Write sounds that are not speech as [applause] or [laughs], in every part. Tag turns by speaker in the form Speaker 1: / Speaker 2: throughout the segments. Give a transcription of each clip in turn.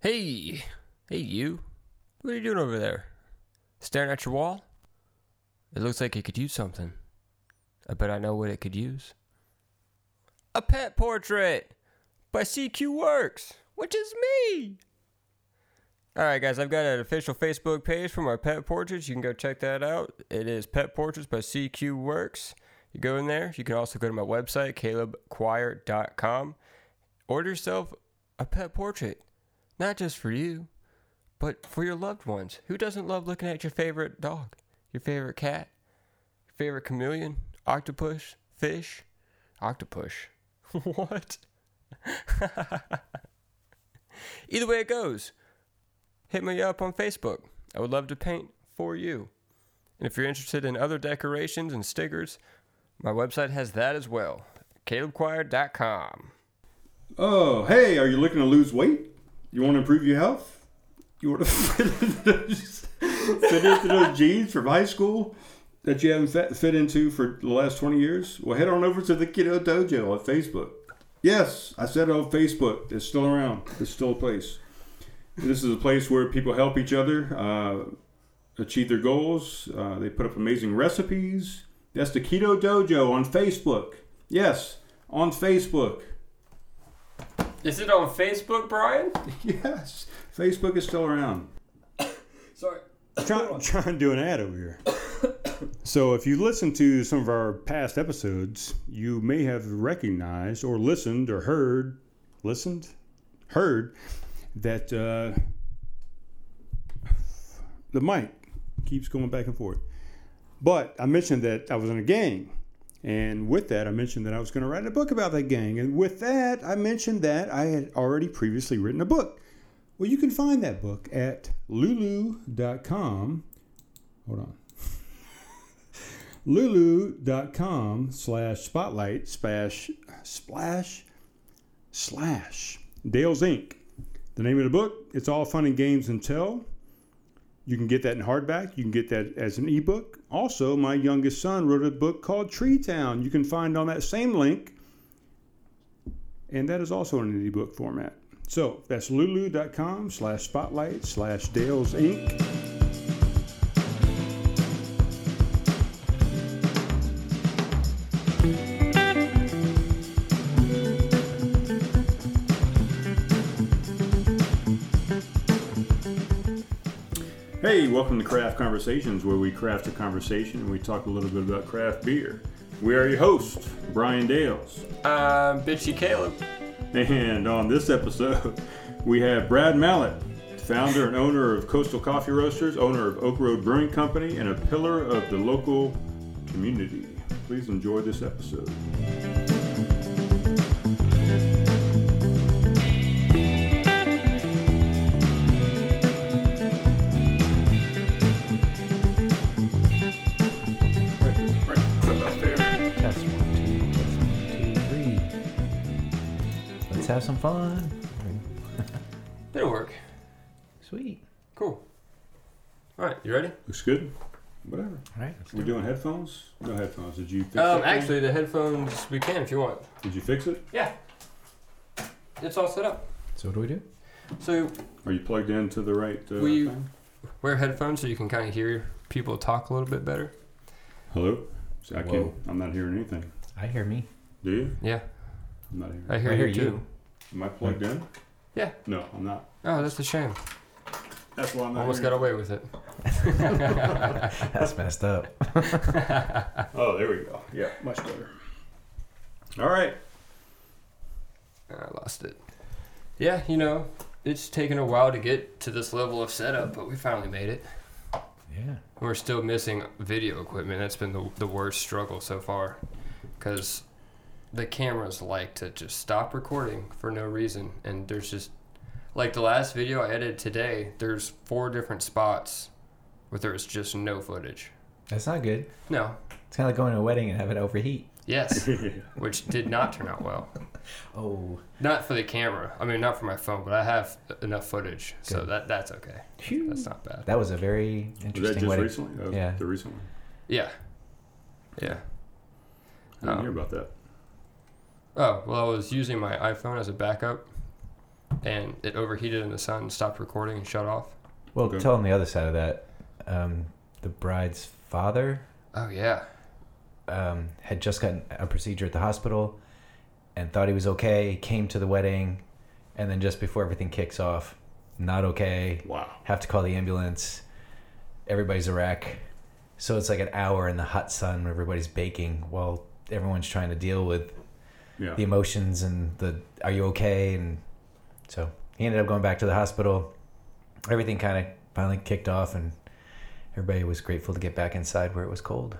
Speaker 1: Hey, hey, you. What are you doing over there? Staring at your wall? It looks like it could use something. I bet I know what it could use. A pet portrait by CQ Works, which is me. All right, guys, I've got an official Facebook page for my pet portraits. You can go check that out. It is Pet Portraits by CQ Works. You go in there. You can also go to my website, calebquire.com. Order yourself a pet portrait, not just for you, but for your loved ones. Who doesn't love looking at your favorite dog, your favorite cat, your favorite chameleon, octopus, fish? Octopus. [laughs] what? [laughs] Either way it goes, hit me up on Facebook. I would love to paint for you. And if you're interested in other decorations and stickers, my website has that as well. CalebQuire.com.
Speaker 2: Oh, hey, are you looking to lose weight? You want to improve your health? You want to [laughs] fit into those, fit into those jeans from high school that you haven't fit, fit into for the last 20 years? Well, head on over to the Keto Dojo on Facebook. Yes, I said on Facebook. It's still around, it's still a place. This is a place where people help each other uh, achieve their goals. Uh, they put up amazing recipes. That's the Keto Dojo on Facebook. Yes, on Facebook.
Speaker 1: Is it on Facebook, Brian?
Speaker 2: Yes, Facebook is still around.
Speaker 1: Sorry.
Speaker 3: Try, try and do an ad over here. So, if you listen to some of our past episodes, you may have recognized or listened or heard, listened, heard that uh, the mic keeps going back and forth. But I mentioned that I was in a gang. And with that, I mentioned that I was going to write a book about that gang. And with that, I mentioned that I had already previously written a book. Well, you can find that book at lulu.com. Hold on. [laughs] lulu.com slash spotlight slash splash slash Dale's Inc. The name of the book, it's all fun and games until. You can get that in hardback. You can get that as an ebook. Also, my youngest son wrote a book called Tree Town. You can find on that same link. And that is also in an ebook format. So that's lulu.com slash spotlight slash Dales Inc.
Speaker 2: Hey, welcome to Craft Conversations, where we craft a conversation and we talk a little bit about craft beer. We are your host, Brian Dales.
Speaker 1: Um, bitchy Caleb.
Speaker 2: And on this episode, [laughs] we have Brad Mallett, founder and owner of Coastal Coffee Roasters, owner of Oak Road Brewing Company, and a pillar of the local community. Please enjoy this episode.
Speaker 4: Test one, two, test one, two, three. Let's have some fun.
Speaker 1: It'll work.
Speaker 4: Sweet.
Speaker 1: Cool. All right, you ready?
Speaker 2: Looks good? Whatever.
Speaker 4: All right.
Speaker 2: We're doing headphones? No headphones. Did you fix
Speaker 1: Um,
Speaker 2: it?
Speaker 1: actually, the headphones we can if you want.
Speaker 2: Did you fix it?
Speaker 1: Yeah. It's all set up.
Speaker 4: So what do we do?
Speaker 1: So
Speaker 2: Are you plugged into the right uh,
Speaker 1: We-
Speaker 2: thing?
Speaker 1: wear headphones so you can kind of hear people talk a little bit better.
Speaker 2: Hello? See, I can't,
Speaker 4: Whoa.
Speaker 2: I'm not hearing anything.
Speaker 4: I hear me.
Speaker 2: Do you?
Speaker 1: Yeah,
Speaker 2: I'm not hearing
Speaker 1: I hear,
Speaker 4: I hear
Speaker 1: you
Speaker 4: you.
Speaker 1: too.
Speaker 2: Am I plugged in?
Speaker 1: Yeah.
Speaker 2: No, I'm not.
Speaker 1: Oh, that's a shame.
Speaker 2: That's why I'm not.
Speaker 1: Almost got
Speaker 2: hearing
Speaker 1: away with it.
Speaker 4: [laughs] That's messed up.
Speaker 2: it. Oh, there we go. Yeah, much better. All right.
Speaker 1: I lost it. Yeah, you know, it's taken a while to get to this level of setup, but we finally made it.
Speaker 4: Yeah.
Speaker 1: We're still missing video equipment. That's been the, the worst struggle so far because the cameras like to just stop recording for no reason. And there's just, like the last video I edited today, there's four different spots where there was just no footage.
Speaker 4: That's not good.
Speaker 1: No.
Speaker 4: It's kind of like going to a wedding and having it overheat.
Speaker 1: Yes.
Speaker 2: [laughs]
Speaker 1: Which did not turn out well.
Speaker 4: Oh.
Speaker 1: Not for the camera. I mean, not for my phone, but I have enough footage, so
Speaker 4: Good.
Speaker 1: that that's okay.
Speaker 4: Phew.
Speaker 1: That's not bad.
Speaker 4: That was a very
Speaker 2: Was that
Speaker 4: interesting
Speaker 2: just
Speaker 4: wedding.
Speaker 2: recently? That was
Speaker 4: Yeah.
Speaker 2: The recent one.
Speaker 1: Yeah, yeah.
Speaker 2: I didn't
Speaker 1: Oh.
Speaker 2: hear about that.
Speaker 1: Oh well, I was using my iPhone as a backup, and it overheated in the sun, stopped recording, and shut off.
Speaker 4: Well,
Speaker 2: Okay.
Speaker 4: tell him the other side of that. Um, the bride's father
Speaker 1: Oh yeah.
Speaker 4: um, had just gotten a procedure at the hospital and thought he was okay, came to the wedding, and then just before everything kicks off, not okay,
Speaker 2: Wow.
Speaker 4: have to call the ambulance, everybody's a wreck. So it's like an hour in the hot sun where everybody's baking while everyone's trying to deal with
Speaker 2: Yeah.
Speaker 4: the emotions and the are you okay and so he ended up going back to the hospital everything kind of finally kicked off and everybody was grateful to get back inside where it was cold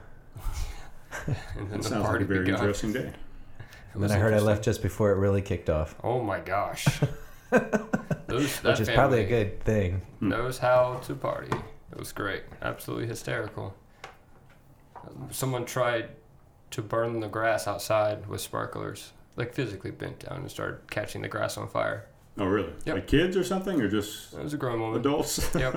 Speaker 1: And then
Speaker 2: That
Speaker 1: the
Speaker 2: sounds like
Speaker 1: party
Speaker 2: a very
Speaker 1: begun.
Speaker 2: interesting day.
Speaker 1: It
Speaker 4: and
Speaker 1: was
Speaker 4: then i heard i
Speaker 1: interesting.
Speaker 4: left just before it really kicked off
Speaker 1: Oh my
Speaker 4: [laughs]
Speaker 1: gosh. Those, that
Speaker 4: which is probably
Speaker 1: family
Speaker 4: a good Hmm. thing
Speaker 1: Knows how to party. It was great. Absolutely hysterical. Someone tried to burn the grass outside with sparklers. Like physically bent down and started catching the grass on fire.
Speaker 2: Oh, really?
Speaker 1: Yep.
Speaker 2: Like kids or something, or just
Speaker 1: It was a grown woman.
Speaker 2: adults? [laughs]
Speaker 1: Yep.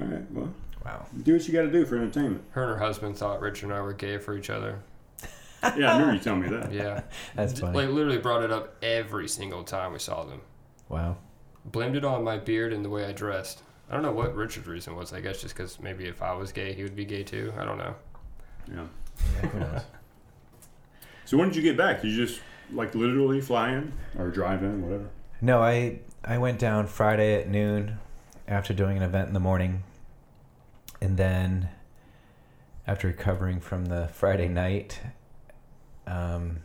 Speaker 2: All right. Well,
Speaker 4: wow
Speaker 2: do what you got to do
Speaker 1: [laughs]
Speaker 2: for entertainment.
Speaker 1: Her and her husband thought Richard and I were gay for each other.
Speaker 2: Yeah, I remember you telling me that.
Speaker 1: Yeah.
Speaker 4: that's
Speaker 1: D-
Speaker 4: funny
Speaker 1: Like literally brought it up every single time we saw them.
Speaker 4: wow
Speaker 1: Blamed it on my beard and the way I dressed. I don't know what Richard's reason was. I guess just because maybe if I was gay, he would be gay too. I don't know.
Speaker 2: Yeah.
Speaker 4: yeah, who knows?
Speaker 2: So when did you get back? Did you just like literally fly in or drive in, whatever?
Speaker 4: No, I I went down Friday at noon after doing an event in the morning, and then after recovering from the Friday night, um,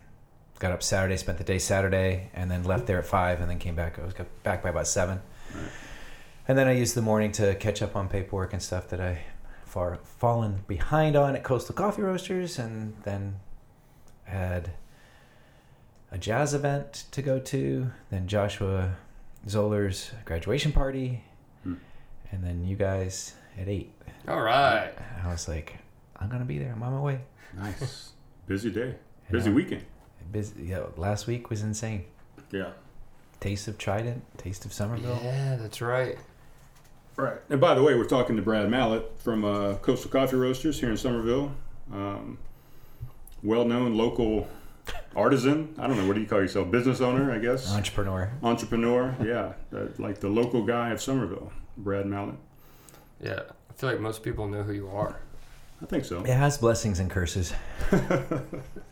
Speaker 4: got up Saturday, spent the day Saturday, and then left there at five, and then came back. I was got back by about seven,
Speaker 2: Right.
Speaker 4: and then I used the morning to catch up on paperwork and stuff that I far fallen behind on at Coastal Coffee Roasters, and then had a jazz event to go to, then Joshua Zoller's graduation party,
Speaker 2: Hmm.
Speaker 4: and then you guys at eight.
Speaker 1: All right.
Speaker 4: I was like, I'm gonna be there. I'm on my way.
Speaker 2: Nice. Busy day.
Speaker 4: And
Speaker 2: Busy
Speaker 4: I-
Speaker 2: weekend.
Speaker 4: Busy. Yeah, last week was insane.
Speaker 2: Yeah.
Speaker 4: Taste of Trident, Taste of Somerville.
Speaker 1: Yeah, that's right.
Speaker 2: Right. And by the way, we're talking to Brad Mallett from uh, Coastal Coffee Roasters here in Somerville. Um, well known local artisan. I don't know. What do you call yourself? Business owner, I guess.
Speaker 4: Entrepreneur.
Speaker 2: Entrepreneur. Yeah. That- like the local guy of Somerville, Brad Mallett.
Speaker 1: Yeah. I feel like most people know who you are.
Speaker 2: I think so.
Speaker 4: It has blessings and curses [laughs]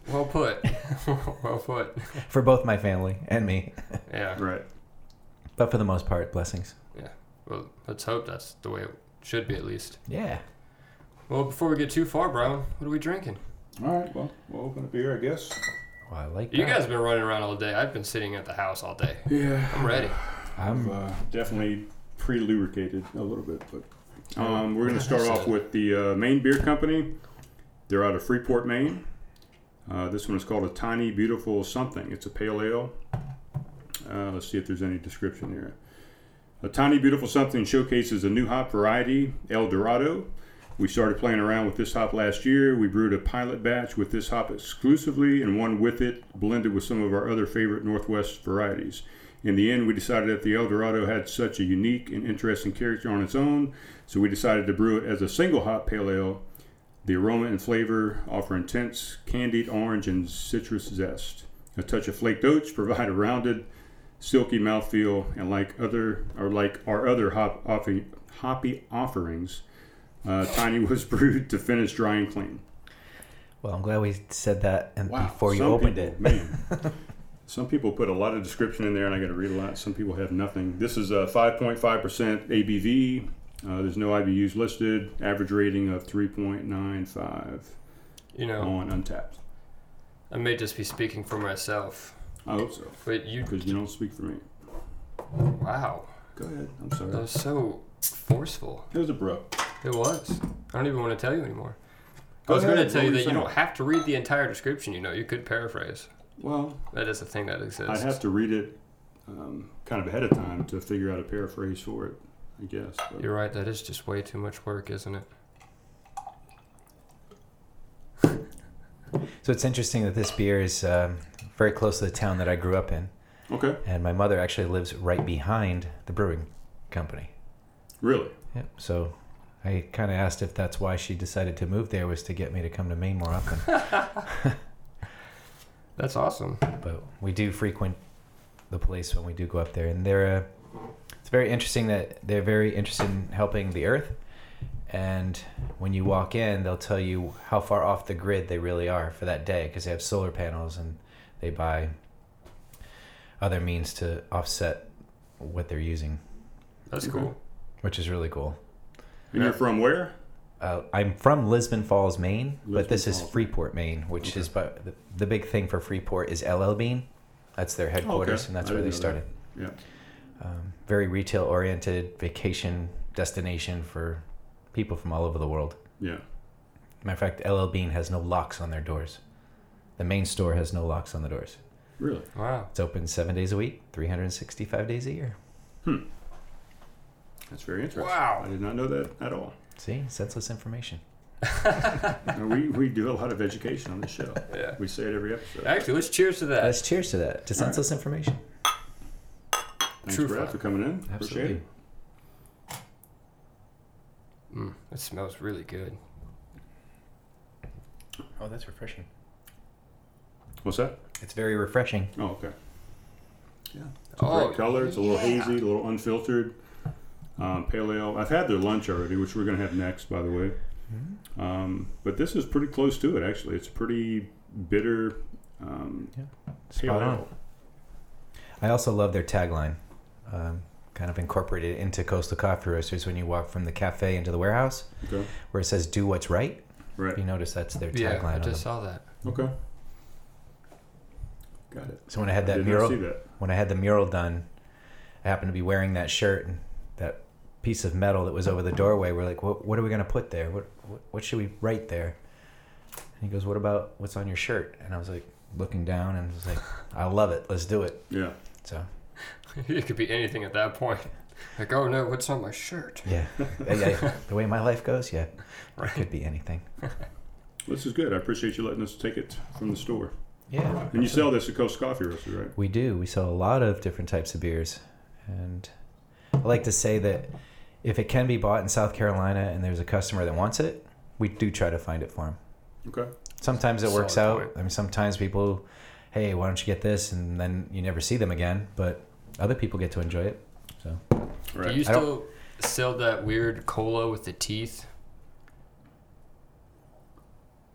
Speaker 1: Well put. [laughs] well put.
Speaker 4: for both my family and me,
Speaker 1: Yeah.
Speaker 2: Right.
Speaker 4: but for the most part, blessings.
Speaker 1: Well, let's hope that's the way it should be at least.
Speaker 4: Yeah.
Speaker 1: Well, before we get too far, Brian, what are we drinking?
Speaker 2: All right. Well, we'll open a beer, I guess.
Speaker 4: Well, I like
Speaker 1: You
Speaker 4: that.
Speaker 1: guys have been running around all day. I've been sitting at the house all day.
Speaker 2: Yeah.
Speaker 1: I'm ready.
Speaker 2: I've
Speaker 4: I'm
Speaker 2: uh, definitely pre-lubricated a little bit, but um, we're going to start off with the uh, Maine Beer Company. They're out of Freeport, Maine. Uh, this one is called a tiny, beautiful something. It's a pale ale. Uh, let's see if there's any description here. A tiny, beautiful something showcases a new hop variety, El Dorado. We started playing around with this hop last year. We brewed a pilot batch with this hop exclusively and one with it, blended with some of our other favorite Northwest varieties. In the end, we decided that the El Dorado had such a unique and interesting character on its own, so we decided to brew it as a single hop pale ale. The aroma and flavor offer intense candied orange and citrus zest. A touch of flaked oats provide a rounded, silky mouthfeel, and like other or like our other hop offi- hoppy offerings, uh, Tiny was [laughs] brewed to finish dry and clean.
Speaker 4: well. I'm glad we said that and before you opened
Speaker 2: people,
Speaker 4: it.
Speaker 2: Man, some people put a lot of description in there, and I got to read a lot. Some people have nothing. This is a 5.5% ABV. Uh, there's no IBUs listed. Average rating of 3.95
Speaker 1: You know,
Speaker 2: on Untapped.
Speaker 1: I may just be speaking for myself,
Speaker 2: I hope so,
Speaker 1: but you.
Speaker 2: because you don't speak for me.
Speaker 1: Wow.
Speaker 2: Go ahead. I'm
Speaker 1: That
Speaker 2: sorry.
Speaker 1: was so forceful.
Speaker 2: It was abrupt.
Speaker 1: It was. I don't even want to tell you anymore.
Speaker 2: Go
Speaker 1: I was going
Speaker 2: ahead,
Speaker 1: to tell
Speaker 2: what
Speaker 1: you
Speaker 2: were
Speaker 1: that
Speaker 2: you
Speaker 1: you don't
Speaker 2: saying?
Speaker 1: have to read the entire description. You know, you could paraphrase.
Speaker 2: Well,
Speaker 1: That is a thing that exists.
Speaker 2: I'd have to read it um, kind of ahead of time to figure out a paraphrase for it, I guess. But
Speaker 1: You're right. That is just way too much work, isn't it?
Speaker 4: So it's interesting that this beer is um, very close to the town that I grew up in,
Speaker 2: Okay.
Speaker 4: and my mother actually lives right behind the brewing company.
Speaker 2: Really?
Speaker 4: Yep. So I kind of asked if that's why she decided to move there was to get me to come to Maine more often.
Speaker 1: That's awesome.
Speaker 4: but we do frequent the police when we do go up there, and they're uh, it's very interesting that they're very interested in helping the Earth. And when you walk in, they'll tell you how far off the grid they really are for that day because they have solar panels and they buy other means to offset what they're using,
Speaker 1: That's
Speaker 2: Okay.
Speaker 1: cool.
Speaker 4: which is really cool.
Speaker 2: And you're from where?
Speaker 4: Uh, I'm from Lisbon Falls, Maine, but
Speaker 2: Lisbon
Speaker 4: this is
Speaker 2: Falls.
Speaker 4: Freeport, Maine, which is but the, the big thing for Freeport is LL Bean. That's their headquarters, and that's
Speaker 2: Oh, I
Speaker 4: where they
Speaker 2: didn't know
Speaker 4: started.
Speaker 2: that. Yeah.
Speaker 4: Um, very retail oriented vacation destination for people from all over the world.
Speaker 2: Yeah.
Speaker 4: Matter of fact, LL Bean has no locks on their doors. The main store has no locks on the doors.
Speaker 2: Really?
Speaker 1: Wow.
Speaker 4: It's open seven days a week, 365 days a year.
Speaker 2: That's very interesting.
Speaker 1: Wow.
Speaker 2: I did not know that at all.
Speaker 4: See, senseless information.
Speaker 2: And we, we do a lot of education on this show.
Speaker 1: Yeah.
Speaker 2: We say it every episode.
Speaker 1: Actually, let's cheers to that.
Speaker 4: Let's Uh, cheers to that, to senseless information.
Speaker 2: Thanks,
Speaker 1: true
Speaker 2: Brad,
Speaker 1: fact.
Speaker 2: for coming in. Appreciate
Speaker 4: Absolutely.
Speaker 2: it.
Speaker 1: Mm, that smells really good.
Speaker 4: Oh, that's refreshing.
Speaker 2: What's that?
Speaker 4: It's very refreshing.
Speaker 2: Oh, okay. Yeah. It's a
Speaker 1: Oh,
Speaker 2: bright color. It's a little hazy, a little unfiltered. Um, pale ale. I've had their lunch already, which we're going to have next, by the way. Um, but this is pretty close to it, actually. It's pretty bitter um, pale
Speaker 4: Spot on.
Speaker 2: ale.
Speaker 4: I also love their tagline, um, kind of incorporated into Coastal Coffee Roasters when you walk from the cafe into the warehouse,
Speaker 2: Okay.
Speaker 4: where it says "Do what's right." You
Speaker 2: Right.
Speaker 4: notice that's their tagline.
Speaker 1: Yeah, I
Speaker 4: on
Speaker 1: just
Speaker 4: them.
Speaker 1: saw that. [laughs]
Speaker 2: Okay. Got it.
Speaker 4: So when I had
Speaker 2: I
Speaker 4: that
Speaker 2: did not
Speaker 4: mural,
Speaker 2: see that.
Speaker 4: when I had the mural done, I happened to be wearing that shirt and that piece of metal that was over the doorway. We're like, "What? What are we gonna put there? What? What, what should we write there?" And he goes, "What about what's on your shirt?" And I was like, looking down, and I was like, "I love it. Let's do it."
Speaker 2: Yeah.
Speaker 4: So
Speaker 1: it could be anything at that point. Like, oh no, what's on my shirt?
Speaker 4: [laughs] yeah, Yeah, yeah. the way my life goes, yeah, it could be anything.
Speaker 2: This is good. I appreciate you letting us take it from the store.
Speaker 4: Yeah.
Speaker 2: And you sell this at Coast Coffee Roasters, right?
Speaker 4: We do. We sell a lot of different types of beers. And I like to say that if it can be bought in South Carolina and there's a customer that wants it, we do try to find it for them.
Speaker 2: Okay.
Speaker 4: Sometimes it works
Speaker 1: Solid
Speaker 4: out.
Speaker 1: point.
Speaker 4: I mean, sometimes people, hey, why don't you get this? And then you never see them again. But other people get to enjoy it. So
Speaker 2: Right.
Speaker 1: Do you
Speaker 4: I
Speaker 1: still
Speaker 4: don't-
Speaker 1: sell that weird cola with the teeth?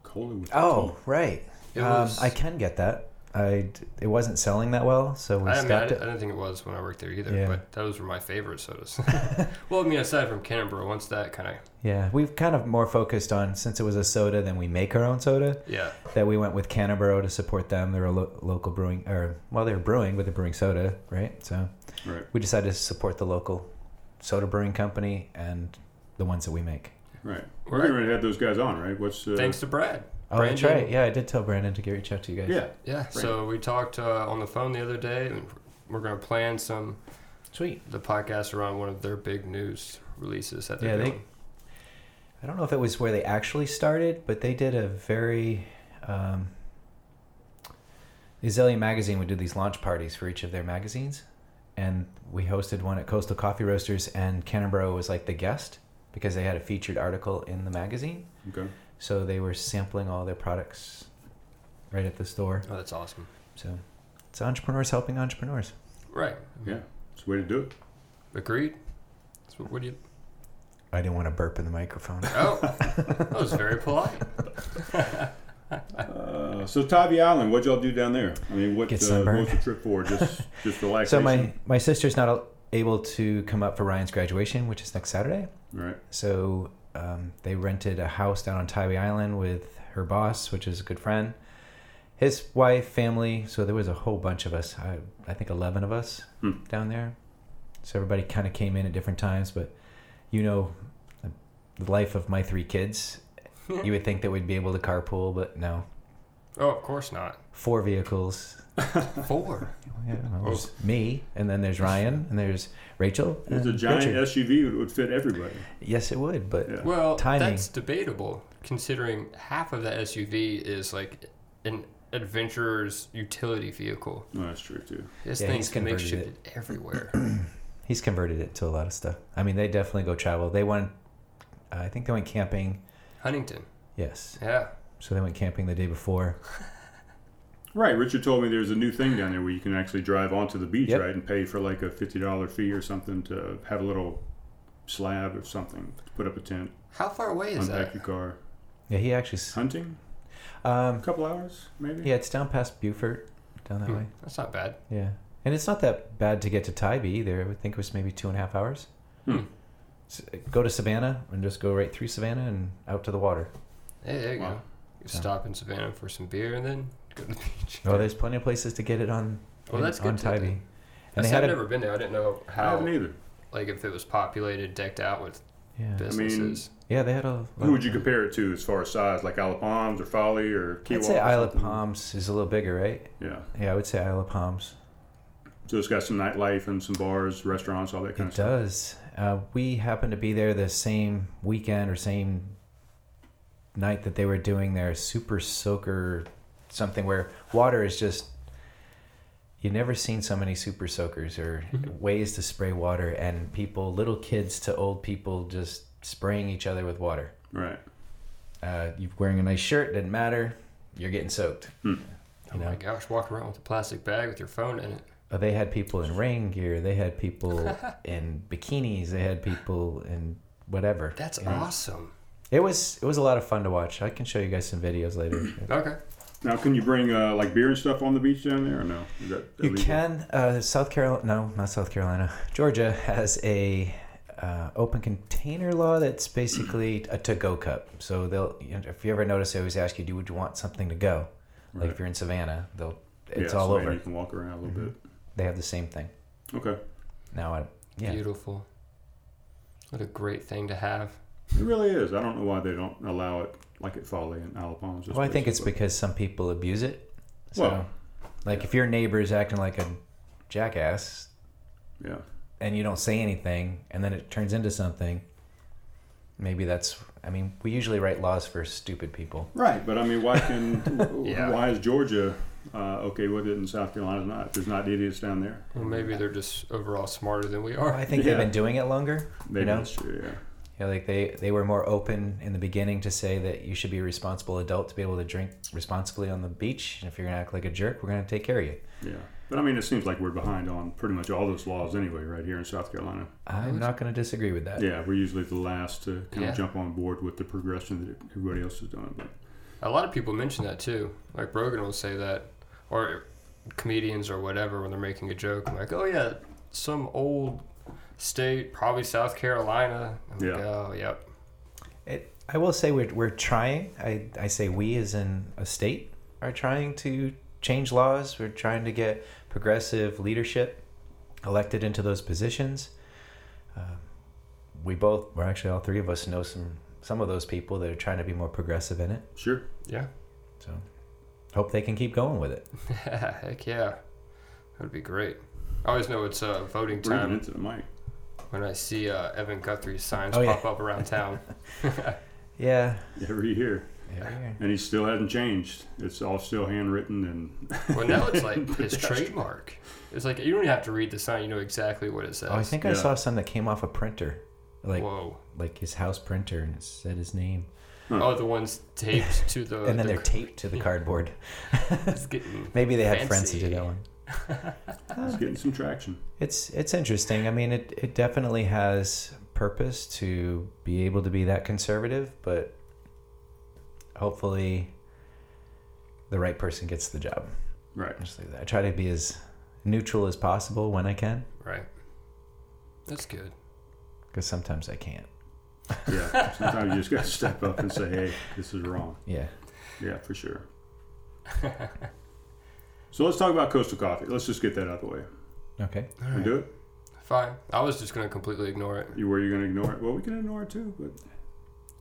Speaker 2: Cola with
Speaker 4: Oh, right.
Speaker 1: It
Speaker 4: um,
Speaker 1: was-
Speaker 4: I can get that. I d- it wasn't selling that well, so we
Speaker 1: I, mean, I,
Speaker 4: stopped
Speaker 1: di- I
Speaker 4: it.
Speaker 1: didn't think it was when I worked there either,
Speaker 4: Yeah.
Speaker 1: but those were my favorite
Speaker 4: [laughs]
Speaker 1: sodas. [laughs] well, I mean, aside from Canberra, once that kind of
Speaker 4: Yeah, we've kind of more focused on since it was a soda, then we make our own soda.
Speaker 1: yeah,
Speaker 4: that we went with Canterborough to support them. They're a lo- local brewing, or well, they were brewing, but they're brewing soda, right? So
Speaker 2: Right.
Speaker 4: we decided to support the local soda brewing company and the ones that we make.
Speaker 2: Right. We're going to have those guys on, right? What's uh,
Speaker 1: thanks to Brad.
Speaker 4: Oh, that's
Speaker 1: Brandon.
Speaker 4: right. Yeah, I did tell Brandon to get reach out to you guys.
Speaker 2: Yeah.
Speaker 1: Yeah, so we talked uh, on the phone the other day, and we're gonna plan some
Speaker 4: sweet.
Speaker 1: the podcast around one of their big news releases that
Speaker 4: Yeah,
Speaker 1: they're
Speaker 4: they-
Speaker 1: doing.
Speaker 4: I don't know if it was where they actually started, but they did a very. Um, the Azalea Magazine would do these launch parties for each of their magazines, and we hosted one at Coastal Coffee Roasters, and Canterborough was like the guest because they had a featured article in the magazine.
Speaker 2: Okay.
Speaker 4: So they were sampling all their products right at the store.
Speaker 1: Oh, that's awesome.
Speaker 4: So it's entrepreneurs helping entrepreneurs.
Speaker 1: Right.
Speaker 2: Yeah. It's the way to do it.
Speaker 1: Agreed. So what do
Speaker 4: [laughs]
Speaker 1: you?
Speaker 4: I didn't want to burp in the microphone.
Speaker 1: Oh, that was very polite.
Speaker 2: Uh, so Tybee Island, what'd y'all do down there? I mean, what, uh,
Speaker 4: Get
Speaker 2: what
Speaker 4: sunburned.
Speaker 2: was the trip for? Just
Speaker 4: [laughs]
Speaker 2: just
Speaker 4: so
Speaker 2: relaxation.
Speaker 4: my, my sister's not al- able to come up for Ryan's graduation, which is next Saturday.
Speaker 2: Right.
Speaker 4: uh, So um, they rented a house down on Tybee Island with her boss, which is a good friend, his wife, family. So there was a whole bunch of us. I, I think 11 of us
Speaker 2: Hmm.
Speaker 4: down there. So everybody kind of came in at different times. But you know, the life of my three kids, you would think that we'd be able to carpool, but no.
Speaker 1: Oh, of course not.
Speaker 4: Four vehicles.
Speaker 1: Four.
Speaker 4: Yeah, well, there's me, and then there's Ryan, and there's Rachel.
Speaker 2: Oh. There's a
Speaker 4: and
Speaker 2: giant
Speaker 4: Richard.
Speaker 2: SUV that would fit everybody.
Speaker 4: Yes, it would, but
Speaker 2: Yeah.
Speaker 1: Well,
Speaker 4: Timing.
Speaker 1: that's debatable considering half of that SUV is like an adventurer's utility vehicle.
Speaker 2: No, that's true too.
Speaker 1: This
Speaker 4: Yeah,
Speaker 1: thing's
Speaker 4: he's
Speaker 1: can make
Speaker 4: converted
Speaker 1: shit everywhere. [coughs]
Speaker 4: he's converted it to a lot of stuff. I mean, they definitely go travel. They went, I think they went camping.
Speaker 1: Huntington.
Speaker 4: Yes,
Speaker 1: Yeah.
Speaker 4: so they went camping the day before.
Speaker 2: Right. Richard told me there's a new thing down there where you can actually drive onto the beach,
Speaker 4: Yep.
Speaker 2: right, and pay for like a fifty dollar fee or something to have a little slab or something to put up a tent,
Speaker 1: How far away is
Speaker 2: unpack
Speaker 1: that?
Speaker 2: your car.
Speaker 4: Yeah, he actually. s-
Speaker 2: Hunting? A
Speaker 4: Um,
Speaker 2: couple hours, maybe.
Speaker 4: yeah, it's down past Beaufort, down that
Speaker 1: Hmm.
Speaker 4: way.
Speaker 1: That's not bad.
Speaker 4: Yeah, and it's not that bad to get to Tybee either. I would think it was maybe two and a half hours.
Speaker 2: Hmm.
Speaker 4: S- Go to Savannah and just go right through Savannah and out to the water.
Speaker 1: Hey, there you
Speaker 2: Wow.
Speaker 1: go. You stop in Savannah for some beer and then go to the beach.
Speaker 4: Oh, there's plenty of places to get it on.
Speaker 1: Well, that's good
Speaker 4: on
Speaker 1: to know.
Speaker 4: Tybee.
Speaker 1: I
Speaker 4: And they
Speaker 1: said
Speaker 4: had
Speaker 1: I've
Speaker 4: a,
Speaker 1: never been there. I didn't know
Speaker 2: I
Speaker 1: how,
Speaker 2: haven't either.
Speaker 1: like, if it was populated, decked out with
Speaker 4: yeah,
Speaker 1: businesses.
Speaker 4: yeah, they had a.
Speaker 2: Who would you compare it to as far as size, like Isle of Palms or Folly or Key
Speaker 4: I'd say
Speaker 2: Wall or
Speaker 4: Isle of
Speaker 2: something?
Speaker 4: Palms is a little bigger, right?
Speaker 2: Yeah.
Speaker 4: Yeah, I would say Isle of Palms.
Speaker 2: So it's got some nightlife and some bars, restaurants, all that kind
Speaker 4: it
Speaker 2: of stuff.
Speaker 4: does. Uh, we happened to be there the same weekend or same night that they were doing their super soaker something where water is just you've never seen so many super soakers or ways to spray water and people little kids to old people just spraying each other with water
Speaker 2: Right.
Speaker 4: uh, you're wearing a nice shirt doesn't matter you're getting soaked
Speaker 1: Oh my gosh, walking around with a plastic bag with your phone in it.
Speaker 4: Uh, They had people in rain gear. They had people in bikinis. They had people in whatever.
Speaker 1: That's
Speaker 4: you know.
Speaker 1: awesome.
Speaker 4: It was it was a lot of fun to watch. I can show you guys some
Speaker 2: [clears throat]
Speaker 4: videos later.
Speaker 1: Okay.
Speaker 2: Now, can you bring uh, like beer and stuff on the beach down there or no? Is that
Speaker 4: you
Speaker 2: illegal?
Speaker 4: can uh, South Carolina. No, not South Carolina. Georgia has a uh, open container law that's basically a to-go cup. So they'll you know, if you ever notice, they always ask you, "Do would you want something to go?" Like if
Speaker 2: Right.
Speaker 4: you're in Savannah, they'll it's
Speaker 2: yeah,
Speaker 4: all
Speaker 2: so
Speaker 4: over. Mm-hmm.
Speaker 2: You can walk around a little
Speaker 4: They have the same thing
Speaker 2: bit. Okay.
Speaker 4: now. I, yeah,
Speaker 1: Beautiful. What a great thing to have.
Speaker 2: It really is. I don't know why they don't allow it like at Folly and Isle of Palms. those
Speaker 4: Well, I think it's
Speaker 2: places,
Speaker 4: because some people abuse it. So,
Speaker 2: Well,
Speaker 4: like if your neighbor is acting like a jackass
Speaker 2: but- yeah.
Speaker 4: and you don't say anything and then it turns into something, maybe that's. I mean, we usually write laws for stupid people.
Speaker 2: Right, but I mean, why can
Speaker 4: [laughs]
Speaker 1: Yeah.
Speaker 2: why is Georgia uh, okay with it and South Carolina's not? There's not idiots down there.
Speaker 1: Well,
Speaker 4: Mm.
Speaker 1: maybe they're just overall smarter than we
Speaker 4: Or
Speaker 1: are.
Speaker 4: I think
Speaker 2: Yeah.
Speaker 4: they've been doing it longer.
Speaker 2: Maybe
Speaker 4: know?
Speaker 2: that's true. Yeah.
Speaker 4: You know, like they, they were more open in the beginning to say that you should be a responsible adult to be able to drink responsibly on the beach. And if you're going to act like a jerk, we're going to take care of you.
Speaker 2: Yeah, but I mean, it seems like we're behind on pretty much all those laws anyway, right here in South Carolina.
Speaker 4: I'm not going to disagree with that.
Speaker 2: Yeah, we're usually the last to kind
Speaker 1: Yeah.
Speaker 2: of jump on board with the progression that everybody else is doing. But
Speaker 1: A lot of people mention that too. Like Rogan will say that, or comedians or whatever when they're making a joke. I'm like, oh yeah, some old state, probably South Carolina. I'm like,
Speaker 2: Yeah.
Speaker 1: oh yep.
Speaker 4: It, I will say we're, we're trying. I, I say we as in a state are trying to change laws. We're trying to get progressive leadership elected into those positions. Um, we both, or actually all three of us, know some some of those people that are trying to be more progressive in it.
Speaker 2: sure,
Speaker 1: Yeah. [laughs]
Speaker 4: So hope they can keep going with it.
Speaker 1: Heck yeah. That would be great. I always know it's uh, voting
Speaker 2: breathing
Speaker 1: time
Speaker 2: into the mic.
Speaker 1: when I see uh, Evan Guthrie's signs
Speaker 4: Oh, yeah.
Speaker 1: pop up around town.
Speaker 4: Yeah.
Speaker 2: Every year, and he still hasn't changed. It's all still handwritten, and
Speaker 1: Well, now it's like his trademark. It's like you don't even have to read the sign; you know exactly what it says.
Speaker 4: Oh, I think I
Speaker 2: Yeah.
Speaker 4: saw some that came off a printer, like
Speaker 1: Whoa!
Speaker 4: like his house printer, and it said his name,
Speaker 1: Oh, the ones taped to the.
Speaker 4: and then
Speaker 1: Uh, the
Speaker 4: they're taped
Speaker 1: [laughs]
Speaker 4: to the cardboard.
Speaker 1: it's getting
Speaker 4: Maybe they had friends to do
Speaker 1: Fancy.
Speaker 4: that one.
Speaker 2: he's getting some traction.
Speaker 4: It's it's interesting. I mean, it, it definitely has purpose to be able to be that conservative, but hopefully the right person gets the job.
Speaker 2: Right.
Speaker 4: Just like that. I try to be as neutral as possible when I can,
Speaker 1: right. That's good.
Speaker 4: because sometimes I can't.
Speaker 1: [laughs]
Speaker 2: Yeah. Sometimes you just got to step up and say, "Hey, this is wrong."
Speaker 4: Yeah.
Speaker 2: Yeah, for
Speaker 1: [laughs]
Speaker 2: sure. so let's talk about Coastal Coffee. Let's just get that out of the way.
Speaker 4: Okay.
Speaker 2: We Do it.
Speaker 1: Fine. I was just gonna completely ignore it.
Speaker 2: You were you going to ignore it? Well, we can ignore it too, but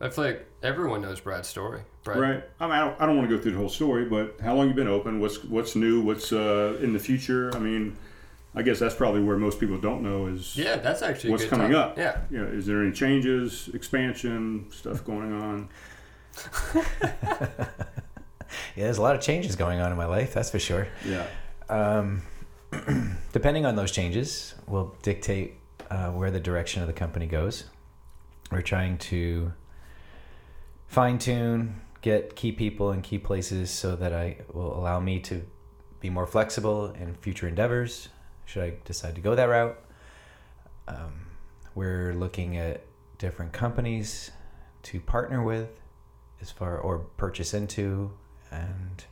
Speaker 1: I feel like everyone knows Brad's story. Brad,
Speaker 2: Right. I mean, I don't, I don't want to go through the whole story, but how long you been open? What's what's new? What's uh, in the future? I mean, I guess that's probably where most people don't know is
Speaker 1: Yeah, that's actually
Speaker 2: What's
Speaker 1: a good
Speaker 2: coming
Speaker 1: topic.
Speaker 2: up?
Speaker 1: Yeah.
Speaker 2: You know, is there any changes, expansion, stuff going on?
Speaker 4: Yeah, there's a lot of changes going on in my life, that's for sure.
Speaker 2: Yeah.
Speaker 4: Um, [clears throat] depending on those changes, will dictate uh, where the direction of the company goes. We're trying to fine tune, get key people in key places so that I will allow me to be more flexible in future endeavors should I decide to go that route. Um, we're looking at different companies to partner with as far or purchase into and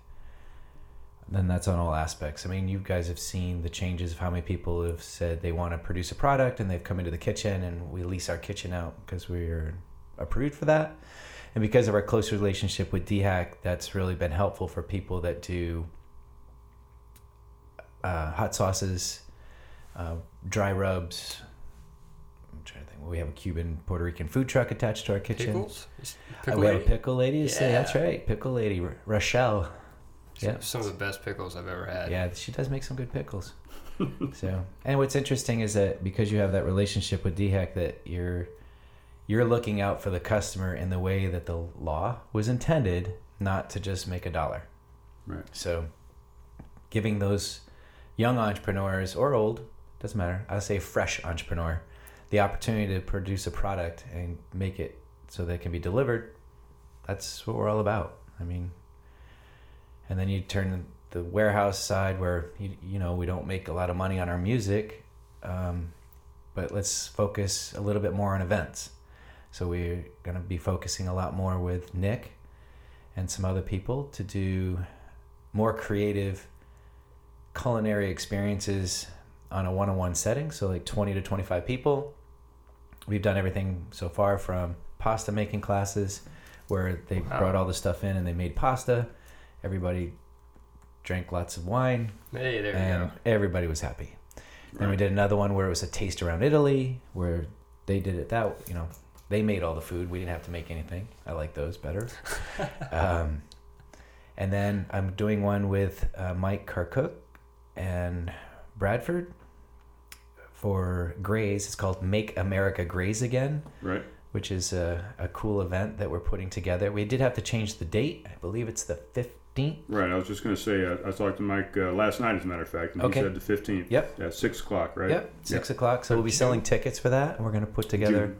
Speaker 4: then that's on all aspects. I mean, you guys have seen the changes of how many people have said they want to produce a product and they've come into the kitchen and we lease our kitchen out because we're approved for that. And because of our close relationship with DHAC, that's really been helpful for people that do uh, hot sauces, uh, dry rubs. I'm trying to think. We have a Cuban Puerto Rican food truck attached to our kitchen.
Speaker 1: Pickles?
Speaker 4: Uh,
Speaker 1: Pickle
Speaker 4: we have a
Speaker 1: lady?
Speaker 4: pickle lady. Yeah.
Speaker 1: Yeah.
Speaker 4: that's right. Pickle lady, R- Rochelle. Yeah.
Speaker 1: Some of the best pickles I've ever had.
Speaker 4: Yeah, she does make some good pickles. [laughs] so, and what's interesting is that because you have that relationship with DHEC, that you're you're looking out for the customer in the way that the law was intended, not to just make a dollar.
Speaker 3: Right.
Speaker 4: So, giving those young entrepreneurs or old doesn't matter. I say fresh entrepreneur the opportunity to produce a product and make it so that it can be delivered. That's what we're all about. I mean, and then you turn the warehouse side where you, you know we don't make a lot of money on our music um, but let's focus a little bit more on events so we're going to be focusing a lot more with nick and some other people to do more creative culinary experiences on a one-on-one setting so like 20 to 25 people we've done everything so far from pasta making classes where they
Speaker 1: Wow.
Speaker 4: brought all the stuff in and they made pasta everybody drank lots of wine
Speaker 1: Hey, there you
Speaker 4: and
Speaker 1: go.
Speaker 4: everybody was happy then we did another one where it was a taste around italy where they did it that you know they made all the food we didn't have to make anything i like those better um, and then i'm doing one with uh, mike carcook and bradford for grays it's called make america grays again
Speaker 2: Right.
Speaker 4: which is a, a cool event that we're putting together we did have to change the date i believe it's the 15th
Speaker 2: Right. I was just going to say, I, I talked to Mike uh, last night, as a matter of fact, and
Speaker 4: Okay.
Speaker 2: he said the 15th.
Speaker 4: Yep.
Speaker 2: At 6 o'clock, right?
Speaker 4: Yep, six o'clock. So we'll be selling tickets for that, and we're going to put together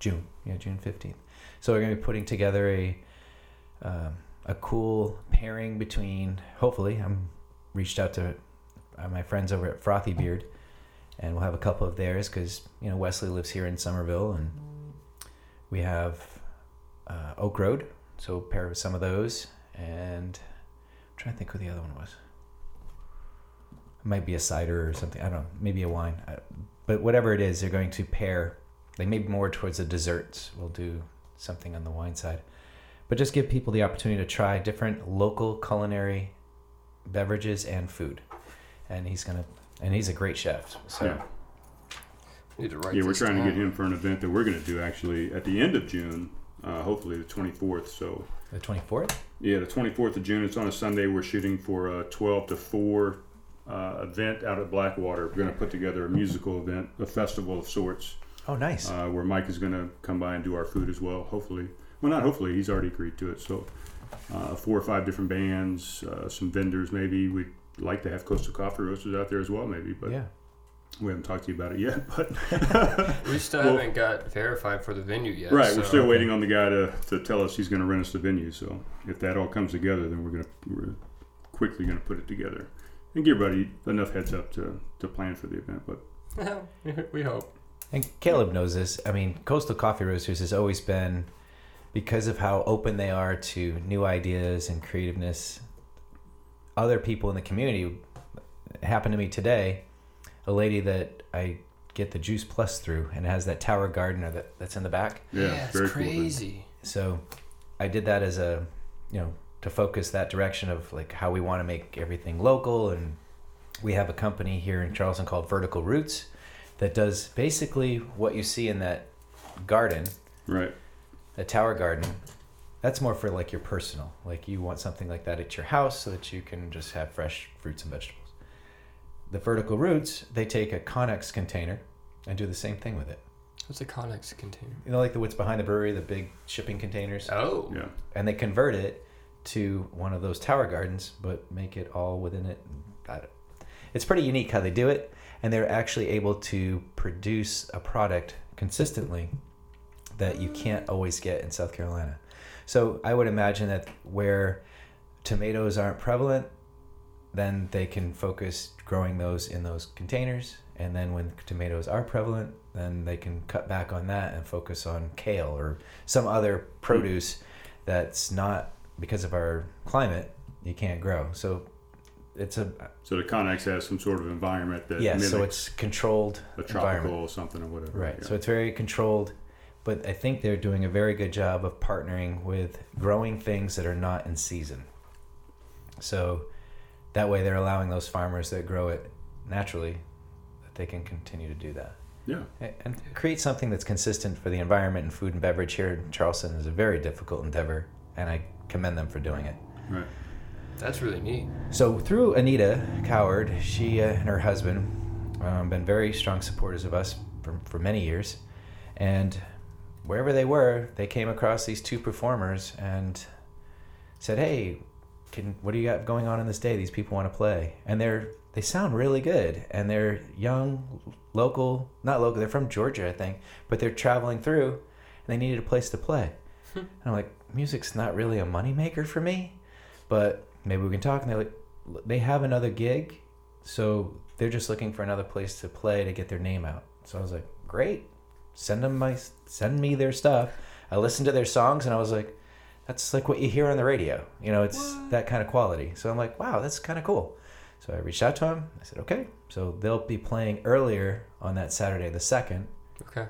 Speaker 4: June, yeah, June fifteenth. So we're going to be putting together a um, a cool pairing between. Hopefully, I'm reached out to uh, my friends over at Frothy Beard, and we'll have a couple of theirs because you know Wesley lives here in Somerville, and we have uh, Oak Road. So we'll pair with some of those, and I'm trying to think who the other one was. It might be a cider or something. I don't know. Maybe a wine. I- But whatever it is, they're going to pair, like maybe more towards the desserts. We'll do something on the wine side. But just give people the opportunity to try different local culinary beverages and food. And he's going to, and he's a great chef. So
Speaker 2: Yeah.
Speaker 1: Need to write
Speaker 2: Yeah, we're
Speaker 1: this
Speaker 2: trying to
Speaker 1: down.
Speaker 2: get him for an event that we're going to do actually at the end of June, uh, hopefully the 24th. So,
Speaker 4: the 24th?
Speaker 2: yeah, the 24th of June, it's on a Sunday. We're shooting for a 12 to 4 uh, event out at Blackwater. We're going to put together a musical event, a festival of sorts,
Speaker 4: Oh, nice.
Speaker 2: uh, where Mike is going to come by and do our food as well, hopefully. Well, not hopefully, he's already agreed to it. So, uh, four or five different bands, uh, some vendors, maybe. We'd like to have Coastal Coffee Roasters out there as well, maybe, but
Speaker 4: yeah.
Speaker 2: we haven't talked to you about it yet. [laughs] But
Speaker 1: We still
Speaker 2: Well-
Speaker 1: haven't got verified for the venue yet.
Speaker 2: Right,
Speaker 4: uh,
Speaker 1: so-
Speaker 2: we're still waiting on the guy to, to tell us he's going to rent us the venue. So if that all comes together, then we're going to we're quickly going to put it together and give everybody enough heads up to, to plan for the event. But
Speaker 1: [laughs] we hope.
Speaker 4: And Caleb knows this. I mean, Coastal Coffee Roasters has always been, because of how open they are to new ideas and creativeness, other people in the community. It happened to me today. A lady that I get the Juice Plus through and has that tower gardener that, that's in the back.
Speaker 2: yeah,
Speaker 1: it's crazy.
Speaker 4: So I did that as a, you know, to focus that direction of like how we want to make everything local. And we have a company here in Charleston called Vertical Roots that does basically what you see in that garden,
Speaker 2: cool. Right,
Speaker 4: a tower garden. That's more for like your personal, like you want something like that at your house so that you can just have fresh fruits and vegetables. The vertical roots, they take a Connex container and do the same thing with it.
Speaker 1: What's a Connex container?
Speaker 4: You know, like the what's behind the brewery, the big shipping containers
Speaker 1: Oh.
Speaker 2: yeah,
Speaker 4: and they convert it to one of those tower gardens, but make it all within it. I don't- It's pretty unique how they do it, and they're actually able to produce a product consistently that you can't always get in South Carolina. So I would imagine that where tomatoes aren't prevalent, then they can focus growing those in those containers. And then when tomatoes are prevalent, then they can cut back on that and focus on kale or some other produce that's not because of our climate you can't grow. So it's a
Speaker 2: So the Connex has some sort of environment that
Speaker 4: yeah.
Speaker 2: mimics
Speaker 4: So it's controlled
Speaker 2: a
Speaker 4: environment.
Speaker 2: tropical or something or whatever.
Speaker 4: Right.
Speaker 2: yeah.
Speaker 4: So it's very controlled, but I think they're doing a very good job of partnering with growing things that are not in season. So that way they're allowing those farmers that grow it naturally that they can continue to do that.
Speaker 2: yeah.
Speaker 4: A- And create something that's consistent for the environment and food and beverage here in Charleston is a very difficult endeavor, and I commend them for doing it.
Speaker 2: Right.
Speaker 1: That's really neat.
Speaker 4: So through Anita Coward, she uh, and her husband um, been very strong supporters of us for, for many years, and wherever they were, they came across these two performers and said, "Hey, can what do you got going on in this day? These people want to play, and they're they sound really good, and they're young, local, not local. They're from Georgia, I think, but they're traveling through, and they needed a place to play. and I'm like, music's not really a moneymaker for me, but maybe we can talk. And they're like, "L- they have another gig, so they're just looking for another place to play to get their name out. So I was like, great, send them my send me their stuff. I listened to their songs, and I was like, that's like what you hear on the radio. You know, it's that kind of quality. So I'm like, wow, that's kind of cool. So I reached out to him. I said, okay. So they'll be playing earlier on that Saturday, the 2nd.
Speaker 1: Okay.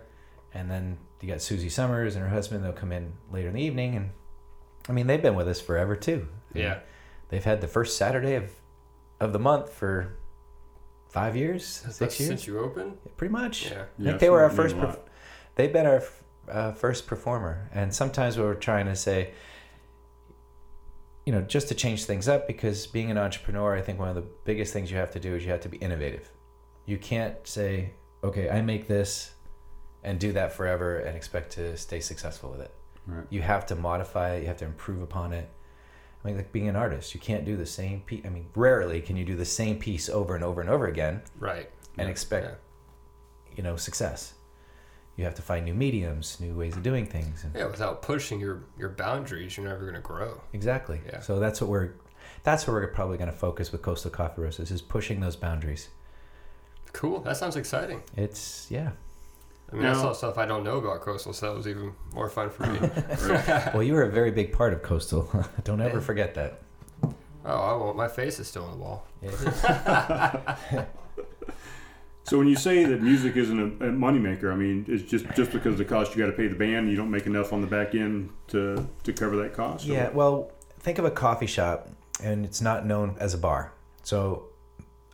Speaker 4: And then you got Susie Summers and her husband. They'll come in later in the evening. And I mean, they've been with us forever, too.
Speaker 1: Yeah.
Speaker 4: They've had the first Saturday of, of the month for five years, six
Speaker 1: That's
Speaker 4: years,
Speaker 1: Since you opened?
Speaker 4: pretty much.
Speaker 1: Yeah.
Speaker 4: I
Speaker 2: Yeah,
Speaker 4: think they were our
Speaker 2: it's really
Speaker 4: first.
Speaker 2: a
Speaker 4: Perf-
Speaker 2: lot.
Speaker 4: they've been our f- uh, first performer, and sometimes we were trying to say, you know, just to change things up because being an entrepreneur, I think one of the biggest things you have to do is you have to be innovative. You can't say, okay, I make this, and do that forever and expect to stay successful with it.
Speaker 2: Right.
Speaker 4: You have to modify it. You have to improve upon it. I mean, like being an artist, you can't do the same piece. I mean, rarely can you do the same piece over and over and over again
Speaker 1: Right.
Speaker 4: and expect you know success you have to find new mediums new ways of doing things and
Speaker 1: Yeah, without pushing your, your boundaries, you're never going to grow.
Speaker 4: exactly
Speaker 1: Yeah.
Speaker 4: so that's what we're that's what we're probably going to focus with coastal coffee roasters is pushing those boundaries
Speaker 1: Cool. That sounds exciting.
Speaker 4: it's yeah
Speaker 1: I mean, I
Speaker 2: Now-
Speaker 1: saw stuff I don't know about coastal, so that was even more fun for
Speaker 4: [laughs]
Speaker 1: me. [laughs]
Speaker 4: well you were a very big part of coastal [laughs] don't ever forget that
Speaker 1: oh, I won't. My face is still on the wall.
Speaker 2: So when you say that music isn't a, a moneymaker, I mean, it's just just because of the cost you got to pay the band, you don't make enough on the back end to to cover that cost. or-
Speaker 4: Yeah, well, think of a coffee shop and it's not known as a bar. So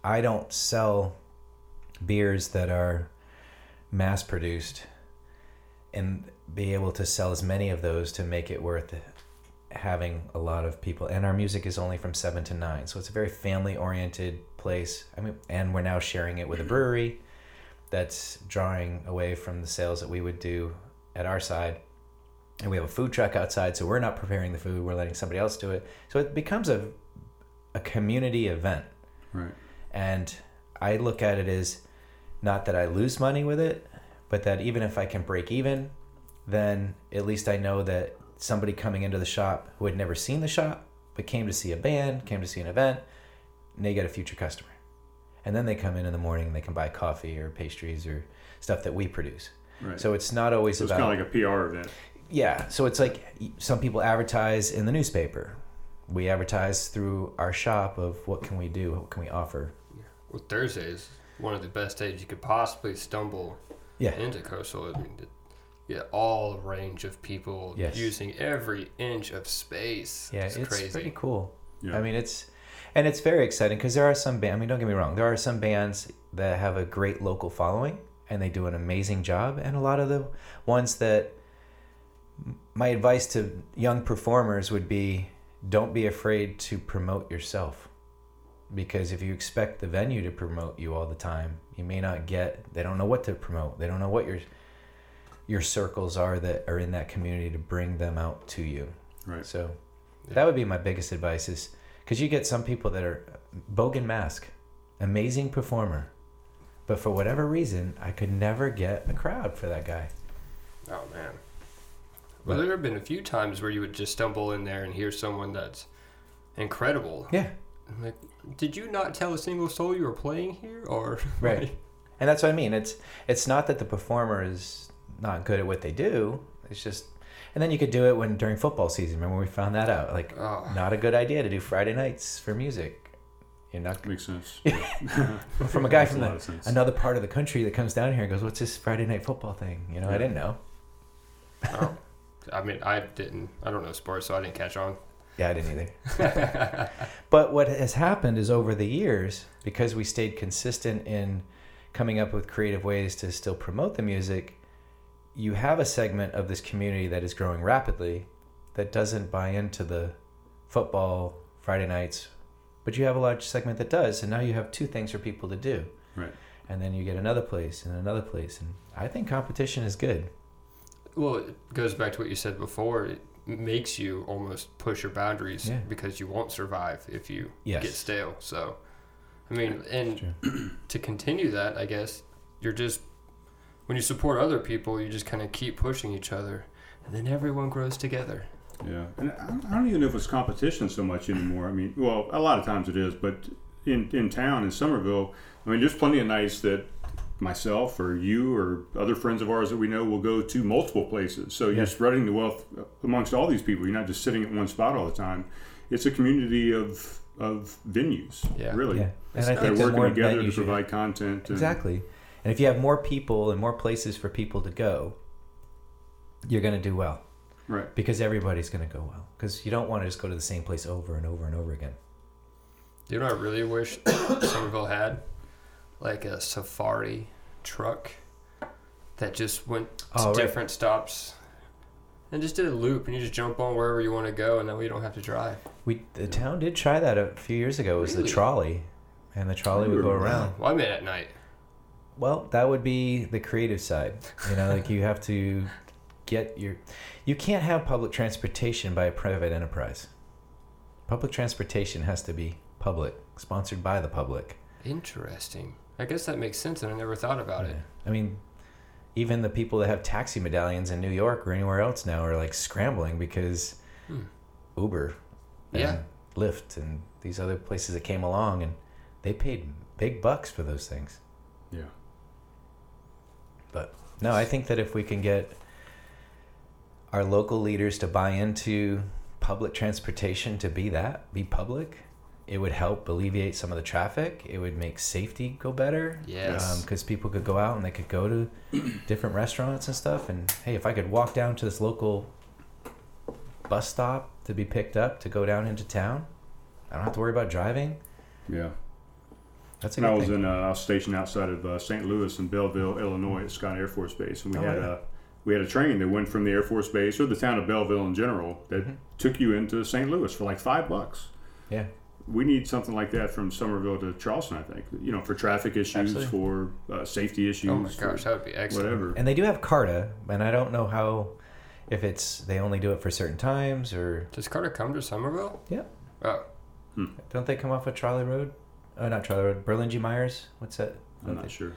Speaker 4: I don't sell beers that are mass produced and be able to sell as many of those to make it worth having a lot of people. And our music is only from 7 to 9. So it's a very family oriented place. I mean, and we're now sharing it with a brewery that's drawing away from the sales that we would do at our side and we have a food truck outside so we're not preparing the food we're letting somebody else do it so it becomes a, a community event
Speaker 2: Right.
Speaker 4: and i look at it as not that i lose money with it but that even if i can break even then at least i know that somebody coming into the shop who had never seen the shop but came to see a band came to see an event and they get a future customer and then they come in in the morning and they can buy coffee or pastries or stuff that we produce
Speaker 2: Right. So
Speaker 4: so it's not always
Speaker 2: it's
Speaker 4: about
Speaker 2: kind of like a PR event.
Speaker 4: yeah so it's like some people advertise in the newspaper we advertise through our shop of what can we do what can we offer
Speaker 1: Well, Thursday is one of the best days you could possibly stumble
Speaker 4: yeah
Speaker 1: into coastal. I mean, yeah, all range of people
Speaker 4: Yes.
Speaker 1: using every inch of space.
Speaker 4: yeah
Speaker 1: it's,
Speaker 4: it's,
Speaker 1: crazy.
Speaker 4: pretty cool
Speaker 2: Yeah.
Speaker 4: i mean it's and it's very exciting because there are some bands i mean don't get me wrong there are some bands that have a great local following and they do an amazing job and a lot of the ones that my advice to young performers would be don't be afraid to promote yourself because if you expect the venue to promote you all the time you may not get they don't know what to promote they don't know what your your circles are that are in that community to bring them out to you
Speaker 2: Right.
Speaker 4: so that would be my biggest advice is because you get some people that are bogan mask amazing performer but for whatever reason i could never get a crowd for that guy
Speaker 1: Oh man. Well,
Speaker 4: But-
Speaker 1: there have been a few times where you would just stumble in there and hear someone that's incredible.
Speaker 4: yeah
Speaker 1: I'm like, Did you not tell a single soul you were playing here, or
Speaker 4: Right. And that's what I mean. It's it's not that the performer is not good at what they do. It's just and then you could do it when during football season. Remember we found that out. Like
Speaker 1: Oh. [laughs]
Speaker 4: not a good idea to do Friday nights for music. You're not
Speaker 3: Makes sense.
Speaker 4: from a guy
Speaker 3: Makes
Speaker 4: from
Speaker 3: a lot of
Speaker 4: the,
Speaker 3: sense.
Speaker 4: another part of the country that comes down here and goes, "What's this Friday night football thing?" You know, I didn't know.
Speaker 1: Oh. I mean, I didn't. I don't know sports, so I didn't catch [laughs] on.
Speaker 4: Yeah, I didn't either. but what has happened is over the years, because we stayed consistent in coming up with creative ways to still promote the music, you have a segment of this community that is growing rapidly that doesn't buy into the football Friday nights, but you have a large segment that does. And now you have two things for people to do.
Speaker 3: Right.
Speaker 4: And then you get another place and another place. And I think competition is good.
Speaker 1: Well, it goes back to what you said before. It makes you almost push your boundaries
Speaker 4: Yeah.
Speaker 1: because you won't survive if you
Speaker 4: Yes.
Speaker 1: get stale. So, I mean, and [clears throat] to continue that, I guess you're just when you support other people, you just kind of keep pushing each other, and then everyone grows together.
Speaker 3: Yeah.
Speaker 2: And I don't- I don't even know if it's competition so much anymore. I mean, well, a lot of times it is, but in, in town in Somerville, I mean, there's plenty of nights that myself or you or other friends of ours that we know will go to multiple places. So
Speaker 4: Yeah.
Speaker 2: you're spreading the wealth amongst all these people. You're not just sitting at one spot all the time. It's a community of of venues,
Speaker 1: Yeah.
Speaker 2: really.
Speaker 4: Yeah. And I
Speaker 2: They're
Speaker 4: think the
Speaker 2: working
Speaker 4: more
Speaker 2: together to
Speaker 4: venues you-
Speaker 2: provide content. and-
Speaker 4: Exactly. And if you have more people and more places for people to go, you're going to do well
Speaker 2: Right.
Speaker 4: because everybody's going to go well because you don't want to just go to the same place over and over and over again.
Speaker 1: You know, what I really wish [coughs] Somerville had like a safari truck that just went to
Speaker 4: Oh, right.
Speaker 1: different stops and just did a loop, and you just jump on wherever you want to go, and that way you don't have to drive.
Speaker 4: We the town did try that a few years ago. It was the
Speaker 1: Really?
Speaker 4: trolley, and the trolley would go
Speaker 2: Ooh.
Speaker 4: around.
Speaker 1: Well, I mean, at night.
Speaker 4: Well, that would be the creative side. You know, like you have to get your you can't have public transportation by a private enterprise. Public transportation has to be public, sponsored by the public.
Speaker 1: Interesting. I guess that makes sense, and I never thought about it.
Speaker 4: I mean, even the people that have taxi medallions in New York or anywhere else now are like scrambling because
Speaker 1: Hmm.
Speaker 4: Uber, and
Speaker 1: Yeah.
Speaker 4: Lyft, and these other places that came along, and they paid big bucks for those things.
Speaker 2: Yeah.
Speaker 4: But no, I think that if we can get our local leaders to buy into public transportation to be that, be public, it would help alleviate some of the traffic. It would make safety go better.
Speaker 1: Yes.
Speaker 4: Because Um, people could go out and they could go to different restaurants and stuff. And hey, if I could walk down to this local bus stop to be picked up to go down into town, I don't have to worry about driving.
Speaker 2: Yeah.
Speaker 4: That's a
Speaker 2: And I
Speaker 4: good
Speaker 2: was
Speaker 4: thing.
Speaker 2: in uh, I was stationed outside of uh, St. Louis in Belleville, Illinois, at Scott Air Force Base, and we
Speaker 4: Oh,
Speaker 2: had
Speaker 4: yeah.
Speaker 2: a we had a train that went from the Air Force Base or the town of Belleville in general that took you into St. Louis for like five bucks.
Speaker 4: yeah.
Speaker 2: We need something like that from Somerville to Charleston, I think. You know, for traffic issues,
Speaker 4: Absolutely.
Speaker 2: for uh, safety issues,
Speaker 1: Oh my
Speaker 2: for
Speaker 1: gosh, that would be excellent.
Speaker 2: whatever.
Speaker 4: And they do have Carta, and I don't know how, if it's they only do it for certain times or
Speaker 1: Does Carter come to Somerville?
Speaker 4: yeah.
Speaker 1: Oh,
Speaker 4: Don't they come off of Trolley Road? Oh, not Trolley Road. Berlin G. Myers. What's that?
Speaker 2: I'm not sure.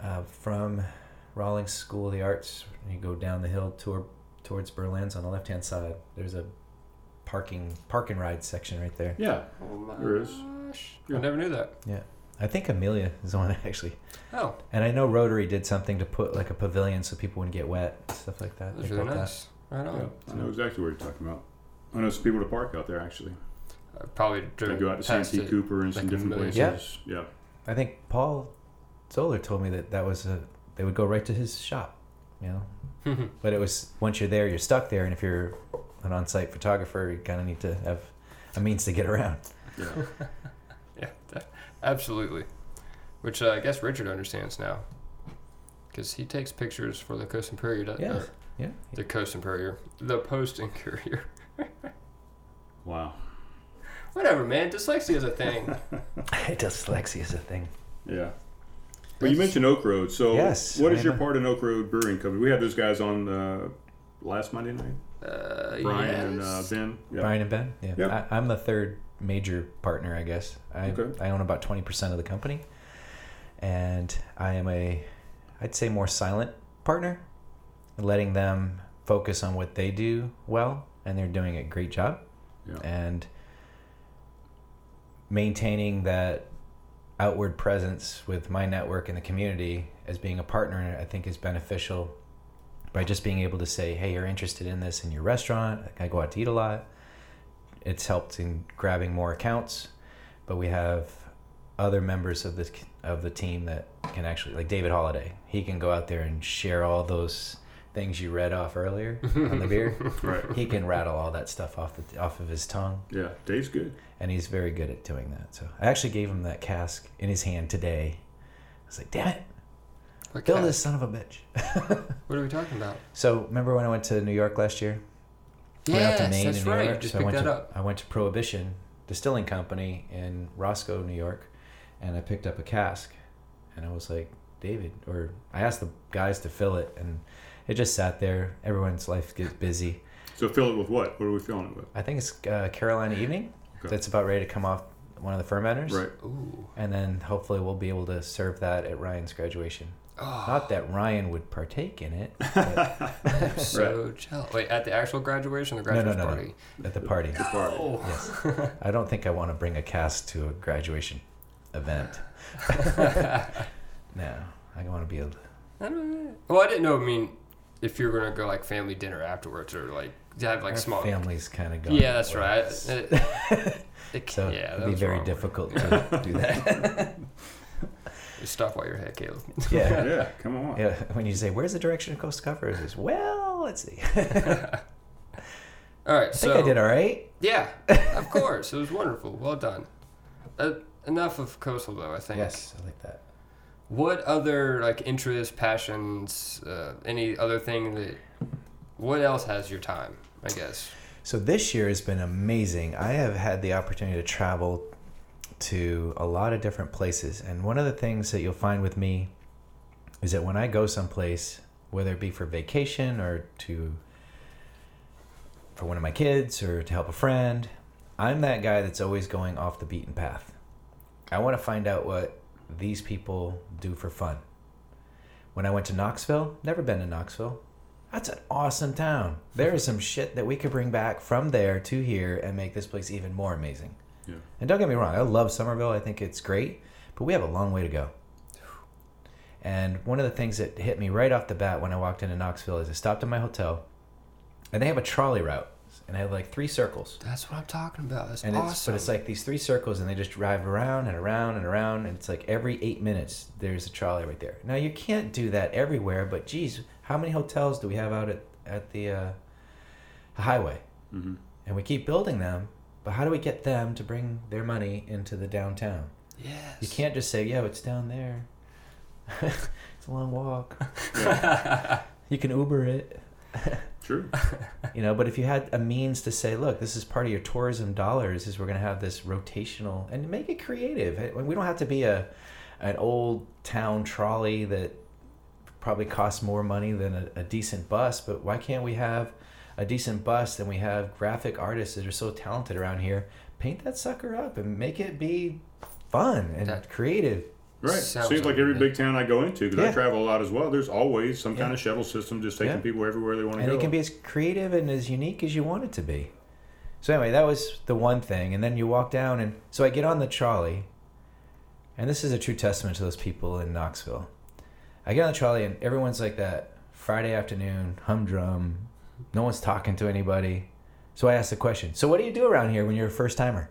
Speaker 4: Uh, from Rawlings School of the Arts, you go down the hill toward towards Berlin's on the left hand side. There's a parking park and ride section right there.
Speaker 2: Yeah,
Speaker 1: oh my
Speaker 2: There is.
Speaker 1: gosh.
Speaker 2: Yeah.
Speaker 1: I never knew that.
Speaker 4: I think Amelia is the one [laughs] actually.
Speaker 1: Oh,
Speaker 4: And I know Rotary did something to put like a pavilion so people wouldn't get wet, stuff like that.
Speaker 1: that's
Speaker 4: They
Speaker 1: really
Speaker 4: built that.
Speaker 1: nice. Right
Speaker 2: yeah,
Speaker 1: on.
Speaker 2: I know exactly what you're talking about. I know some people to park out there actually.
Speaker 1: I probably
Speaker 2: They
Speaker 1: driven
Speaker 2: go out to
Speaker 1: past
Speaker 2: Santee
Speaker 1: it.
Speaker 2: Cooper
Speaker 1: like
Speaker 2: and some
Speaker 1: a
Speaker 2: different
Speaker 1: million
Speaker 2: places.
Speaker 4: times.
Speaker 2: yeah.
Speaker 4: I think Paul Zoller told me that that was a they would go right to his shop, you know.
Speaker 1: [laughs]
Speaker 4: But it was once you're there, you're stuck there, and if you're an on-site photographer, you kind of need to have a means to get around.
Speaker 2: yeah.
Speaker 1: Yeah, that, absolutely. Which uh, I guess Richard understands now, because he takes pictures for the Coast and Courier. doesn't-
Speaker 4: Yeah.
Speaker 1: or
Speaker 4: Yeah,
Speaker 1: the Coast and Courier, the Post and Courier.
Speaker 2: Wow.
Speaker 1: [laughs] Whatever, man. Dyslexia is a
Speaker 4: [laughs]
Speaker 1: thing.
Speaker 4: dyslexia is a thing.
Speaker 2: Yeah. Well, you mentioned Oak Road. So,
Speaker 4: Yes,
Speaker 2: what
Speaker 4: I
Speaker 2: is your
Speaker 4: am a-
Speaker 2: part in Oak Road Brewing Company? We had those guys on uh, last Monday night,
Speaker 1: Uh,
Speaker 2: Brian and uh,
Speaker 1: yes.
Speaker 2: Ben. Yeah.
Speaker 4: Brian and Ben. Yeah,
Speaker 2: Yeah.
Speaker 4: I, I'm the third major partner, I guess. I
Speaker 2: Okay.
Speaker 4: I own about twenty percent of the company, and I am a, I'd say more silent partner, letting them focus on what they do well, and they're doing a great job.
Speaker 2: Yeah.
Speaker 4: And maintaining that outward presence with my network and the community as being a partner, I think is beneficial by just being able to say, hey, you're interested in this in your restaurant. Like, I go out to eat a lot. It's helped in grabbing more accounts, but we have other members of this of the team that can actually like David Holiday. He can go out there and share all those things you read off earlier on the beer.
Speaker 2: Right.
Speaker 4: He can rattle all that stuff off the, off of his tongue,
Speaker 2: Yeah, Dave's good.
Speaker 4: and he's very good at doing that. So I actually gave him that cask in his hand today. I was like, "Damn it,
Speaker 1: What
Speaker 4: kill
Speaker 1: cat?
Speaker 4: this son of a bitch!" [laughs]
Speaker 1: What are we talking about?
Speaker 4: so remember when I went to New York last year? went out to Maine
Speaker 1: that's
Speaker 4: and New
Speaker 1: right.
Speaker 4: York.
Speaker 1: You just
Speaker 4: so I
Speaker 1: picked
Speaker 4: went
Speaker 1: that
Speaker 4: to,
Speaker 1: up.
Speaker 4: I went to Prohibition Distilling Company in Roscoe, New York, and I picked up a cask, and I was like, David, or I asked the guys to fill it, and it just sat there. Everyone's life gets busy.
Speaker 2: So fill it with what? What are we filling it with?
Speaker 4: I think it's uh, Carolina Evening.
Speaker 2: Okay.
Speaker 4: That's about ready to come off one of the fermenters.
Speaker 2: Right.
Speaker 1: Ooh.
Speaker 4: And then hopefully we'll be able to serve that at Ryan's graduation.
Speaker 1: Oh,
Speaker 4: Not that Ryan would partake in it
Speaker 1: I'm so jealous. Wait, at the actual graduation, or the
Speaker 4: No, no,
Speaker 1: graduation
Speaker 4: no, no.
Speaker 1: party.
Speaker 4: at the party. [laughs]
Speaker 2: Party.
Speaker 1: Oh. [laughs]
Speaker 4: I don't think I want to bring a cast to a graduation event. no, I want to be able to.
Speaker 1: I don't know. Well, I didn't know. I mean, if you were gonna go like family dinner afterwards, or like to have like
Speaker 4: Our
Speaker 1: small.
Speaker 4: families kind of go.
Speaker 1: Yeah, that's right. It,
Speaker 4: [laughs]
Speaker 1: it,
Speaker 4: So
Speaker 1: can yeah, that
Speaker 4: it'd be
Speaker 1: was
Speaker 4: very
Speaker 1: wrong.
Speaker 4: difficult
Speaker 1: [laughs]
Speaker 4: to do that.
Speaker 1: Stop while you're ahead, Caleb.
Speaker 4: yeah.
Speaker 2: Yeah, come on.
Speaker 4: Yeah, when you say, "Where's the direction of Coast to Cover?" It's just, well, let's see. I
Speaker 1: All right,
Speaker 4: think
Speaker 1: so
Speaker 4: I did all right.
Speaker 1: yeah,
Speaker 4: [laughs]
Speaker 1: of course, it was wonderful. Well done. Uh, enough of coastal though. I think.
Speaker 4: Yes, I like that.
Speaker 1: What other like interests, passions, uh, any other thing that? What else has your time? I guess.
Speaker 4: So this year has been amazing. I have had the opportunity to travel to a lot of different places. And one of the things that you'll find with me is that when I go someplace, whether it be for vacation or to for one of my kids or to help a friend, I'm that guy that's always going off the beaten path. I want to find out what these people do for fun. When I went to Knoxville, never been to Knoxville. That's an awesome town. There is some shit that we could bring back from there to here and make this place even more amazing.
Speaker 2: Yeah.
Speaker 4: And don't get me wrong, I love Somerville. I think it's great, but we have a long way to go. And one of the things that hit me right off the bat when I walked into Knoxville is I stopped at my hotel and they have a trolley route and they have like three circles
Speaker 1: That's what I'm talking about. That's
Speaker 4: and it's
Speaker 1: awesome.
Speaker 4: but it's like these three circles and they just drive around and around and around and it's like every eight minutes there's a trolley right there now you can't do that everywhere but geez how many hotels do we have out at, at the uh, highway
Speaker 2: Mhm.
Speaker 4: and we keep building them but how do we get them to bring their money into the downtown
Speaker 1: yes.
Speaker 4: you can't just say yo it's down there [laughs] it's a long walk
Speaker 1: [laughs]
Speaker 4: you can uber it
Speaker 2: True.
Speaker 4: you know but if you had a means to say look this is part of your tourism dollars is we're going to have this rotational and make it creative Eh, we don't have to be a an old town trolley that probably costs more money than a, a decent bus but why can't we have a decent bus and we have graphic artists that are so talented around here paint that sucker up and make it be fun and
Speaker 1: That-
Speaker 4: creative
Speaker 2: Right.
Speaker 1: Sounds
Speaker 2: Seems like every
Speaker 1: like-
Speaker 2: big town I go into, because I
Speaker 4: Yeah.
Speaker 2: travel a lot as well, there's always some kind
Speaker 4: Yeah.
Speaker 2: of shuttle system just taking
Speaker 4: Yeah.
Speaker 2: people everywhere they want to
Speaker 4: and
Speaker 2: go.
Speaker 4: it can be as creative and as unique as you want it to be. So anyway, that was the one thing, and then you walk down, and so I get on the trolley, and this is a true testament to those people in Knoxville. I get on the trolley, and everyone's like that Friday afternoon humdrum. No one's talking to anybody. So I asked the question. So what do you do around here when you're a first timer?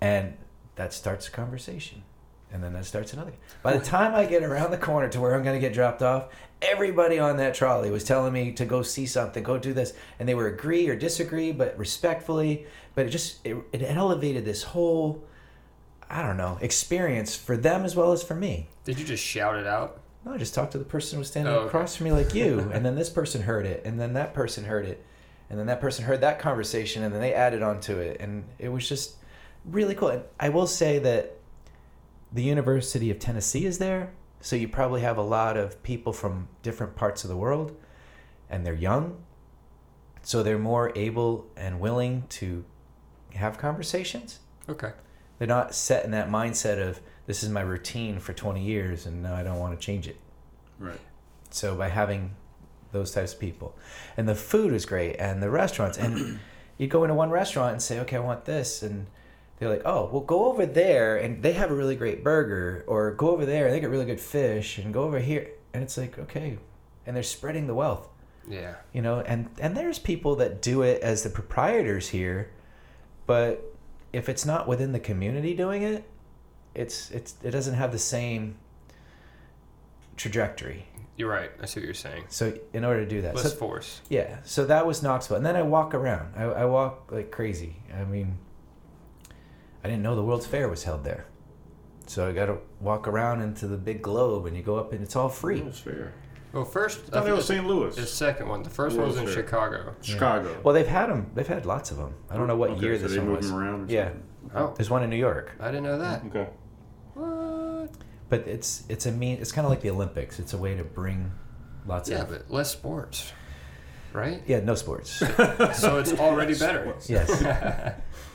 Speaker 4: And that starts a conversation. And then that starts another. By the time I get around the corner to where I'm going to get dropped off, everybody on that trolley was telling me to go see something, go do this, and they were agree or disagree, but respectfully. But it just it, it elevated this whole, I don't know, experience for them as well as for me.
Speaker 1: Did you just shout it out?
Speaker 4: No, I just talked to the person who was standing
Speaker 1: Oh, okay.
Speaker 4: across from me, like
Speaker 1: [laughs]
Speaker 4: you, and then this person heard it, and then that person heard it, and then that person heard that conversation, and then they added on to it, and it was just really cool. And I will say that the University of Tennessee is there, so you probably have a lot of people from different parts of the world, and they're young, so they're more able and willing to have conversations.
Speaker 1: Okay.
Speaker 4: They're not set in that mindset of this is my routine for 20 years, and now I don't want to change it.
Speaker 2: right.
Speaker 4: So by having those types of people, and the food is great, and the restaurants, and you go into one restaurant and say, okay, I want this, and they're like, oh, well, go over there and they have a really great burger, or go over there and they get really good fish, and go over here. And it's like, okay. And they're spreading the wealth,
Speaker 1: Yeah.
Speaker 4: you know, and, and there's people that do it as the proprietors here, but if it's not within the community doing it, it's, it's it doesn't have the same trajectory.
Speaker 1: You're right. I see what you're saying.
Speaker 4: So in order to do that, so-
Speaker 1: Less force.
Speaker 4: yeah, so that was Knoxville, and then I walk around. I, I walk like crazy. I mean, I didn't know the World's Fair was held there, so I got to walk around into the big globe, and you go up, and it's all free.
Speaker 2: That's fair.
Speaker 1: Well, first, uh,
Speaker 2: I thought it was St. Louis,
Speaker 1: The second one. The first one was in
Speaker 2: World's Fair.
Speaker 1: Chicago.
Speaker 2: Chicago.
Speaker 4: Well, they've had them. They've had lots of them. I don't know what
Speaker 2: Okay,
Speaker 4: year
Speaker 2: so
Speaker 4: this
Speaker 2: they
Speaker 4: one
Speaker 2: moved
Speaker 4: was.
Speaker 2: them around or
Speaker 4: yeah,
Speaker 2: something.
Speaker 1: Oh,
Speaker 4: there's one in New York,
Speaker 1: I didn't know that.
Speaker 2: Okay.
Speaker 1: What?
Speaker 4: but it's it's a mean. It's kind of like the Olympics. It's a way to bring lots
Speaker 1: Yeah,
Speaker 4: of
Speaker 1: but less sports,
Speaker 4: [laughs]
Speaker 1: right?
Speaker 4: yeah, no sports.
Speaker 1: so
Speaker 2: [laughs]
Speaker 1: it's already better.
Speaker 4: Yes.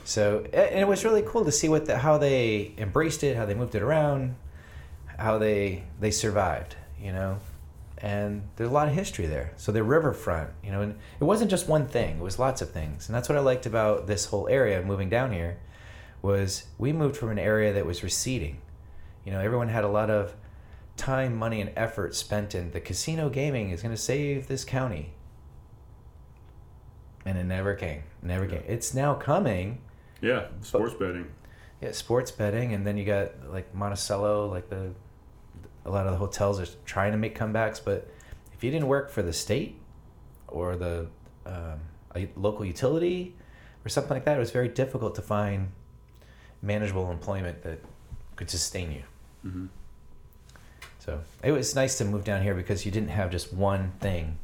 Speaker 4: so a- and it was really cool to see what the, how they embraced it, how they moved it around, how they they survived, you know. And there's a lot of history there. So the riverfront, you know, and it wasn't just one thing. It was lots of things, and that's what I liked about this whole area. Moving down here, was we moved from an area that was receding. You know, everyone had a lot of time, money, and effort spent in the casino gaming is going to save this county and it never came. Never came. It's now coming.
Speaker 2: Yeah, sports betting.
Speaker 4: Yeah, sports betting, and then you got like Monticello, like the a lot of the hotels are trying to make comebacks. But if you didn't work for the state or the um, a local utility or something like that, it was very difficult to find manageable employment that could sustain you.
Speaker 2: Mhm.
Speaker 4: So it was nice to move down here because you didn't have just one thing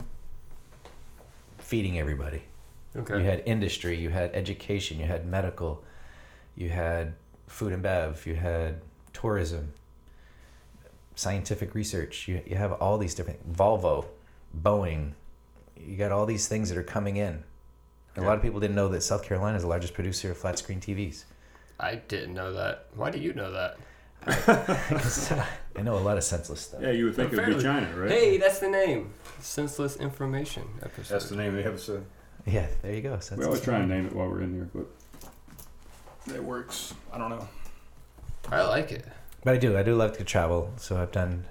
Speaker 4: feeding everybody.
Speaker 1: [laughs] Okay.
Speaker 4: You had industry, you had education, you had medical, you had food and bev, you had tourism, scientific research. You, you have all these different Volvo, Boeing. You got all these things that are coming in. A lot of people didn't know that South Carolina is the largest producer of flat
Speaker 2: [laughs]
Speaker 4: screen [laughs] TVs.
Speaker 1: I didn't know that. Why do you know that?
Speaker 4: I know a lot of senseless stuff.
Speaker 2: Yeah, you would think it would be
Speaker 1: Fairly-
Speaker 2: China, right?
Speaker 1: Hey, that's the name. Senseless information episode.
Speaker 5: That's the name of the episode.
Speaker 4: Yeah, there you go. So
Speaker 2: we
Speaker 4: that's-
Speaker 2: always try and name it while we're in there, but that works. I don't know.
Speaker 1: I like it.
Speaker 4: But I do. I do love to travel. So I've done.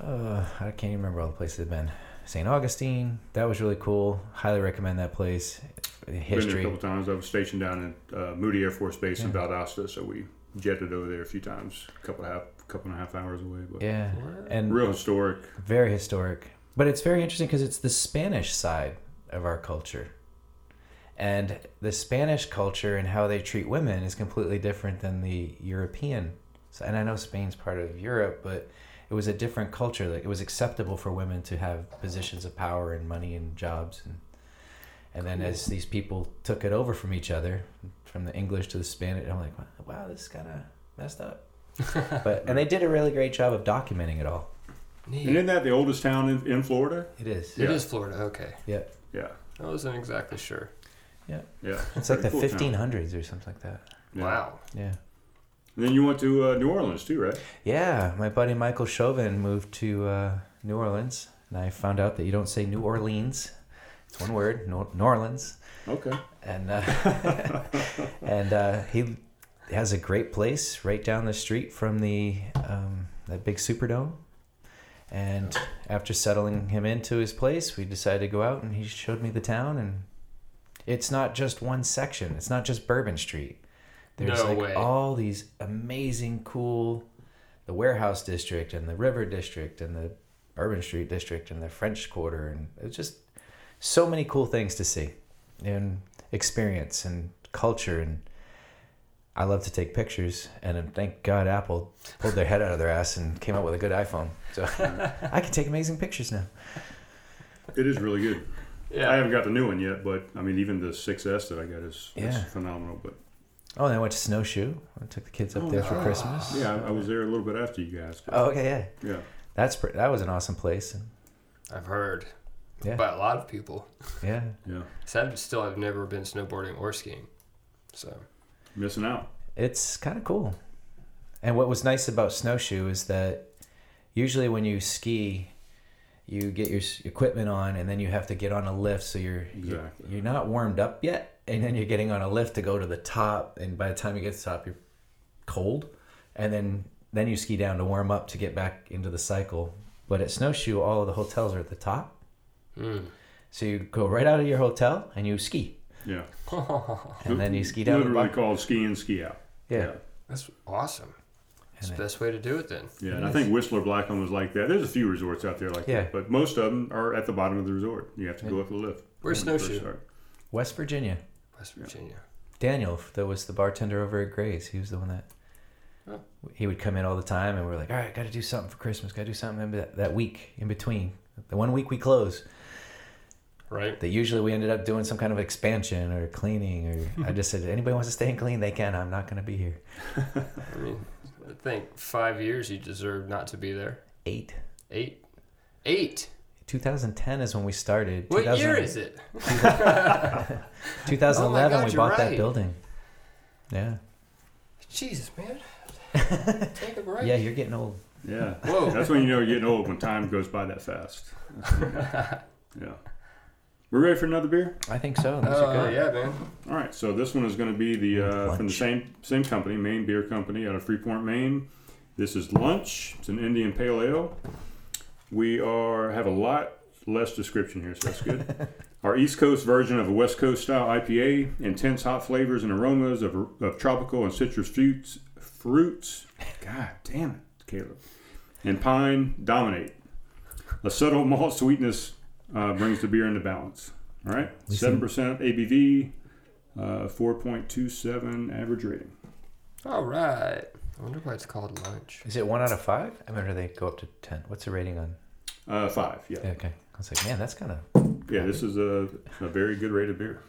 Speaker 4: Uh, I can't even remember all the places I've been. St. Augustine. That was really cool. Highly recommend that place. The
Speaker 2: Been there a
Speaker 4: History.
Speaker 2: couple times. I was stationed down at uh, Moody Air Force Base in
Speaker 4: Yeah.
Speaker 2: Valdosta, so we jetted over there a few times, a couple and a half, couple and a half hours away. But
Speaker 4: Yeah,
Speaker 1: What?
Speaker 4: and
Speaker 2: real historic.
Speaker 4: very historic. But it's very interesting because it's the Spanish side of our culture, and the Spanish culture and how they treat women is completely different than the European. So, and I know Spain's part of Europe, but it was a different culture. Like it was acceptable for women to have positions of power and money and jobs, and and then as these people took it over from each other, from the English to the Spanish, I'm like, wow, this is kind of messed up. but and they did a really great job of documenting it all.
Speaker 1: Neat.
Speaker 2: And isn't that the oldest town in, in Florida?
Speaker 4: It is.
Speaker 2: Yeah.
Speaker 1: It is Florida. Okay.
Speaker 4: Yeah.
Speaker 2: Yeah,
Speaker 1: I wasn't exactly sure.
Speaker 2: yeah.
Speaker 4: It's like
Speaker 2: Pretty
Speaker 4: the
Speaker 2: cool town.
Speaker 4: 1500s or something like that.
Speaker 2: Yeah.
Speaker 1: Wow.
Speaker 4: Yeah.
Speaker 2: And then you went to uh, New Orleans too, right?
Speaker 4: Yeah, my buddy Michael Chauvin moved to uh, New Orleans, and I found out that you don't say New Orleans. It's one word, Nor- New Orleans.
Speaker 2: Okay.
Speaker 4: And uh, [laughs] and uh, he has a great place right down the street from the um, that big Superdome. And after settling him into his place, we decided to go out, and he showed me the town. And it's not just one section; it's not just Bourbon Street. There's
Speaker 1: No
Speaker 4: like
Speaker 1: way.
Speaker 4: all these amazing, cool, the warehouse district and the river district and the Bourbon Street district and the French Quarter, and it's just so many cool things to see and experience and culture and I love to take pictures, and then thank God Apple pulled their head out of their ass and came out with a good iPhone. So [laughs] I can take amazing pictures now.
Speaker 2: It is really good. I
Speaker 1: Yeah.
Speaker 2: haven't got the new one yet, but I mean, even the 6S that I got is,
Speaker 4: Yeah.
Speaker 2: is phenomenal. But
Speaker 4: Oh, and I went to Snowshoe. I took the kids up
Speaker 2: Oh,
Speaker 4: there for
Speaker 2: nice.
Speaker 4: Christmas.
Speaker 2: yeah, I, I was there a little bit after you guys. but-
Speaker 4: Oh, okay, yeah.
Speaker 2: Yeah.
Speaker 4: That's pre- that was an awesome place. And
Speaker 1: I've heard.
Speaker 4: Yeah.
Speaker 1: By a lot of people.
Speaker 4: yeah,
Speaker 2: Yeah.
Speaker 1: Sad still I've never been snowboarding or skiing. So
Speaker 2: Missing out.
Speaker 4: it's kind of cool. And what was nice about snowshoe is that usually when you ski, you get your s- equipment on, and then you have to get on a lift, so you're
Speaker 2: Exactly.
Speaker 4: you're not warmed up yet, and then you're getting on a lift to go to the top, and by the time you get to the top, you're cold, and then then you ski down to warm up to get back into the cycle. But at snowshoe, all of the hotels are at the top,
Speaker 1: hmm.
Speaker 4: so you go right out of your hotel and you ski,
Speaker 2: Yeah.
Speaker 4: and then you ski down. to the
Speaker 2: Literally
Speaker 4: bar-
Speaker 2: called ski in, ski out.
Speaker 4: yeah,
Speaker 1: That's awesome. That's
Speaker 4: And
Speaker 1: the
Speaker 4: then-
Speaker 1: best way to do it then.
Speaker 2: Yeah, and I think Whistler Blackcomb was like that. There's a few resorts out there like
Speaker 4: Yeah.
Speaker 2: that, but most of them are at the bottom of the resort. You have to go up the lift.
Speaker 1: Where's
Speaker 2: when you first
Speaker 1: Snowshoe?
Speaker 2: start.
Speaker 4: West Virginia.
Speaker 1: West Virginia.
Speaker 4: Daniel, that was the bartender over at Gray's. He was the one that
Speaker 1: Oh.
Speaker 4: he would come in all the time, and we are like, "All right, got to do something for Christmas. Got to do something in that, that week in between. The one week we close.
Speaker 1: Right?
Speaker 4: That usually we ended up doing some kind of expansion or cleaning.
Speaker 1: [laughs]
Speaker 4: Or I just said, anybody wants to stay and clean, they can. I'm not going to be here.
Speaker 1: I mean, I think five years you deserve not to be there.
Speaker 4: Eight.
Speaker 1: Eight? Eight?
Speaker 4: 2010 is when we started.
Speaker 1: What
Speaker 4: 2000
Speaker 1: year is it?
Speaker 4: [laughs] 2011.
Speaker 1: Oh my God,
Speaker 4: we
Speaker 1: you're
Speaker 4: bought that
Speaker 1: right.
Speaker 4: building. Yeah.
Speaker 1: Jesus,
Speaker 4: [laughs]
Speaker 1: man. Take a break.
Speaker 4: Yeah, you're getting old.
Speaker 2: Yeah.
Speaker 1: Whoa.
Speaker 4: [laughs]
Speaker 2: That's when you know you're getting old when time goes by that fast. [laughs] That's when you know. yeah. We're ready for another beer?
Speaker 4: I think so. Those are
Speaker 1: Uh,
Speaker 4: good.
Speaker 1: yeah, man.
Speaker 2: All right, so this one is going to be the uh, from the
Speaker 4: Lunch.
Speaker 2: same same company, Maine Beer Company, out of Freeport, Maine. This is Lunch. It's an Indian Pale Ale. We are have a lot less description here, so that's good. Our East Coast version of a West Coast style IPA, intense hot flavors and aromas of, of tropical and citrus fruits. Fruits, God damn it, Caleb, and pine dominate. A subtle malt sweetness uh, brings the beer into balance. All right,
Speaker 4: We see.
Speaker 2: seven percent ABV, uh, 4.27 average rating.
Speaker 1: All right. I wonder why it's called lunch.
Speaker 4: Is it one out of five? I remember they go up to 10. What's the rating on?
Speaker 2: Uh, five, yeah. yeah.
Speaker 4: Okay. I was like, man, that's kind of
Speaker 2: this is a, a very good rated beer.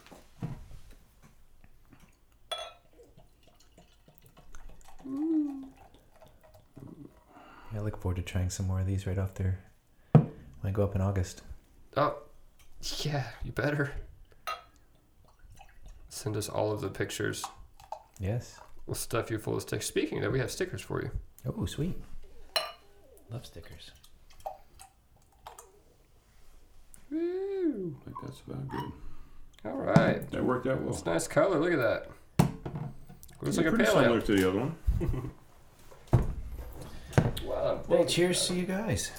Speaker 4: I look forward to trying some more of these right off there. When I go up in August.
Speaker 1: Oh, yeah, you better. Send us all of the pictures.
Speaker 4: Yes.
Speaker 1: We'll stuff you full of stickers. Speaking of that, we have stickers for you.
Speaker 4: Oh, sweet. Love stickers.
Speaker 1: Woo.
Speaker 2: I think that's about good.
Speaker 1: All right.
Speaker 2: That worked out well.
Speaker 1: It's a nice color. Look at that. Looks
Speaker 2: Yeah,
Speaker 1: like a
Speaker 2: pretty
Speaker 1: pale
Speaker 2: similar
Speaker 1: ale.
Speaker 2: to the other one.
Speaker 1: Wow.
Speaker 4: Well, cheers to you guys.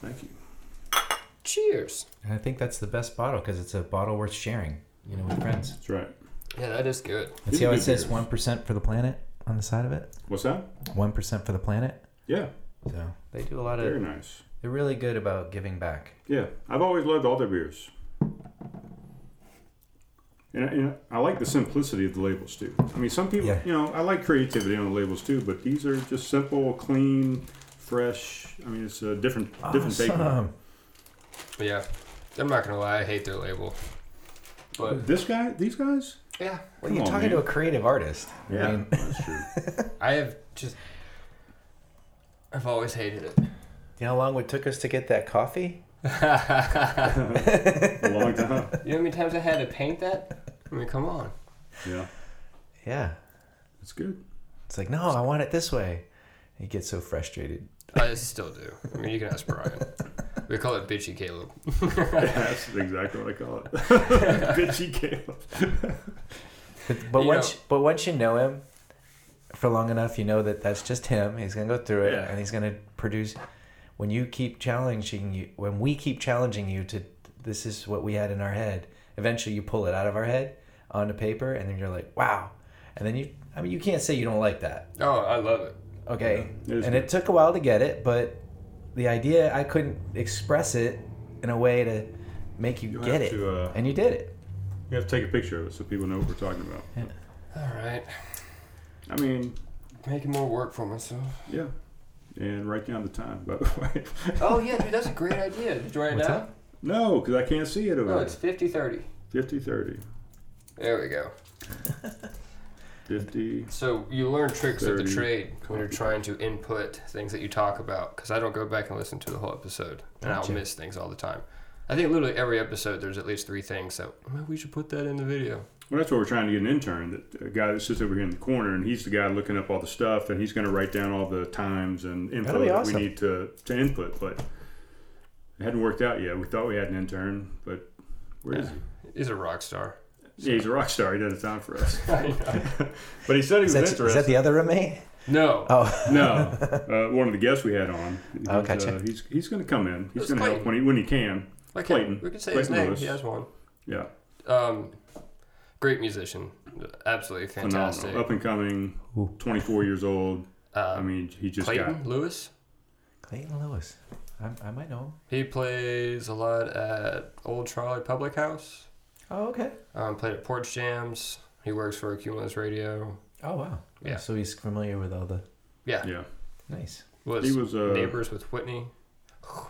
Speaker 2: Thank you.
Speaker 1: Cheers.
Speaker 4: And I think that's the best bottle because it's a bottle worth sharing, you know, with friends.
Speaker 2: That's right.
Speaker 1: Yeah, that is good.
Speaker 4: And
Speaker 2: These
Speaker 4: see
Speaker 2: are
Speaker 4: how it
Speaker 2: good
Speaker 4: says
Speaker 2: beers.
Speaker 4: 1% for the planet on the side of it?
Speaker 2: What's that?
Speaker 4: 1% for the planet.
Speaker 2: Yeah,
Speaker 4: So they do a lot
Speaker 2: very
Speaker 4: of,
Speaker 2: nice.
Speaker 4: they're really good about giving back.
Speaker 2: Yeah, I've always loved all their beers. And, I- and I like the simplicity of the labels too. I mean, some people,
Speaker 4: Yeah.
Speaker 2: you know, I like creativity on the labels too, but these are just simple, clean, fresh. I mean, it's a different, different take. on it.
Speaker 4: Awesome.
Speaker 1: But yeah, I'm not gonna lie. I hate their label. But
Speaker 2: This guy, these guys.
Speaker 1: yeah,
Speaker 4: Well,
Speaker 2: Come
Speaker 4: you're
Speaker 2: on,
Speaker 4: talking to a
Speaker 2: man.
Speaker 4: creative artist. I
Speaker 2: Yeah,
Speaker 4: mean,
Speaker 2: that's true.
Speaker 1: I have just. I've always hated
Speaker 2: [laughs]
Speaker 1: it.
Speaker 4: you know how long it took us to get that coffee?
Speaker 2: a long time. [laughs]
Speaker 1: You know how many times I had to paint that? I mean, come on.
Speaker 2: Yeah,
Speaker 4: Yeah.
Speaker 2: it's good.
Speaker 4: It's like, no, I want it this way. You get so frustrated.
Speaker 1: I still do. I mean, you can ask Brian. We call it bitchy Caleb. [laughs]
Speaker 2: That's exactly what I call it. [laughs] Bitchy Caleb.
Speaker 4: But, but
Speaker 1: You
Speaker 4: once,
Speaker 1: know-
Speaker 4: but once you know him for long enough, you know that that's just him. He's gonna go through it,
Speaker 2: Yeah.
Speaker 4: and he's gonna produce. When you keep challenging you, when we keep challenging you to, this is what we had in our head. Eventually, you pull it out of our head onto paper, and then you're like, wow. And then you, I mean, you can't say you don't like that.
Speaker 1: Oh, I love it.
Speaker 4: Okay.
Speaker 2: Yeah, it is
Speaker 4: and
Speaker 2: good.
Speaker 4: it took a while to get it, but the idea I couldn't express it in a way to make you,
Speaker 2: You'll
Speaker 4: get
Speaker 2: have
Speaker 4: it,
Speaker 2: to, uh,
Speaker 4: and you did it.
Speaker 2: You have to take a picture of it so people know what we're talking about.
Speaker 1: All right,
Speaker 2: I mean,
Speaker 1: making more work for myself.
Speaker 2: yeah. And write down the time, by the [laughs] way.
Speaker 1: Oh yeah, dude, that's a great idea. Did you write it
Speaker 4: What's
Speaker 1: down?
Speaker 4: up?
Speaker 2: no, because I can't see it
Speaker 1: No,
Speaker 2: over
Speaker 1: it's 50-30.
Speaker 2: there. 50 30.
Speaker 1: There we go.
Speaker 2: 50.
Speaker 1: So you learn tricks of the
Speaker 2: 30
Speaker 1: trade when you're
Speaker 2: copy.
Speaker 1: trying to input things that you talk about. Because I don't go back and listen to the whole episode, and
Speaker 4: Gotcha.
Speaker 1: I'll miss things all the time. I think literally every episode there's at least three things that "Well, we should put that in the video.
Speaker 2: Well, that's what we're trying to get an intern, that a guy that sits over here in the corner, and he's the guy looking up all the stuff, and he's going to write down all the times and info
Speaker 4: That'll be
Speaker 2: that
Speaker 4: awesome.
Speaker 2: we need to, to input. But it hadn't worked out yet. We thought we had an intern, but where is he?
Speaker 1: [laughs] He's a rock star.
Speaker 2: Yeah, he's a rock star. He doesn't sound for us. but he said he was
Speaker 4: Is that,
Speaker 2: interested.
Speaker 4: is that the other roommate?
Speaker 2: no,
Speaker 4: Oh,
Speaker 2: no. Uh, one of the guests we had on. He
Speaker 4: Oh,
Speaker 2: was,
Speaker 4: gotcha.
Speaker 2: uh, he's he's going to come in. He's
Speaker 1: It's
Speaker 2: going to help
Speaker 1: Clayton.
Speaker 2: when he when he can.
Speaker 1: Okay,
Speaker 2: Clayton.
Speaker 1: We can say his
Speaker 2: Clayton
Speaker 1: name.
Speaker 2: Lewis.
Speaker 1: He has one.
Speaker 2: Yeah,
Speaker 1: Um, great musician, absolutely fantastic.
Speaker 2: phenomenal, up and coming,
Speaker 4: Ooh.
Speaker 2: 24 years old.
Speaker 1: Uh,
Speaker 2: I mean, he just
Speaker 1: Clayton
Speaker 2: got.
Speaker 1: Lewis.
Speaker 4: Clayton Lewis. I, I might know him.
Speaker 1: He plays a lot at Old Charlie Public House.
Speaker 4: Oh, okay.
Speaker 1: Um, played at Porch Jams. He works for Cumulus Radio.
Speaker 4: Oh, wow.
Speaker 1: Yeah.
Speaker 4: So he's familiar with all the.
Speaker 1: Yeah,
Speaker 2: Yeah,
Speaker 4: Nice.
Speaker 1: was,
Speaker 2: he was. Uh,
Speaker 1: neighbors with Whitney.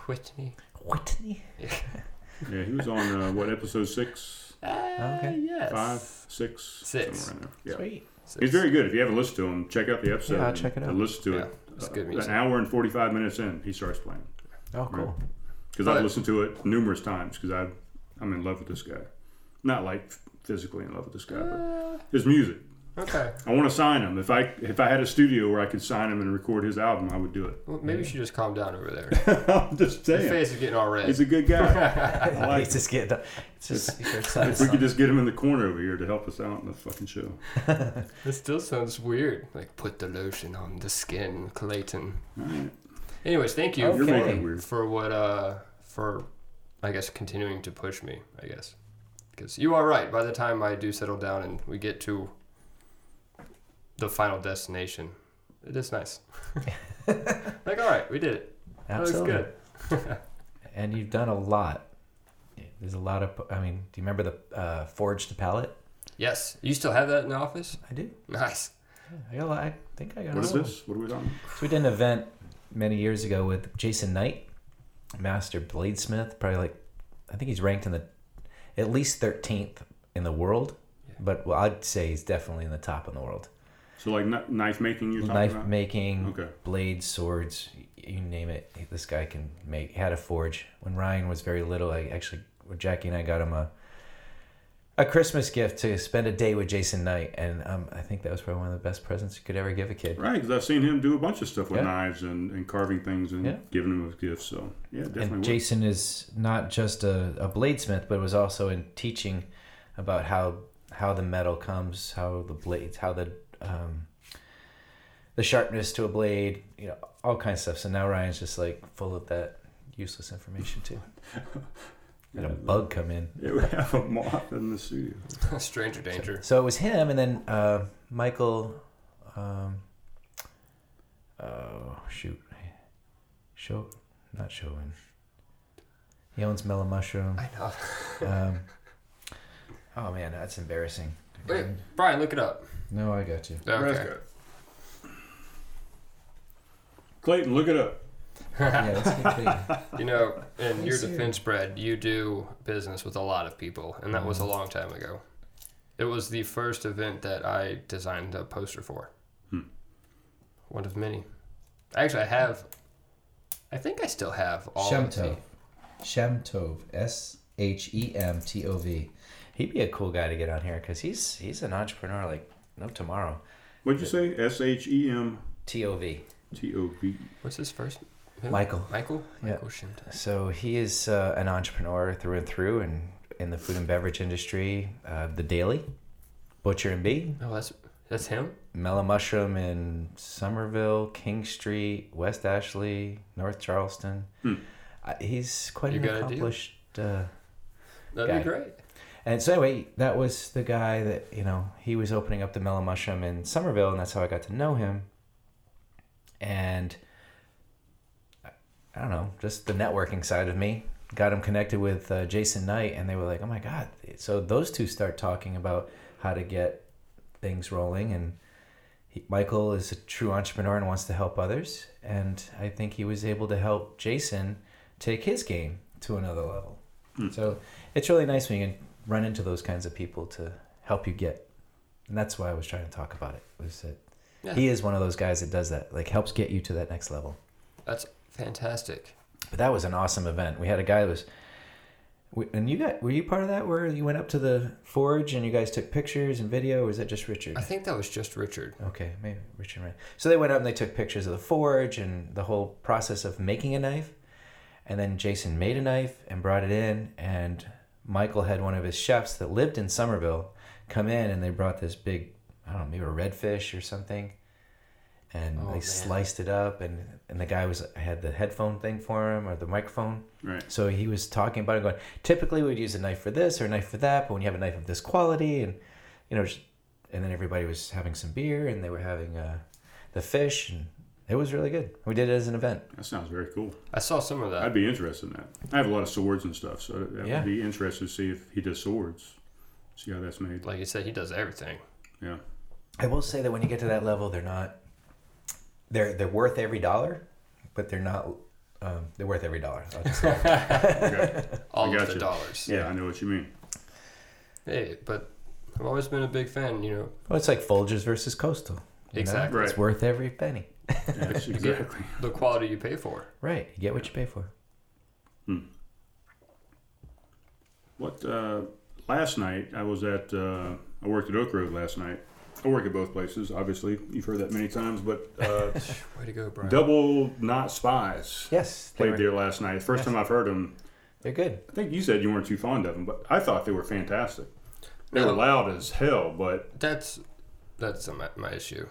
Speaker 1: Whitney.
Speaker 4: Whitney.
Speaker 2: Yeah, he was on uh, what episode six,
Speaker 1: Ah,
Speaker 4: Okay.
Speaker 1: Yes.
Speaker 2: five, six, somewhere
Speaker 1: Six.
Speaker 2: around there. Yeah.
Speaker 4: Sweet.
Speaker 2: He's very good. If you haven't listened to him, check out the episode.
Speaker 4: Yeah, I'll
Speaker 2: and-
Speaker 4: check it out.
Speaker 2: And listen to
Speaker 1: Yeah,
Speaker 2: it.
Speaker 1: it's good
Speaker 2: Uh,
Speaker 1: music.
Speaker 2: An hour and 45 minutes in, he starts playing.
Speaker 4: Oh, cool. [laughs]
Speaker 2: Because
Speaker 1: But-
Speaker 2: I've listened to it numerous times because I'm in love with this guy. Not like physically in love with this guy, but his music.
Speaker 1: Uh, Okay.
Speaker 2: I want to sign him. If I if I had a studio where I could sign him and record his album, I would do
Speaker 4: [laughs]
Speaker 2: it.
Speaker 1: Well, maybe you should just calm down
Speaker 2: [laughs]
Speaker 1: over there.
Speaker 2: I'm just
Speaker 1: Your
Speaker 2: saying.
Speaker 1: face is getting all red.
Speaker 2: He's a good guy.
Speaker 1: [laughs]
Speaker 4: I
Speaker 2: like
Speaker 4: it's just getting. It's just. he starts singing
Speaker 2: if we
Speaker 4: songs.
Speaker 2: could just get him in the corner over here to help us out in the fucking show.
Speaker 1: This still sounds weird. Like, put the lotion on the skin, Clayton.
Speaker 2: All right.
Speaker 1: Anyways, thank you
Speaker 2: You're making it
Speaker 4: Okay.
Speaker 2: weird.
Speaker 1: for what, uh, for, I guess, continuing to push me, I guess. Because you are right. By the time I do settle down and we get to the final destination, it is [laughs] nice. like, all right, we did it. That looks
Speaker 4: Absolutely.
Speaker 1: good.
Speaker 4: [laughs] And you've done a lot. There's a lot of. I mean, do you remember the uh, forged palette?
Speaker 1: Yes. You still have that in the office?
Speaker 4: I do.
Speaker 1: Nice. [laughs]
Speaker 4: Yeah, I got. A lot. I think I got.
Speaker 2: What is
Speaker 4: all of them.
Speaker 2: this? What are we talking?
Speaker 4: So we did an event many years ago with Jason Knight, master bladesmith. Probably like, I think he's ranked in the at least 13th in the world, but well, I'd say he's definitely in the top in the world.
Speaker 2: So like kn- knife making you're talking
Speaker 4: Knife
Speaker 2: about?
Speaker 4: making,
Speaker 2: Okay.
Speaker 4: blades, swords, y- you name it. This guy can make. Had a forge when Ryan was very little. I actually, Jackie and I got him a a Christmas gift to spend a day with Jason Knight, and um, I think that was probably one of the best presents you could ever give a kid.
Speaker 2: Right, because I've seen him do a bunch of stuff with
Speaker 4: Yeah.
Speaker 2: knives and, and carving things and
Speaker 4: Yeah.
Speaker 2: giving them as gifts. So yeah, definitely.
Speaker 4: and
Speaker 2: works.
Speaker 4: Jason is not just a, a bladesmith, but was also in teaching about how how the metal comes, how the blades, how the um, the sharpness to a blade, you know, all kinds of stuff. So now Ryan's just like full of that useless information too. Had a bug come in.
Speaker 2: Yeah, we have a moth in the studio.
Speaker 1: Stranger danger.
Speaker 4: So it was him, and then uh, Michael. Um, oh shoot, show not showing. He owns Mellow Mushroom.
Speaker 1: I know.
Speaker 4: Um, oh man, that's embarrassing.
Speaker 1: Wait, Brian, look it up.
Speaker 4: No, I got you.
Speaker 1: Okay.
Speaker 2: Clayton, look it up.
Speaker 4: Yeah, that's a good thing.
Speaker 1: You know, in
Speaker 4: I
Speaker 1: your
Speaker 4: see.
Speaker 1: defense, Brad, you do business with a lot of people, and that was
Speaker 2: Mm-hmm.
Speaker 1: a long time ago. It was the first event that I designed a poster for.
Speaker 2: Hmm.
Speaker 1: One of many. Actually, I have. I think I still have all. of the-
Speaker 4: Shemtov. Shemtov. S H E M T O V. He'd be a cool guy to get on here because he's he's an entrepreneur like no tomorrow.
Speaker 2: What'd you say? S H E M
Speaker 4: T O V.
Speaker 2: T O B.
Speaker 1: What's his first? Who?
Speaker 4: Michael.
Speaker 1: Michael.
Speaker 4: Yeah.
Speaker 1: Michael Shemtov.
Speaker 4: So he is uh, an entrepreneur through and through, and in the food and beverage industry, uh, the Daily, Butcher and Bee,
Speaker 1: Oh, that's that's him.
Speaker 4: Mellow Mushroom in Somerville, King Street, West Ashley, North Charleston.
Speaker 2: Hmm.
Speaker 4: Uh, he's quite
Speaker 1: You
Speaker 4: an
Speaker 1: got a deal?
Speaker 4: accomplished. Uh,
Speaker 1: That'd be
Speaker 4: Guy.
Speaker 1: great.
Speaker 4: and so anyway, that was the guy that you know he was opening up the Mellow Mushroom in Somerville, and that's how I got to know him. And I- I don't know, just the networking side of me got him connected with uh, Jason Knight, and they were like, "Oh my God!" So those two start talking about how to get things rolling, and he, Michael is a true entrepreneur and wants to help others, and I think he was able to help Jason take his game to another level. So it's really nice when you can run into those kinds of people to help you get. And that's why I was trying to talk about it. Was that
Speaker 1: Yeah.
Speaker 4: he is one of those guys that does that, like helps get you to that next level.
Speaker 1: That's fantastic.
Speaker 4: But that was an awesome event. We had a guy that was, we, and you got were you part of that where you went up to the forge and you guys took pictures and video, or was that just Richard?
Speaker 1: I think that was just Richard.
Speaker 4: Okay, maybe Richard Ryan. So they went up and they took pictures of the forge and the whole process of making a knife. And then Jason made a knife and brought it in. And Michael had one of his chefs that lived in Somerville come in and they brought this big, I don't know, maybe a redfish or something, and
Speaker 1: Oh,
Speaker 4: they
Speaker 1: man.
Speaker 4: sliced it up. And and the guy was had the headphone thing for him or the microphone,
Speaker 2: Right.
Speaker 4: so he was talking about it, going, typically we'd use a knife for this or a knife for that, but when you have a knife of this quality, and you know, just, and then everybody was having some beer and they were having uh, the fish, and it was really good. We did it as an event.
Speaker 2: That sounds very cool.
Speaker 1: I saw some of that.
Speaker 2: I'd be interested in that. I have a lot of swords and stuff, so that
Speaker 4: Yeah.
Speaker 2: would be interesting to see if he does swords. See how that's made.
Speaker 1: Like you said, he does everything.
Speaker 2: Yeah.
Speaker 4: I will say that when you get to that level, they're not. They're they're worth every dollar, but they're not. Um, they're worth every dollar. I'll just say that.
Speaker 2: Okay.
Speaker 4: [laughs]
Speaker 1: All of
Speaker 2: got
Speaker 1: the
Speaker 2: you.
Speaker 1: dollars.
Speaker 2: yeah, I know what you mean.
Speaker 1: Hey, but I've always been a big fan, you know.
Speaker 4: well, it's like Folgers versus Coastal. you know?
Speaker 1: Exactly.
Speaker 2: Right.
Speaker 4: It's worth every penny.
Speaker 2: That's
Speaker 1: You get
Speaker 2: exactly.
Speaker 1: the quality you pay for.
Speaker 4: Right. You get what you pay for.
Speaker 2: What uh, last night I was at uh, I worked at Oak Road last night. I work at both places, obviously. You've heard that many times, but
Speaker 4: [laughs]
Speaker 2: uh,
Speaker 1: Way to go, Brian.
Speaker 2: Double Not Spies
Speaker 4: Yes. They
Speaker 2: played
Speaker 4: were,
Speaker 2: there last night. First time I've heard them.
Speaker 4: they're good.
Speaker 2: I think you said you weren't too fond of them, but I thought they were fantastic. They were
Speaker 1: No.
Speaker 2: loud as hell, but
Speaker 1: That's that's my, my issue.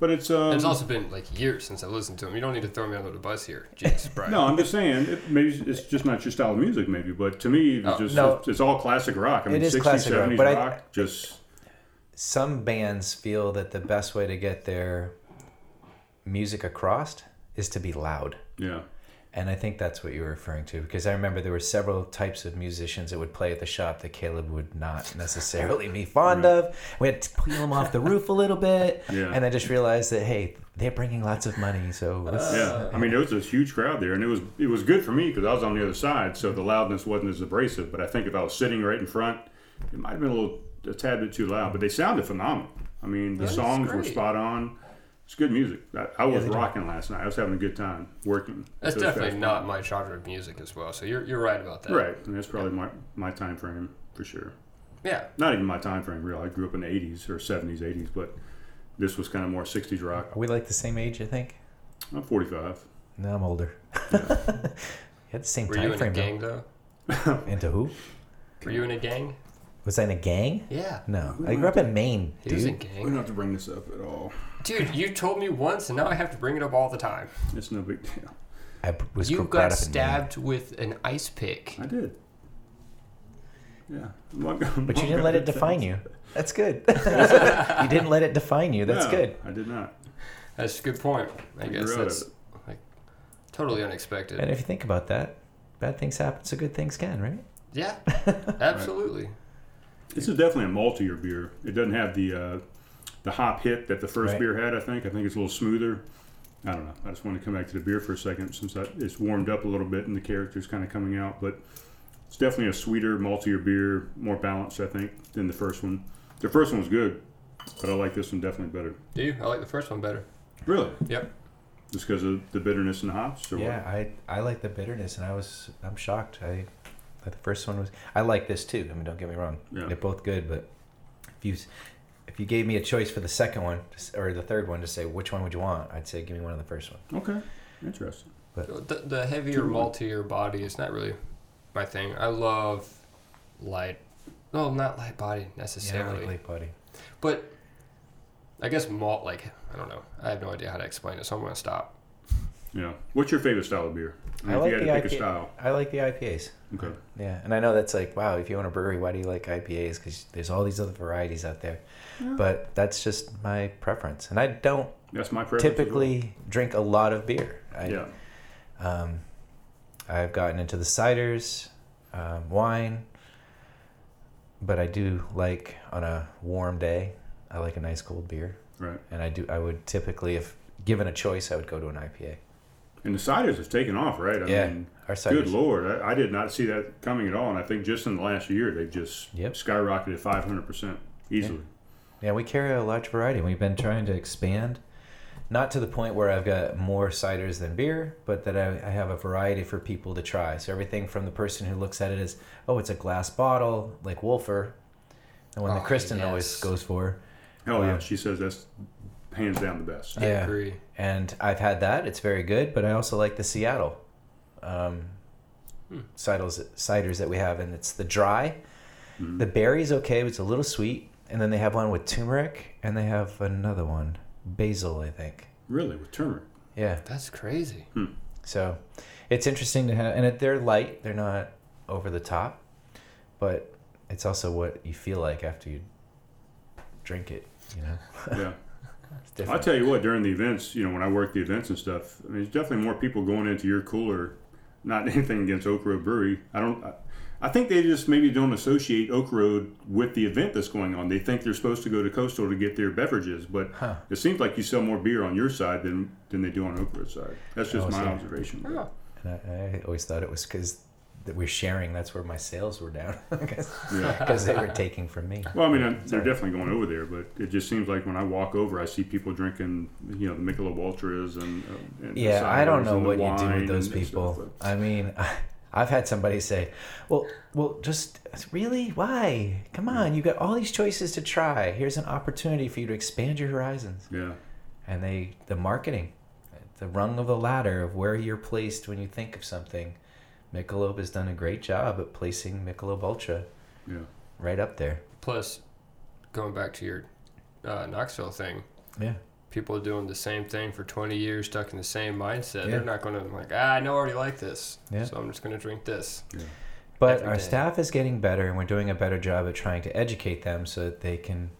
Speaker 2: but it's um,
Speaker 1: And it's also been like years since I listened to him. You don't need to throw me under the bus here.
Speaker 2: [laughs]
Speaker 1: Jeez, Brian.
Speaker 2: no. I'm just saying, it, maybe it's just not your style of music, maybe. But to me, it's
Speaker 1: Oh,
Speaker 2: just
Speaker 4: no.
Speaker 2: it's, it's all classic rock. I mean,
Speaker 4: It is
Speaker 2: 60s,
Speaker 4: classic rock,
Speaker 2: 70s
Speaker 4: but I-
Speaker 2: rock, just
Speaker 4: some bands feel that the best way to get their music across is to be loud.
Speaker 2: yeah,
Speaker 4: And I think that's what you were referring to because I remember there were several types of musicians that would play at the shop that Caleb would not necessarily be fond of. We had to peel them off the roof a little bit.
Speaker 2: Yeah.
Speaker 4: And I just realized that, hey, they're bringing lots of money. So let's-
Speaker 2: yeah. I mean, there was this huge crowd there, and it was it was good for me because I was on the other side, so the loudness wasn't as abrasive. But I think if I was sitting right in front, it might have been a little a tad bit too loud. But they sounded phenomenal. I mean, the
Speaker 1: that's
Speaker 2: songs were
Speaker 1: great.
Speaker 2: spot on. It's good music. I, I was
Speaker 4: they do.
Speaker 2: rocking last night. I was having a good time working.
Speaker 1: that's
Speaker 2: Those
Speaker 1: definitely
Speaker 2: guys-
Speaker 1: not my genre of music as well. So you're, you're right about that.
Speaker 2: right. And that's probably my my time frame for sure.
Speaker 1: Yeah.
Speaker 2: Not even my time frame, real. I grew up in the '80s or '70s, '80s, but this was kind of more '60s rock.
Speaker 4: Are we like the same age, I think?
Speaker 2: I'm 45.
Speaker 4: No, I'm older. [laughs] you had the same
Speaker 1: Were
Speaker 4: time
Speaker 1: you in a
Speaker 4: frame. though.
Speaker 1: gang though?
Speaker 4: Into who?
Speaker 1: Were you in a gang?
Speaker 4: Was I in a gang?
Speaker 1: Yeah.
Speaker 4: No. I grew up in Maine,
Speaker 1: He was in
Speaker 4: dude.
Speaker 2: We don't
Speaker 1: gang.
Speaker 2: have to bring this up at all.
Speaker 1: Dude, you told me once, and now I have to bring it up all the time.
Speaker 2: It's no big deal.
Speaker 4: I was
Speaker 1: you
Speaker 4: brought
Speaker 1: got
Speaker 4: up in Maine.
Speaker 1: stabbed with an ice pick.
Speaker 2: I did. Yeah.
Speaker 4: But you didn't let it define you.
Speaker 1: [laughs]
Speaker 4: That's good. you didn't let it define you. That's good.
Speaker 2: I did not.
Speaker 1: That's a good point. I
Speaker 2: You
Speaker 1: guess
Speaker 2: wrote
Speaker 1: that's
Speaker 2: it.
Speaker 1: like totally unexpected.
Speaker 4: And if you think about that, bad things happen so good things can, right? [laughs]
Speaker 1: yeah, absolutely.
Speaker 2: This is definitely a maltier beer. It doesn't have the uh, the hop hit that the first
Speaker 4: Right.
Speaker 2: beer had. I think. I think it's a little smoother. I don't know. I just want to come back to the beer for a second since I, it's warmed up a little bit and the character's kind of coming out. But it's definitely a sweeter, maltier beer, more balanced, I think, than the first one. The first one was good, but I like this one definitely better.
Speaker 1: Do you? I like the first one better.
Speaker 2: Really?
Speaker 1: Yep.
Speaker 2: Just because of the bitterness and the hops? Or
Speaker 4: Yeah, I I like the bitterness, and I was I'm shocked. I that the first one was I like this too. I mean, don't get me wrong.
Speaker 2: Yeah.
Speaker 4: They're both good, but if you s- if you gave me a choice for the second one to s- or the third one to say which one would you want, I'd say give me one of the first one.
Speaker 2: what? Okay. Interesting.
Speaker 1: The, the heavier, maltier body is not really my thing. I love light. No, not light body
Speaker 4: Yeah, I
Speaker 1: necessarily.
Speaker 4: like late body.
Speaker 1: But I guess malt, like, I don't know. I have no idea how to explain it, so I'm going to stop.
Speaker 2: Yeah. What's your favorite style of beer?
Speaker 4: I
Speaker 2: if
Speaker 4: like
Speaker 2: you had
Speaker 4: the
Speaker 2: to pick a
Speaker 4: IPA.
Speaker 2: style.
Speaker 4: I like the IPAs.
Speaker 2: Okay.
Speaker 4: Yeah, and I know that's like, wow, if you own a brewery, why do you like IPAs? Because there's all these other varieties out there. But that's just my preference, and I don't
Speaker 2: That's my preference. as well.
Speaker 4: typically drink a lot of beer. I,
Speaker 2: Yeah.
Speaker 4: um, I've gotten into the ciders, um, wine, but I do like on a warm day. I like a nice cold beer,
Speaker 2: Right.
Speaker 4: and I do. I would typically, if given a choice, I would go to an IPA.
Speaker 2: And the ciders have taken off, right? I
Speaker 4: yeah,
Speaker 2: mean,
Speaker 4: our ciders.
Speaker 2: good lord. I, I did not see that coming at all. And I think just in the last year, they've just
Speaker 4: Yep.
Speaker 2: skyrocketed 500% easily.
Speaker 4: Yeah, we carry a large variety. We've been trying to expand, not to the point where I've got more ciders than beer, but that I, I have a variety for people to try. So everything from the person who looks at it as, oh, it's a glass bottle, like Wolfer, the one that
Speaker 1: Oh,
Speaker 4: Kristen
Speaker 1: yes.
Speaker 4: always goes for.
Speaker 2: Hell yeah.
Speaker 4: Wow.
Speaker 2: She says that's hands down the best.
Speaker 1: I
Speaker 4: Yeah.
Speaker 1: agree.
Speaker 4: And I've had that. It's very good, but I also like the Seattle um, ciders, ciders that we have, and it's the dry. The berry's okay. It's a little sweet. and then they have one with turmeric, and they have another one, basil, I think.
Speaker 2: Really, with turmeric.
Speaker 4: Yeah.
Speaker 1: That's crazy.
Speaker 4: So it's interesting to have, and it, they're light. They're not over the top, but it's also what you feel like after you drink it. You know,
Speaker 2: [laughs] Yeah.
Speaker 4: it's
Speaker 2: I'll
Speaker 4: different.
Speaker 2: tell you what, during the events, you know, when I work the events and stuff, I mean, there's definitely more people going into your cooler. Not [laughs] anything against Oak Road Brewery. I don't. I, I think they just maybe don't associate Oak Road with the event that's going on. They think they're supposed to go to Coastal to get their beverages, but
Speaker 4: Huh.
Speaker 2: it seems like you sell more beer on your side than than they do on Oak Road's side. That's just
Speaker 4: Oh, I
Speaker 2: my
Speaker 4: see.
Speaker 2: observation.
Speaker 1: Oh.
Speaker 4: And I, I always thought it was because that we're sharing. That's where my sales were down [laughs]
Speaker 2: Yeah.
Speaker 4: because they were taking from me.
Speaker 2: Well, I mean, I- they're definitely going over there, but it just seems like when I walk over, I see people drinking, you know, the Michelob Ultras and, uh, and the
Speaker 4: Yeah, I don't
Speaker 2: ciders
Speaker 4: know
Speaker 2: and the
Speaker 4: what you do
Speaker 2: wine
Speaker 4: with those
Speaker 2: and stuff,
Speaker 4: people.
Speaker 2: but-
Speaker 4: I mean, [laughs] I, I've had somebody say, "Well, well, just really, why? Come on, you've got all these choices to try. Here's an opportunity for you to expand your horizons."
Speaker 2: Yeah,
Speaker 4: And they, the marketing, the rung of the ladder of where you're placed when you think of something. Michelob has done a great job at placing Michelob Ultra
Speaker 2: yeah.
Speaker 4: right up there.
Speaker 1: Plus, going back to your uh, Knoxville thing,
Speaker 4: Yeah,
Speaker 1: people are doing the same thing for 20 years, stuck in the same mindset.
Speaker 4: Yeah.
Speaker 1: They're not going to, like, ah, I know I already like this,
Speaker 4: Yeah.
Speaker 1: so I'm just going to drink this.
Speaker 4: But
Speaker 1: Every
Speaker 4: our
Speaker 1: day.
Speaker 4: staff is getting better, and we're doing a better job at trying to educate them so that they can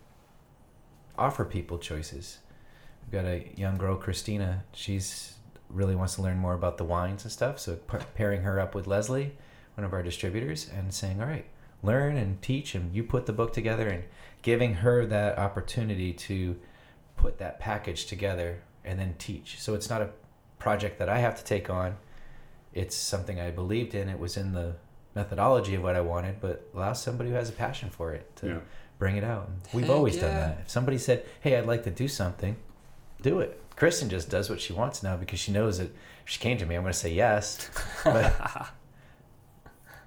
Speaker 4: offer people choices. We've got a young girl, Christina. She's really wants to learn more about the wines and stuff. So p- pairing her up with Leslie, one of our distributors, and saying, "All right, learn and teach, and you put the book together," and giving her that opportunity to put that package together and then teach. So it's not a project that I have to take on. It's something I believed in. It was in the methodology of what I wanted, but allow somebody who has a passion for it to
Speaker 2: Yeah.
Speaker 4: bring it out. And we've
Speaker 1: Heck
Speaker 4: always done
Speaker 1: yeah.
Speaker 4: that. If somebody said, "Hey, I'd like to do something," do it. Kristen just does what she wants now because she knows that if she came to me, I'm going to say yes,
Speaker 1: [laughs]
Speaker 4: [laughs]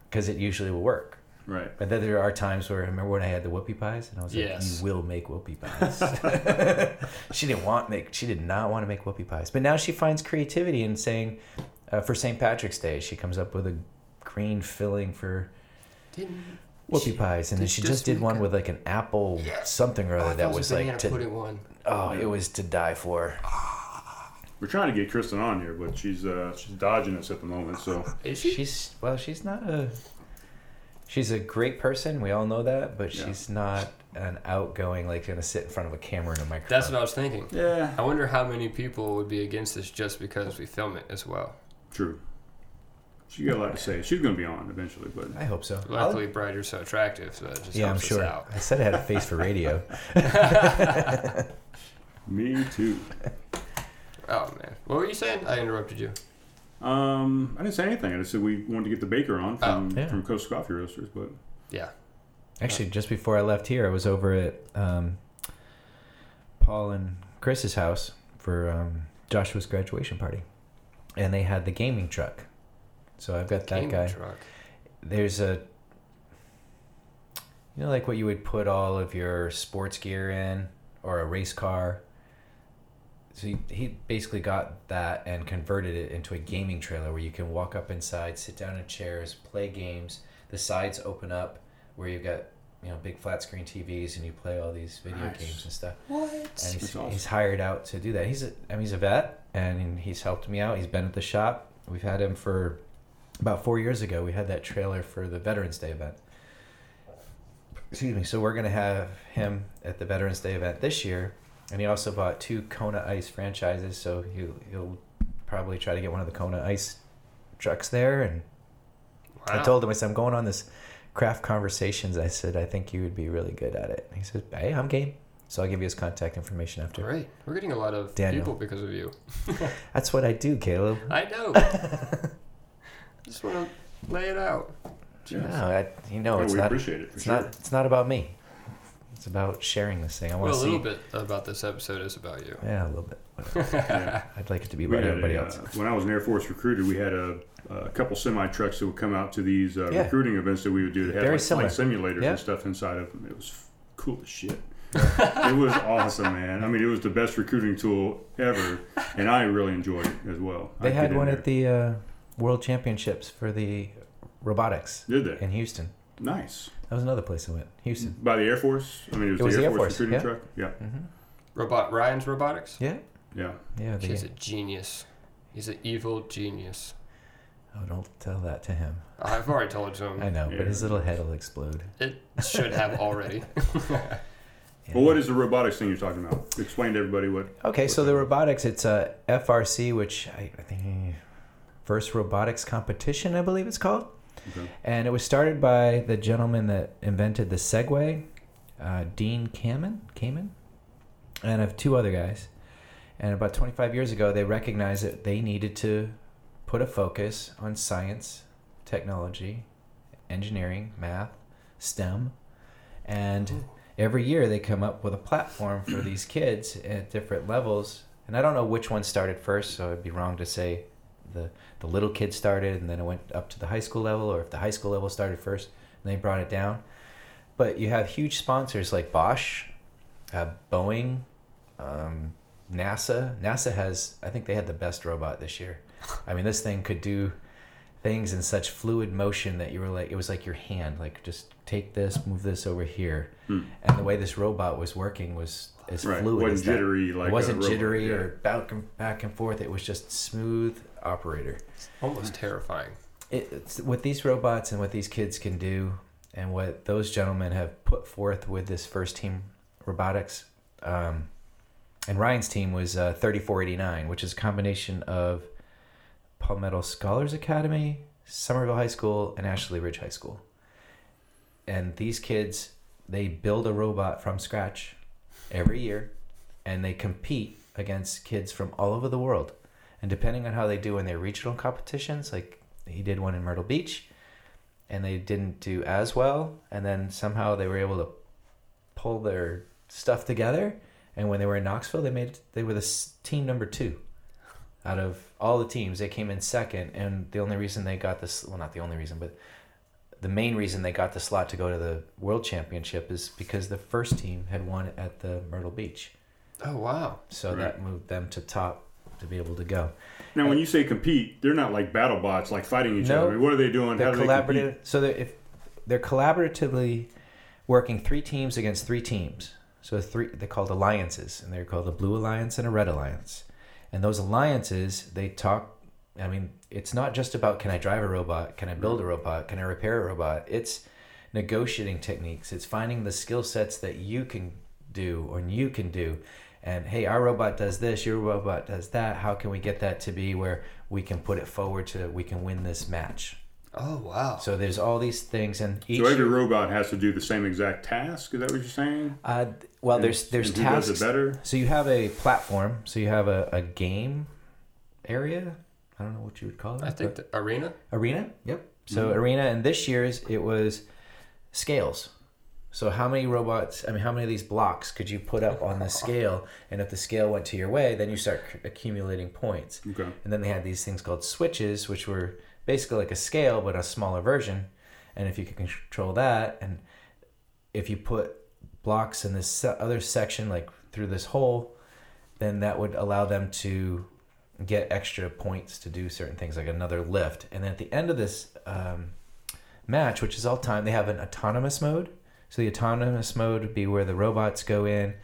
Speaker 4: because it usually will work.
Speaker 2: Right.
Speaker 4: But then there are times where I remember when I had the whoopie pies, and I was
Speaker 1: Yes.
Speaker 4: like, "You will
Speaker 1: [laughs]
Speaker 4: make whoopie pies." [laughs] she didn't want make. She did not want to make whoopie pies, but now she finds creativity in saying, uh, for St. Patrick's Day, she comes up with a green filling for
Speaker 1: Didn't
Speaker 4: whoopie pies, and then
Speaker 1: did
Speaker 4: she
Speaker 1: you
Speaker 4: just
Speaker 1: just
Speaker 4: did
Speaker 1: make
Speaker 4: one
Speaker 1: a-
Speaker 4: with like an apple
Speaker 1: Yes.
Speaker 4: something or
Speaker 1: Oh, I
Speaker 4: other
Speaker 1: thought it
Speaker 4: that was
Speaker 1: a banana
Speaker 4: like to,
Speaker 1: pudding one.
Speaker 4: oh, it was to die for.
Speaker 2: We're trying to get Kristen on here, but she's uh, she's dodging us at the moment. So
Speaker 1: Is she?
Speaker 4: She's well, she's not a. She's a great person. We all know that, but
Speaker 2: Yeah.
Speaker 4: she's not an outgoing like gonna sit in front of a camera and a microphone.
Speaker 1: That's what I was thinking.
Speaker 2: yeah,
Speaker 1: I wonder how many people would be against this just because we film it as well.
Speaker 2: true. She got a lot to say. She's going to be on eventually, but
Speaker 4: I hope so. I'll-
Speaker 1: Luckily, Brighter's so attractive, so it just
Speaker 4: yeah, I'm
Speaker 1: helps
Speaker 4: sure.
Speaker 1: us out.
Speaker 4: I said I
Speaker 1: [laughs]
Speaker 4: had a face for radio.
Speaker 2: me too.
Speaker 1: Oh, man. What were you saying? I interrupted you.
Speaker 2: Um, I didn't say anything. I just said we wanted to get the baker on from
Speaker 4: Oh, yeah.
Speaker 2: from Coast Coffee Roasters, but
Speaker 1: Yeah.
Speaker 4: Actually, just before I left here, I was over at um, Paul and Chris's house for um, Joshua's graduation party, and they had the gaming truck. So I've got that
Speaker 1: Gaming
Speaker 4: guy.
Speaker 1: truck.
Speaker 4: there's a you know like what you would put all of your sports gear in or a race car so he, he basically got that and converted it into a gaming trailer where you can walk up inside sit down in chairs play games the sides open up where you've got you know big flat screen tvs and you play all these video
Speaker 2: Nice.
Speaker 4: games and stuff
Speaker 1: What?
Speaker 4: and he's,
Speaker 2: That's awesome.
Speaker 4: he's hired out to do that. He's a, I mean, he's a vet, and he's helped me out. He's been at the shop. We've had him for about four years ago. We had that trailer for the Veterans Day event. Excuse me. So we're gonna have him at the Veterans Day event this year, and he also bought two Kona Ice franchises. So he'll he'll probably try to get one of the Kona Ice trucks there. And I
Speaker 1: Wow.
Speaker 4: told him I said I'm going on this craft conversations. I said I think you would be really good at it. And he said, Hey, I'm game. So I'll give you his contact information after.
Speaker 1: Great. We're getting a lot of
Speaker 4: Daniel.
Speaker 1: people because of
Speaker 4: [laughs]
Speaker 1: you.
Speaker 4: That's what I
Speaker 1: [laughs]
Speaker 4: do, Caleb.
Speaker 1: I know. just want to lay it out.
Speaker 2: yeah,
Speaker 4: No, I, you know,
Speaker 2: Yeah,
Speaker 4: it's
Speaker 2: we
Speaker 4: not.
Speaker 2: appreciate it. For
Speaker 4: It's
Speaker 2: sure.
Speaker 4: not. It's not about me. It's about sharing this thing. I want
Speaker 1: Well, a
Speaker 4: to
Speaker 1: little
Speaker 4: see.
Speaker 1: bit about this episode is about you.
Speaker 4: Yeah, a little bit.
Speaker 2: Yeah.
Speaker 4: I'd like it to be
Speaker 2: We
Speaker 4: about
Speaker 2: had
Speaker 4: everybody
Speaker 2: a,
Speaker 4: else.
Speaker 2: Uh, when I was an Air Force recruiter, we had a, a couple semi trucks that would come out to these uh,
Speaker 4: Yeah.
Speaker 2: recruiting events that we would do. They had
Speaker 4: Very
Speaker 2: like flight simulators
Speaker 4: Yeah.
Speaker 2: and stuff inside of them. It was f- cool as shit. it was awesome, man. I mean, it was the best recruiting tool ever, and I really enjoyed it as well.
Speaker 4: They
Speaker 2: I'd get
Speaker 4: had
Speaker 2: in
Speaker 4: one
Speaker 2: there.
Speaker 4: at the uh, World Championships for the robotics
Speaker 2: Did they?
Speaker 4: in Houston.
Speaker 2: Nice.
Speaker 4: That was another place I went. Houston.
Speaker 2: By the Air Force? I mean, it was, the, Air Force, recruiting truck? Yeah.
Speaker 1: Robot Ryan's Robotics.
Speaker 4: Yeah.
Speaker 2: Yeah.
Speaker 4: Yeah. They,
Speaker 1: He's a genius. He's an evil genius.
Speaker 4: oh, don't tell that to him.
Speaker 1: I've already told him.
Speaker 4: [laughs] I know,
Speaker 2: Yeah.
Speaker 4: but his little head will explode.
Speaker 1: It should have
Speaker 4: [laughs]
Speaker 1: already.
Speaker 2: Well, what is the robotics thing you're talking about? Explain to everybody what.
Speaker 4: Okay, so the robotics, it's a FRC, which I, I think first robotics competition, I believe it's called,
Speaker 2: Okay.
Speaker 4: and it was started by the gentleman that invented the Segway, uh, Dean Kamen, Kamen, and of two other guys. And about 25 years ago, they recognized that they needed to put a focus on science, technology, engineering, math, STEM, and every year they come up with a platform for these kids at different levels and i don't know which one started first so it'd be wrong to say the the little kid started and then it went up to the high school level or if the high school level started first and they brought it down but you have huge sponsors like bosch uh, boeing um, nasa nasa has i think they had the best robot this year i mean this thing could do things in such fluid motion that you were like it was like your hand like just take this move this over here and the way this robot was working was as
Speaker 2: Hmm. Right.
Speaker 4: fluid
Speaker 2: Wasn't
Speaker 4: as that.
Speaker 2: jittery like
Speaker 4: it
Speaker 2: a
Speaker 4: wasn't
Speaker 2: robot,
Speaker 4: jittery
Speaker 2: yeah.
Speaker 4: or back and, back and forth it was just smooth operator
Speaker 1: Almost terrifying.
Speaker 4: it, it's what these robots and what these kids can do and what those gentlemen have put forth with this first team robotics um, and ryan's team was uh, 3489 which is a combination of palmetto scholars academy somerville high school and ashley ridge high school and these kids they build a robot from scratch every year and they compete against kids from all over the world and depending on how they do in their regional competitions like he did one in myrtle beach and they didn't do as well and then somehow they were able to pull their stuff together and when they were in knoxville they made they were the s- team number two out of all the teams they came in second and the only reason they got this well not the only reason but the main reason they got the slot to go to the world championship is because the first team had won at the myrtle beach
Speaker 1: Oh wow.
Speaker 4: so that moved them to top to be able to go
Speaker 2: Now, when you say compete, they're not like battle bots, like fighting each
Speaker 4: No.
Speaker 2: other. I mean, what are they doing?
Speaker 4: they're
Speaker 2: How do they compete?
Speaker 4: collaborative so they're if they're collaboratively working three teams against three teams so three they're called alliances and they're called a blue alliance and a red alliance and those alliances they talk i mean it's not just about can i drive a robot can i build a robot can i repair a robot it's negotiating techniques it's finding the skill sets that you can do or you can do and hey our robot does this your robot does that how can we get that to be where we can put it forward to we can win this match
Speaker 1: Oh wow.
Speaker 4: so there's all these things, and each
Speaker 2: So every robot has to do the same exact task. Is that what you're saying?
Speaker 4: uh, well, there's there's
Speaker 2: and who does
Speaker 4: tasks.
Speaker 2: it better?
Speaker 4: So you have a platform. So you have a, a game area. I don't know what you would call it.
Speaker 1: I think
Speaker 4: but-
Speaker 1: the arena.
Speaker 4: arena. Yep. So
Speaker 2: Mm-hmm.
Speaker 4: arena, and this year's it was scales. So how many robots? I mean, how many of these blocks could you put up on the scale? And if the scale went to your way, then you start c- accumulating points.
Speaker 2: Okay.
Speaker 4: And then they had these things called switches, which were basically like a scale but a smaller version. And if you could control that, and if you put blocks in this se- other section, like through this hole, then that would allow them to get extra points to do certain things, like another lift. And then at the end of this um, match, which is all time, they have an autonomous mode. So the autonomous mode would be where the robots go in,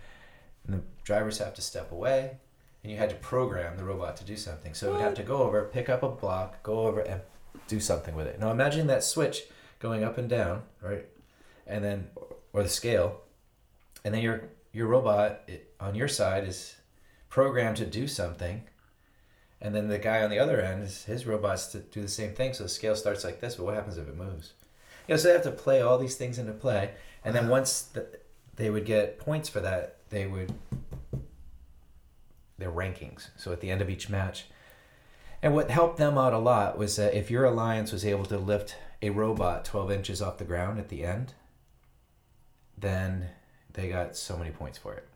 Speaker 4: and the drivers have to step away, and you had to program the robot to do something. So it would have to go over, pick up a block, go over, and do something with it. Now imagine that switch going up and down, right? And then, or the scale, and then your your robot it, on your side is programmed to do something, and then the guy on the other end is his robots to do the same thing. So the scale starts like this, but what happens if it moves? You know, so they have to play all these things into play, and then once the, they would get points for that, they would their rankings. So at the end of each match, and what helped them out a lot was that if your alliance was able to lift a robot 12 inches off the ground at the end, then they got so many points for it.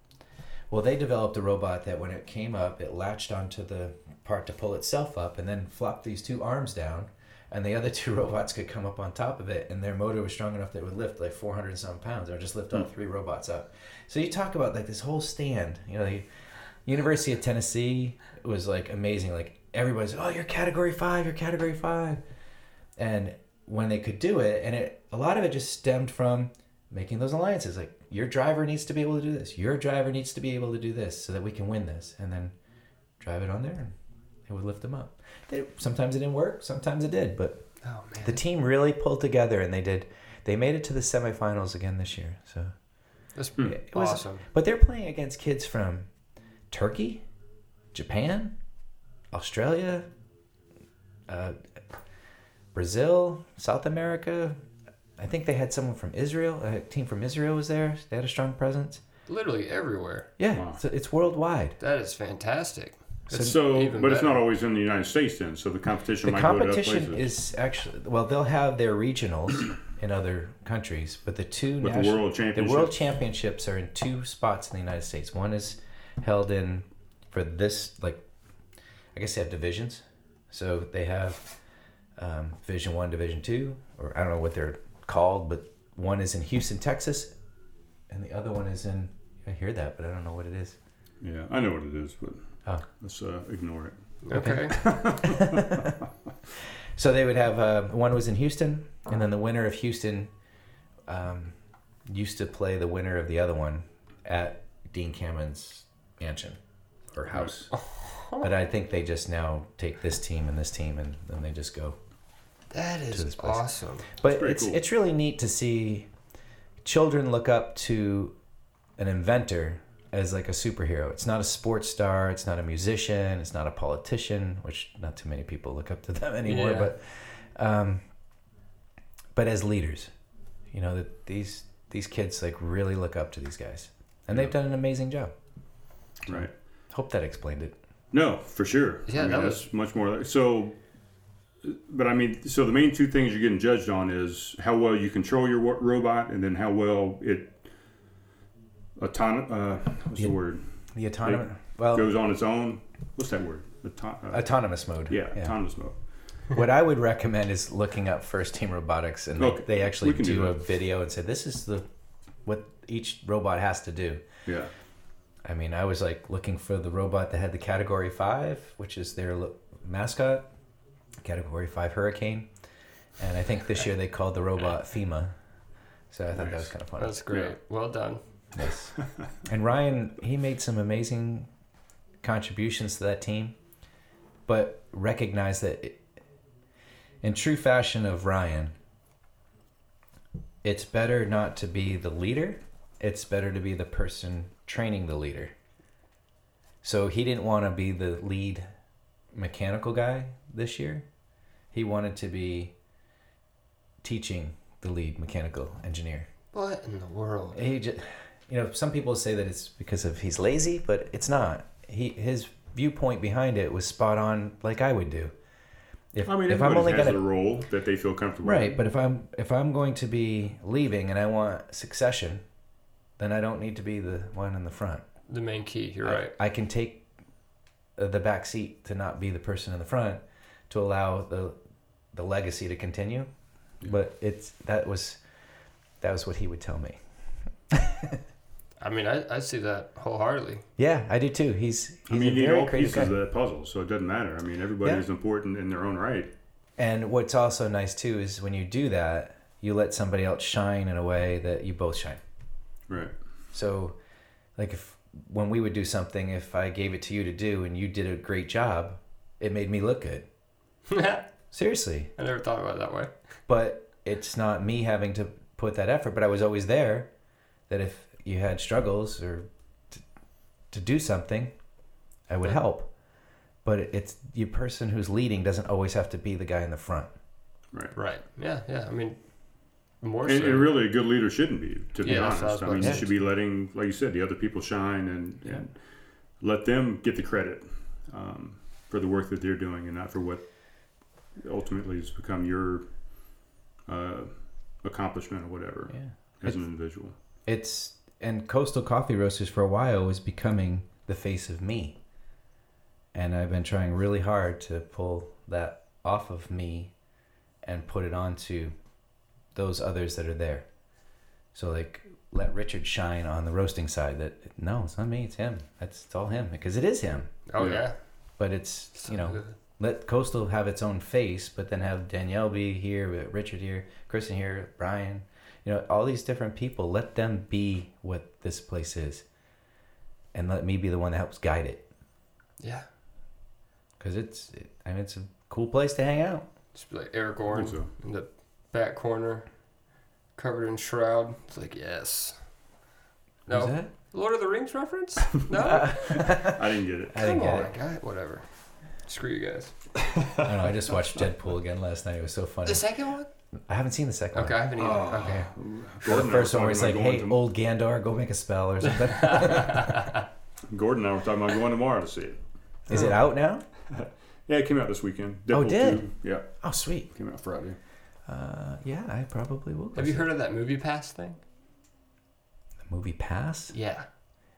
Speaker 4: Well, they developed a robot that when it came up, it latched onto the part to pull itself up and then flopped these two arms down. And the other [laughs] two robots could come up on top of it, and their motor was strong enough that it would lift like 400 and some pounds, or just lift all three robots up. So you talk about like this whole stand, you know, the University of Tennessee was like amazing. Like everybody's, oh, you're category five, you're category five. And when they could do it, and it a lot of it just stemmed from making those alliances. Like your driver needs to be able to do this. Your driver needs to be able to do this, so that we can win this, and then drive it on there, and it would lift them up. They, sometimes it didn't work, sometimes it did, but
Speaker 1: Oh man.
Speaker 4: the team really pulled together, and they did. They made it to the semifinals again this year. So
Speaker 1: That's
Speaker 4: it was-
Speaker 1: Hmm. awesome.
Speaker 4: But they're playing against kids from Turkey, Japan, Australia, uh, Brazil, South America. I think they had someone from Israel. A team from Israel was there. They had a strong presence.
Speaker 1: Literally everywhere.
Speaker 4: Yeah,
Speaker 3: Wow.
Speaker 4: so it's worldwide.
Speaker 1: That is fantastic.
Speaker 3: So, but
Speaker 1: even
Speaker 3: it's not
Speaker 1: better.
Speaker 3: always in the United States then, so the competition
Speaker 4: The
Speaker 3: might go to other
Speaker 4: competition
Speaker 3: places.
Speaker 4: is actually well. They'll have their regionals in other countries, but the two
Speaker 3: But the
Speaker 4: national-
Speaker 3: world
Speaker 4: the world
Speaker 3: championships?
Speaker 4: championships are in two spots in the United States. One is held in for this like I guess they have divisions. So they have um, Division One, Division Two, or I don't know what they're called, but one is in Houston, Texas, and the other one is in. I hear that, but I don't know what it is.
Speaker 3: yeah, I know what it is, but
Speaker 4: Oh.
Speaker 3: let's uh, ignore it.
Speaker 1: Okay. [laughs]
Speaker 4: So they would have uh, one was in Houston, and then the winner of Houston um, used to play the winner of the other one at Dean Cameron's mansion or house. But I think they just now take this team and this team, and then they just go.
Speaker 1: that
Speaker 4: this
Speaker 1: is
Speaker 4: place.
Speaker 1: awesome.
Speaker 4: But
Speaker 3: pretty
Speaker 4: it's
Speaker 3: cool.
Speaker 4: it's really neat to see children look up to an inventor as like a superhero. It's not a sports star, it's not a musician, it's not a politician, which not too many people look up to them [laughs] anymore,
Speaker 1: Yeah.
Speaker 4: but um but as leaders. You know that these these kids like really look up to these guys. And they've done an amazing job.
Speaker 3: Right.
Speaker 4: Hope that explained it.
Speaker 3: No, for sure.
Speaker 1: Yeah,
Speaker 3: I mean,
Speaker 1: that was-
Speaker 3: that's much more. So, but I mean, so the main two things you're getting judged on is how well you control your wo- robot, and then how well it autonomous. Uh, what's the
Speaker 4: Yeah.
Speaker 3: word?
Speaker 4: The autonomous well
Speaker 3: Goes on its own. What's that word? Auto- uh,
Speaker 4: autonomous mode.
Speaker 3: yeah, autonomous mode.
Speaker 4: what I would recommend is looking up First Team Robotics, and
Speaker 3: Okay,
Speaker 4: they, they actually
Speaker 3: we can
Speaker 4: do,
Speaker 3: do
Speaker 4: a
Speaker 3: that.
Speaker 4: video and say this is the what each robot has to do.
Speaker 3: Yeah,
Speaker 4: I mean, I was like looking for the robot that had the Category Five, which is their lo- mascot, Category Five Hurricane, and I think this year they called the robot FEMA. So I thought that was kind of funny.
Speaker 1: That's great.
Speaker 3: Yeah.
Speaker 1: Well done.
Speaker 4: Yes. and Ryan, he made some amazing contributions to that team, but recognize that it, in true fashion of Ryan, it's better not to be the leader, it's better to be the person training the leader. So he didn't want to be the lead mechanical guy this year. He wanted to be teaching the lead mechanical engineer.
Speaker 1: What in the world?
Speaker 4: He just, you know, some people say that it's because of he's lazy, but it's not. He his viewpoint behind it was spot on, like I would do. If,
Speaker 3: I mean,
Speaker 4: if I'm
Speaker 3: everybody
Speaker 4: only
Speaker 3: has
Speaker 4: gonna
Speaker 3: a role that they feel comfortable.
Speaker 4: right,
Speaker 3: with.
Speaker 4: but if I'm if I'm going to be leaving and I want succession, then I don't need to be the one in the front.
Speaker 1: The main key. You're right.
Speaker 4: I can take uh, the back seat to not be the person in the front to allow the the legacy to continue. But it's that was that was what he would tell me.
Speaker 1: I mean, I, I see that wholeheartedly.
Speaker 4: Yeah, I do too. He's he's
Speaker 3: I mean,
Speaker 4: a
Speaker 3: you need
Speaker 4: very
Speaker 3: all
Speaker 4: creative
Speaker 3: pieces
Speaker 4: guy.
Speaker 3: of that puzzle, so it doesn't matter. I mean, everybody
Speaker 4: Yeah.
Speaker 3: is important in their own right.
Speaker 4: And what's also nice too is when you do that, you let somebody else shine in a way that you both shine.
Speaker 3: Right.
Speaker 4: So, like if when we would do something, if I gave it to you to do and you did a great job, it made me look good.
Speaker 3: [laughs]
Speaker 1: I
Speaker 4: Seriously,
Speaker 1: never thought about it that way.
Speaker 4: but it's not me having to put that effort. But I was always there. That if you had struggles or to, to do something, I would help. But it's your person who's leading doesn't always have to be the guy in the front.
Speaker 3: Right.
Speaker 1: Right. Yeah. Yeah. I mean, more
Speaker 3: And,
Speaker 1: so.
Speaker 3: and really, a good leader shouldn't be, to be
Speaker 1: Yeah, that's what I was
Speaker 3: honest. I
Speaker 1: about
Speaker 3: mean,
Speaker 1: to
Speaker 3: you
Speaker 1: say.
Speaker 3: should be letting, like you said, the other people shine and, and let them get the credit um, for the work that they're doing and not for what ultimately has become your uh, accomplishment or whatever
Speaker 4: Yeah.
Speaker 3: as an individual.
Speaker 4: it's and coastal coffee roasters for a while was becoming the face of me and i've been trying really hard to pull that off of me and put it onto those others that are there so like let richard shine on the roasting side that no it's not me it's him that's it's all him because it is him
Speaker 1: oh,
Speaker 3: Yeah.
Speaker 1: yeah.
Speaker 4: but it's you know
Speaker 1: Good.
Speaker 4: let Coastal have its own face, but then have Danielle be here, with Richard here, Kristen here, Brian. You know, all these different people. Let them be what this place is, and let me be the one that helps guide it.
Speaker 1: Yeah.
Speaker 4: Cause it's, it, I mean, it's a cool place to hang out.
Speaker 1: Just be like Eric
Speaker 3: I
Speaker 1: Orne
Speaker 3: think so.
Speaker 1: in the back corner, covered in shroud. It's like, yes.
Speaker 4: Who's
Speaker 1: No.
Speaker 4: that?
Speaker 1: Lord of the Rings [laughs] reference? No.
Speaker 2: I didn't get it.
Speaker 4: I
Speaker 1: Come
Speaker 4: didn't get
Speaker 1: on,
Speaker 4: it.
Speaker 1: guy. "Ah, Whatever. Screw you guys.
Speaker 4: I don't know. I just watched Deadpool again last night. It was so funny.
Speaker 1: The second one? Oh.
Speaker 4: I haven't seen the second
Speaker 1: Okay,
Speaker 4: one.
Speaker 1: I haven't even. okay.
Speaker 4: The
Speaker 2: Gordon and I were
Speaker 4: first one where it's like,
Speaker 2: talking
Speaker 4: hey,
Speaker 2: about going
Speaker 4: old Gandor, go make a spell
Speaker 1: [laughs]
Speaker 4: or something.
Speaker 2: to- Gordon and I were talking about going tomorrow to see it.
Speaker 4: Is it out now?
Speaker 2: Yeah, it came out this weekend.
Speaker 4: Oh,
Speaker 2: Deadpool
Speaker 4: did?
Speaker 2: 2. Yeah,
Speaker 4: Oh, sweet.
Speaker 2: came out Friday.
Speaker 4: Uh, yeah, I probably will. go
Speaker 1: Have you
Speaker 4: see
Speaker 1: heard of that movie pass thing?
Speaker 4: the movie Pass?
Speaker 1: Yeah.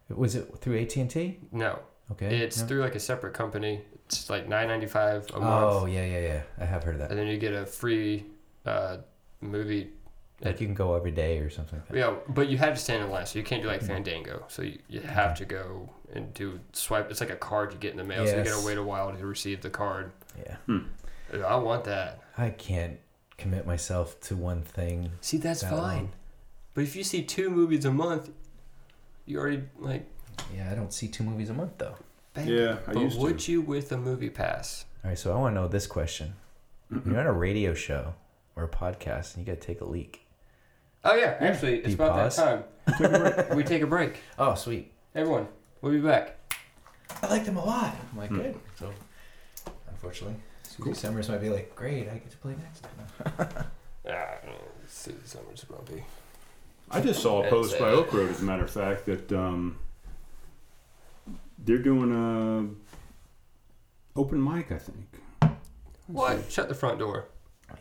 Speaker 4: Was it through AT and T?
Speaker 1: No.
Speaker 4: Okay.
Speaker 1: It's
Speaker 4: no?
Speaker 1: through like a separate company. It's like nine ninety five a month.
Speaker 4: Oh yeah, yeah, yeah. I have heard of that.
Speaker 1: and then you get a free uh, movie.
Speaker 4: Like you can go every day or something like that.
Speaker 1: Yeah, but you have to stand in line, so you can't do like Fandango. So you, you have to go and do swipe. It's like a card you get in the mail, so you
Speaker 4: Yes.
Speaker 1: gotta wait a while to receive the card.
Speaker 4: Yeah.
Speaker 1: Uh, I want that.
Speaker 4: I can't commit myself to one thing.
Speaker 1: See, that's
Speaker 4: That
Speaker 1: fine.
Speaker 4: long.
Speaker 1: But if you see two movies a month, you already like.
Speaker 4: Yeah, I don't see two movies a month though.
Speaker 1: bang.
Speaker 2: Yeah, I
Speaker 1: but
Speaker 2: used to.
Speaker 1: would you with a movie pass?
Speaker 4: All right, so I want to know this question:
Speaker 1: Mm-hmm.
Speaker 2: Mm-hmm.
Speaker 4: You're on a radio show or a podcast, and you got to take a leak.
Speaker 1: Oh yeah, actually,
Speaker 4: Do
Speaker 1: it's
Speaker 4: you
Speaker 1: about
Speaker 4: pause?
Speaker 2: [laughs]
Speaker 1: that time. we take a break.
Speaker 4: Oh, sweet.
Speaker 1: Everyone, we'll be back.
Speaker 4: I like them a lot. I'm
Speaker 1: Hmm.
Speaker 4: like, good. So, unfortunately, Susie Summers might be like, great, I get to play next time.
Speaker 1: Ah, I don't know, let's see the summer's about to be.
Speaker 2: I just saw a
Speaker 1: That's
Speaker 2: post by
Speaker 1: it.
Speaker 2: Oak Road, as a matter of fact, that um, they're doing a open mic. I think
Speaker 1: What? Shut the front door.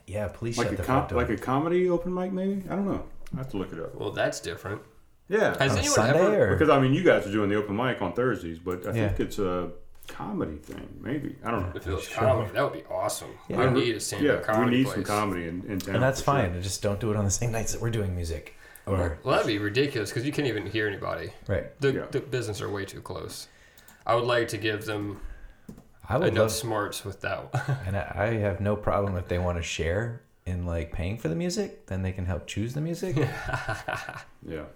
Speaker 4: Yeah, please
Speaker 2: like
Speaker 4: shut
Speaker 2: a
Speaker 4: the
Speaker 2: com-
Speaker 4: front door.
Speaker 2: like a comedy open mic, maybe. I don't know. I have to look it up.
Speaker 1: Well, that's different.
Speaker 2: Yeah,
Speaker 1: Has
Speaker 4: on a
Speaker 1: anyone
Speaker 4: Sunday
Speaker 1: ever?
Speaker 4: or
Speaker 2: because I mean, you guys are doing the open mic on Thursdays, but I
Speaker 4: Yeah.
Speaker 2: think it's a comedy thing, maybe. I don't know.
Speaker 1: If it was
Speaker 4: Sure.
Speaker 1: comedy, that would be awesome.
Speaker 4: Yeah.
Speaker 1: I need a stand-up
Speaker 2: yeah,
Speaker 1: comedy
Speaker 2: we need
Speaker 1: place.
Speaker 2: some comedy in, in town.
Speaker 4: and that's
Speaker 2: for sure.
Speaker 4: fine. Just don't do it on the same [laughs] nights that we're doing music. Or
Speaker 1: Well, that'd be ridiculous because you can't even hear anybody.
Speaker 4: right,
Speaker 1: The,
Speaker 2: Yeah.
Speaker 1: the business are way too close. I would like to give them
Speaker 4: I would
Speaker 1: enough
Speaker 4: love,
Speaker 1: smarts with that. one. [laughs]
Speaker 4: and I, I have no problem if they want to share in like paying for the music. Then they can help choose the music.
Speaker 2: Yeah,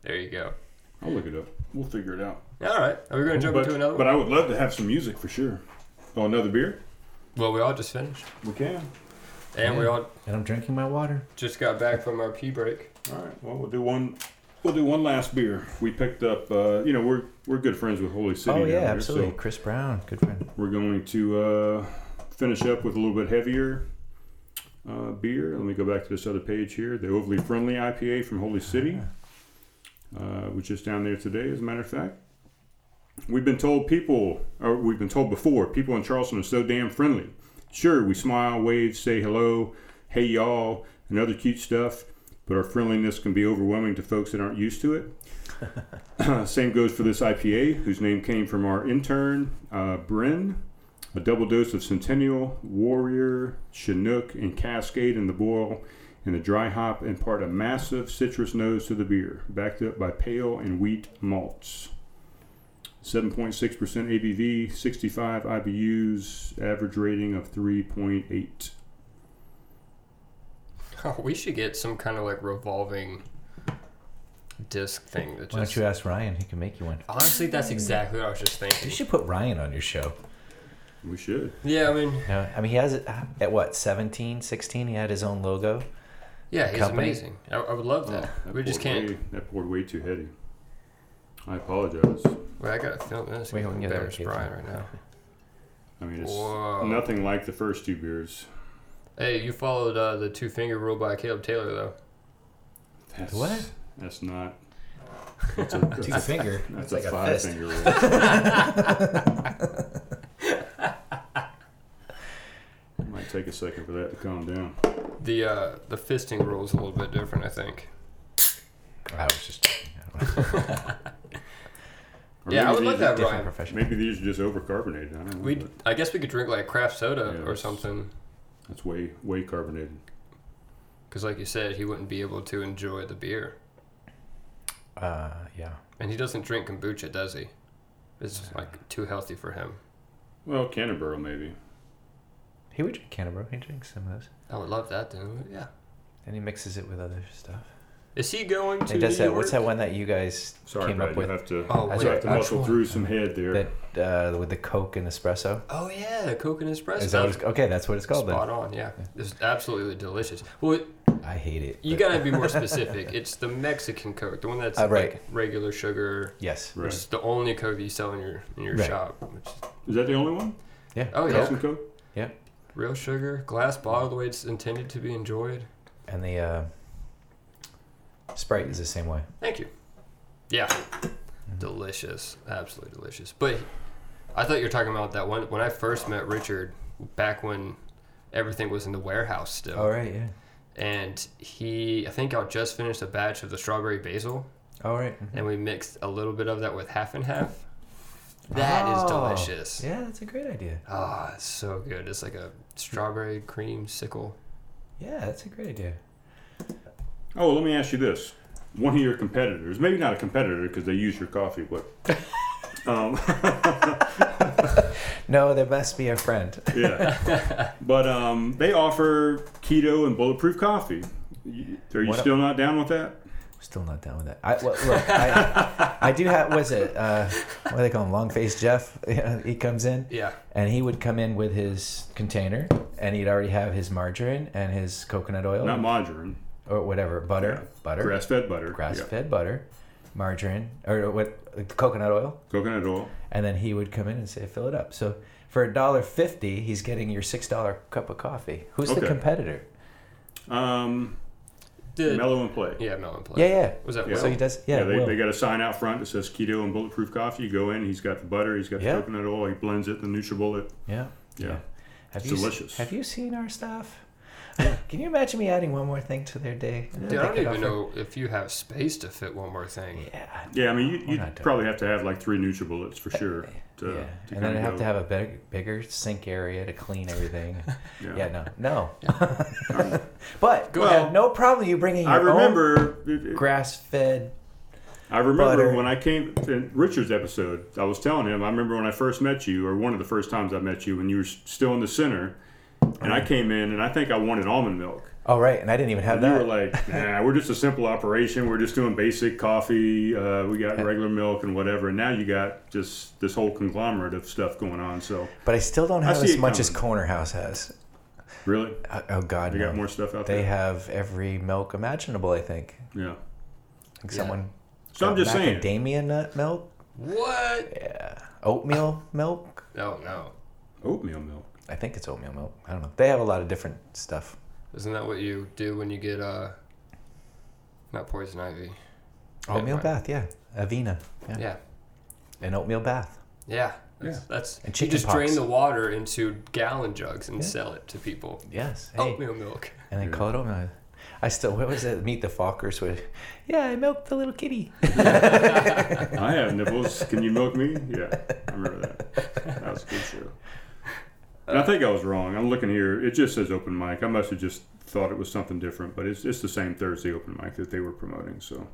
Speaker 1: there you go.
Speaker 2: I'll look it up. We'll figure it out.
Speaker 1: All right, are we going to jump
Speaker 2: But,
Speaker 1: into another
Speaker 2: but
Speaker 1: one?
Speaker 2: I would love to have some music for sure. Oh, another beer?
Speaker 1: Well, we all just finished,
Speaker 2: We can.
Speaker 1: and we
Speaker 4: Yeah.
Speaker 1: all
Speaker 4: and I'm drinking my water.
Speaker 1: just got back from our pee break.
Speaker 2: All right. Well, we'll do one. We'll do one last beer. We picked up. Uh, you know, we're we're good friends with Holy City.
Speaker 4: oh
Speaker 2: down
Speaker 4: yeah,
Speaker 2: here,
Speaker 4: absolutely.
Speaker 2: So
Speaker 4: Chris Brown, good friend.
Speaker 2: we're going to uh, finish up with a little bit heavier uh, beer. Let me go back to this other page here. The Overly Friendly IPA from Holy City, uh, was just down there today, as a matter of fact. We've been told people, or we've been told before, people in Charleston are so damn friendly. Sure, we smile, wave, say hello, hey y'all, and other cute stuff, but our friendliness can be overwhelming to folks that aren't used to it. Same goes for this IPA, whose name came from our intern, uh, Bryn. A double dose of Centennial, Warrior, Chinook, and Cascade in the boil, and the dry hop impart a massive citrus nose to the beer, backed up by pale and wheat malts. 7.6% ABV, 65 IBUs, average rating of 3.8.
Speaker 1: Oh, we should get some kind of like revolving disc thing that
Speaker 4: Why don't
Speaker 1: just.
Speaker 4: you ask Ryan? He can make you one.
Speaker 1: Honestly, that's exactly what I was just
Speaker 4: You
Speaker 1: thinking.
Speaker 4: should put Ryan on your show.
Speaker 2: We should.
Speaker 1: Yeah, I mean,
Speaker 4: No, I mean he has it at what 17, 16, He had his own logo.
Speaker 1: yeah, he's
Speaker 4: Company.
Speaker 1: amazing. I, I would love that. we just
Speaker 2: poured
Speaker 1: can't.
Speaker 2: Way, that poured way too heady. I apologize.
Speaker 1: Wait, I gotta film this.
Speaker 4: Wait,
Speaker 1: Wait,
Speaker 4: we
Speaker 1: I'm
Speaker 4: can get that
Speaker 1: embarrassed
Speaker 4: kid.
Speaker 1: Brian right now.
Speaker 2: I mean, it's
Speaker 1: Whoa.
Speaker 2: nothing like the first two beers.
Speaker 1: Hey, you followed uh, the two finger rule by Caleb Taylor though.
Speaker 2: That's,
Speaker 4: What?
Speaker 1: [laughs]
Speaker 2: That's not. That's a,
Speaker 4: Two finger.
Speaker 2: [laughs] That's a
Speaker 4: It's like a
Speaker 2: five
Speaker 4: fist.
Speaker 2: finger rule. [laughs] Might take a second for that to calm down.
Speaker 1: The uh, the fisting rule is a little bit different, I think.
Speaker 4: I was just. joking. I don't know.
Speaker 2: Or
Speaker 1: yeah, I would
Speaker 2: maybe these
Speaker 1: love
Speaker 2: are-
Speaker 1: that,
Speaker 4: Different
Speaker 1: Brian.
Speaker 4: profession.
Speaker 2: Maybe these are just overcarbonated. I don't know.
Speaker 1: We,
Speaker 2: but
Speaker 1: I guess we could drink like craft soda
Speaker 2: Yeah,
Speaker 1: or
Speaker 2: that's-
Speaker 1: something,
Speaker 2: that's way way carbonated.
Speaker 1: because like you said, he wouldn't be able to enjoy the beer,
Speaker 4: Uh, yeah.
Speaker 1: and he doesn't drink kombucha, does he? It's like too healthy for him.
Speaker 2: Well, Canterbury maybe.
Speaker 4: He would drink Canterbury. He drinks some of those,
Speaker 1: I would love that, dude. Yeah.
Speaker 4: and he mixes it with other stuff.
Speaker 1: Is he going to?
Speaker 4: He does
Speaker 1: New
Speaker 4: that. What's that
Speaker 1: York?
Speaker 4: one that you guys
Speaker 2: Sorry,
Speaker 4: came
Speaker 2: Brad,
Speaker 4: up
Speaker 2: you
Speaker 4: with?
Speaker 2: have to,
Speaker 1: Oh,
Speaker 2: you
Speaker 4: wait,
Speaker 2: have to
Speaker 4: I
Speaker 2: muscle
Speaker 1: just
Speaker 2: through
Speaker 1: want-
Speaker 2: some head there.
Speaker 4: That uh, with the Coke and espresso.
Speaker 1: Oh yeah, the Coke and Espresso.
Speaker 4: Is that what it's, okay? That's what it's called.
Speaker 1: Spot on, yeah. It's absolutely delicious. Well,
Speaker 4: Then. I hate it.
Speaker 1: you
Speaker 4: but-
Speaker 1: gotta be
Speaker 4: [laughs]
Speaker 1: more specific. It's the Mexican Coke, the one that's
Speaker 4: Uh, right.
Speaker 1: like regular sugar.
Speaker 4: Yes.
Speaker 1: Which
Speaker 2: Right.
Speaker 1: is the only Coke you sell in your in your
Speaker 4: Right.
Speaker 1: shop. Which is,
Speaker 2: Is that the only one?
Speaker 4: Yeah.
Speaker 1: oh yeah,
Speaker 2: Custom Coke?
Speaker 1: real sugar, glass bottle, the way it's intended to be enjoyed.
Speaker 4: And the uh, Sprite is the same way.
Speaker 1: Thank you. Yeah, delicious, absolutely delicious. But I thought you were talking about that one when I first met Richard back when everything was in the warehouse still.
Speaker 4: All right. Yeah.
Speaker 1: and he I think I just finished a batch of the strawberry basil
Speaker 4: All right. mhm.
Speaker 1: and we mixed a little bit of that with half and half. That is
Speaker 4: Oh,
Speaker 1: delicious.
Speaker 4: Yeah, that's a great idea.
Speaker 1: Ah, it's so good. It's like a strawberry cream sickle.
Speaker 4: Yeah, that's a great idea.
Speaker 2: Oh, let me ask you this. One of your competitors, maybe not a competitor because they use your coffee, but [laughs] um,
Speaker 4: No, there must be a friend. [laughs]
Speaker 2: yeah, but um, they offer keto and bulletproof coffee. You- Are you
Speaker 4: What a-
Speaker 2: still not down with that?
Speaker 4: Still not down with that. I, well, look, I, I do have. Was it? Uh, what do they call him? Long face Jeff. [laughs] he comes in,
Speaker 1: Yeah.
Speaker 4: and he would come in with his container, and he'd already have his margarine and his coconut oil,
Speaker 2: Not margarine,
Speaker 4: or whatever Oh. butter, butter,
Speaker 2: grass-fed butter, yeah.
Speaker 4: grass-fed butter, margarine, or what? Coconut oil,
Speaker 2: coconut oil.
Speaker 4: and then he would come in and say, "Fill it up." So for a dollar fifty, he's getting your six dollar cup of coffee. Who's
Speaker 2: Okay.
Speaker 4: the competitor?
Speaker 2: Um,
Speaker 1: The,
Speaker 2: mellow and play.
Speaker 1: yeah, melon plate.
Speaker 4: Yeah, yeah.
Speaker 1: Was that
Speaker 2: Yeah.
Speaker 4: So he
Speaker 1: Will?
Speaker 4: does. Yeah,
Speaker 2: Yeah, they,
Speaker 4: Will.
Speaker 2: they got a sign out front that says keto and bulletproof coffee. You go in, he's got the butter, he's got
Speaker 4: Yeah.
Speaker 2: the coconut oil, he blends it, the NutriBullet.
Speaker 4: yeah.
Speaker 2: Yeah.
Speaker 4: Have
Speaker 2: It's
Speaker 4: you se-
Speaker 2: delicious.
Speaker 4: have you seen our stuff? Can you imagine me adding one more thing to their day?
Speaker 1: Dude, I don't even know if you have space to fit one more thing.
Speaker 4: Yeah.
Speaker 2: Yeah, I mean, you,
Speaker 4: We're
Speaker 2: you'd
Speaker 4: not doing
Speaker 2: probably have to have like three NutriBullets for sure. To,
Speaker 4: yeah.
Speaker 2: to
Speaker 4: and then
Speaker 2: kinda
Speaker 4: I have
Speaker 2: go.
Speaker 4: to have a big, bigger sink area to clean everything.
Speaker 2: [laughs] Yeah.
Speaker 4: yeah, no, no. [laughs] but
Speaker 1: Go
Speaker 4: I
Speaker 1: ahead.
Speaker 4: have no problem you bringing your
Speaker 2: I remember. it-
Speaker 4: own
Speaker 2: it-
Speaker 4: grass-fed.
Speaker 2: I remember
Speaker 4: butter.
Speaker 2: when I came in Richard's episode. I was telling him. I remember when I first met you, or one of the first times I met you, when you were s- still in the center, and I came in, and I think I wanted almond milk.
Speaker 4: Oh right, and I didn't even have
Speaker 2: And you were
Speaker 4: that.
Speaker 2: like, nah, we're just a simple operation. We're just doing basic coffee. Uh, we got regular milk and whatever. And now you got just this whole conglomerate of stuff going on. So,
Speaker 4: but I still don't
Speaker 2: I
Speaker 4: have
Speaker 2: see
Speaker 4: as
Speaker 2: it
Speaker 4: much as Corner House has.
Speaker 2: really?
Speaker 4: Oh, oh God,
Speaker 2: They
Speaker 4: no.
Speaker 2: got more stuff out
Speaker 4: They
Speaker 2: there?
Speaker 4: have every milk imaginable. I think.
Speaker 2: yeah.
Speaker 4: I think Someone.
Speaker 2: So I'm
Speaker 4: got
Speaker 2: just saying.
Speaker 4: Macadamia nut milk,
Speaker 1: What?
Speaker 2: [laughs]
Speaker 4: oatmeal milk.
Speaker 1: No, no.
Speaker 2: Oatmeal milk.
Speaker 4: I think it's oatmeal milk. I don't know. They have a lot of different stuff.
Speaker 1: Isn't that what you do when you get uh not poison ivy?
Speaker 2: Oh,
Speaker 4: Oatmeal
Speaker 1: fine.
Speaker 4: bath, yeah. Avena, yeah.
Speaker 1: Yeah.
Speaker 4: An oatmeal bath.
Speaker 1: Yeah. That's, that's
Speaker 4: And
Speaker 1: you
Speaker 4: chicken
Speaker 1: just
Speaker 4: pox.
Speaker 1: drain the water into gallon jugs and sell it to people.
Speaker 4: Yes. Hey.
Speaker 1: Oatmeal milk.
Speaker 4: [laughs]
Speaker 1: [laughs]
Speaker 4: And then call it oatmeal. I still. What was it? Meet the Fockers with. Yeah, I milked the little kitty.
Speaker 2: I have nipples. Can you milk me? Yeah, I remember that. That was a good show. And I think I was wrong. I'm looking here. It just says open mic. I must have just thought it was something different, but it's, it's the same Thursday open mic that they were promoting. So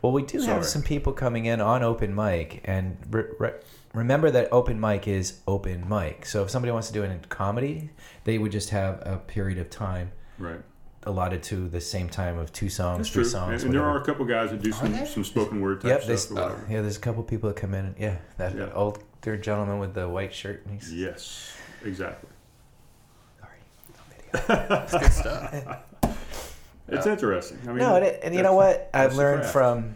Speaker 4: Well, we do
Speaker 2: Sorry.
Speaker 4: have some people coming in on open mic, and re- re- remember that open mic is open mic. So if somebody wants to do it in comedy, they would just have a period of time
Speaker 2: right,
Speaker 4: allotted to the same time of two
Speaker 2: that's
Speaker 4: songs,
Speaker 2: true. And,
Speaker 4: three songs.
Speaker 2: and there
Speaker 4: whatever.
Speaker 2: are a couple guys that do some,
Speaker 1: there?
Speaker 2: some spoken word type
Speaker 4: Yep, they,
Speaker 2: stuff. or whatever.
Speaker 4: [laughs] yeah, there's a couple people that come in. And, yeah, that
Speaker 2: Yeah.
Speaker 4: older gentleman with the white shirt. And he's,
Speaker 2: Yes, exactly.
Speaker 4: Sorry.
Speaker 1: It's good
Speaker 4: [laughs]
Speaker 1: stuff.
Speaker 2: It's interesting. I mean,
Speaker 4: No, and, it, and you
Speaker 2: that's-
Speaker 4: know what?
Speaker 2: that's
Speaker 4: I've
Speaker 2: the
Speaker 4: learned
Speaker 2: craft.
Speaker 4: from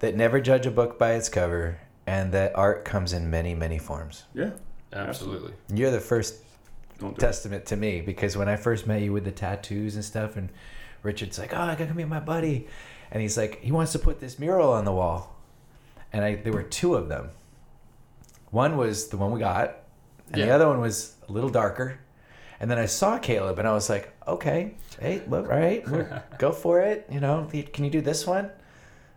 Speaker 4: that never judge a book by its cover, and that art comes in many, many forms.
Speaker 2: Yeah,
Speaker 1: Absolutely.
Speaker 4: You're the first
Speaker 2: don't do it.
Speaker 4: testament to me because when I first met you with the tattoos and stuff, and Richard's like, "Oh, I gotta meet my buddy," and he's like, he wants to put this mural on the wall, and I there were two of them. One was the one we got, and the
Speaker 1: Yeah.
Speaker 4: other one was a little darker. And then I saw Caleb, and I was like, "Okay, hey, well, all
Speaker 2: [laughs]
Speaker 4: right, we're- go for it. You know, can you do this one?"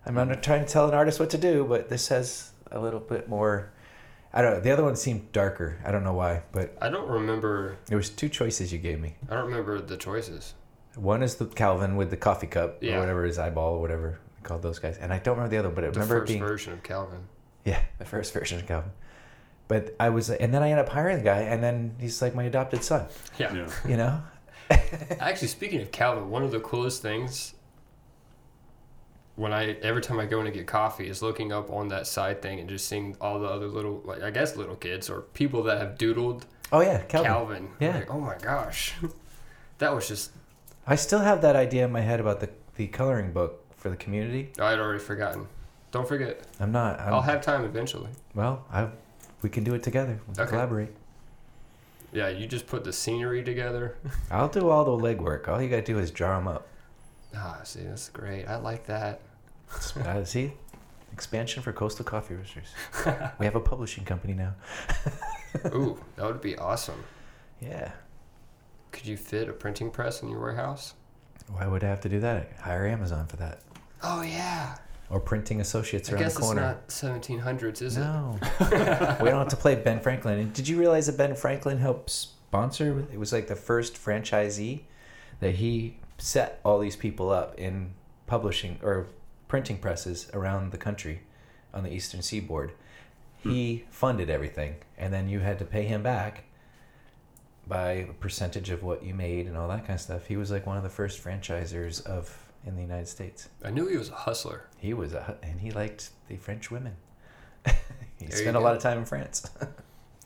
Speaker 4: I'm not trying to tell an artist what to do, but this has a little bit more. I don't know. The other one seemed darker. I don't know why, but
Speaker 1: I don't remember
Speaker 4: there was two choices you gave me.
Speaker 1: I don't remember the choices.
Speaker 4: One is the Calvin with the coffee cup
Speaker 1: Yeah.
Speaker 4: or whatever his eyeball or whatever they [laughs] called those guys, and I don't remember the other. But I
Speaker 1: The
Speaker 4: remember it
Speaker 1: first
Speaker 4: being
Speaker 1: version of Calvin.
Speaker 4: yeah the first version of Calvin. But I was, and then I ended up hiring the guy, and then he's like my adopted son.
Speaker 1: Yeah.
Speaker 2: Yeah.
Speaker 4: You
Speaker 1: [laughs]
Speaker 4: know,
Speaker 1: Actually, speaking of Calvin, one of the coolest things when I every time I go in to get coffee is looking up on that side thing and just seeing all the other little, like I guess little kids or people that have doodled
Speaker 4: oh yeah, Calvin.
Speaker 1: Calvin.
Speaker 4: Yeah.
Speaker 1: Like, oh my gosh, [laughs] that was just
Speaker 4: I still have that idea in my head about the the coloring book for the community.
Speaker 1: I'd already forgotten. Don't forget,
Speaker 4: I'm not. I'm,
Speaker 1: i will have time eventually.
Speaker 4: Well, I we can do it together. We can
Speaker 1: Okay.
Speaker 4: collaborate.
Speaker 1: Yeah, you just put the scenery together.
Speaker 4: I'll do all the legwork. All you gotta do is draw them up. [laughs]
Speaker 1: Ah, see, that's great. I like that.
Speaker 4: Uh, see, expansion for Coastal Coffee Roasters.
Speaker 1: [laughs]
Speaker 4: we have a publishing company now.
Speaker 1: Ooh, that would be awesome.
Speaker 4: Yeah.
Speaker 1: Could you fit a printing press in your warehouse?
Speaker 4: Why would I have to do that? Hire Amazon for that,
Speaker 1: Oh yeah.
Speaker 4: or printing associates
Speaker 1: I
Speaker 4: around
Speaker 1: guess
Speaker 4: the corner.
Speaker 1: it's not 1700s, is it?
Speaker 4: No.
Speaker 1: [laughs]
Speaker 4: we don't have to play Ben Franklin. And did you realize that Ben Franklin helped sponsor? It was like the first franchisee that he set all these people up in publishing or printing presses around the country on the eastern seaboard. He funded everything, and then you had to pay him back by a percentage of what you made and all that kind of stuff. He was like one of the first franchisors of in the United States.
Speaker 1: I knew he was a hustler.
Speaker 4: He was, a, and he liked the French women. [laughs] he
Speaker 1: you
Speaker 4: spent a
Speaker 1: go.
Speaker 4: lot of time in France.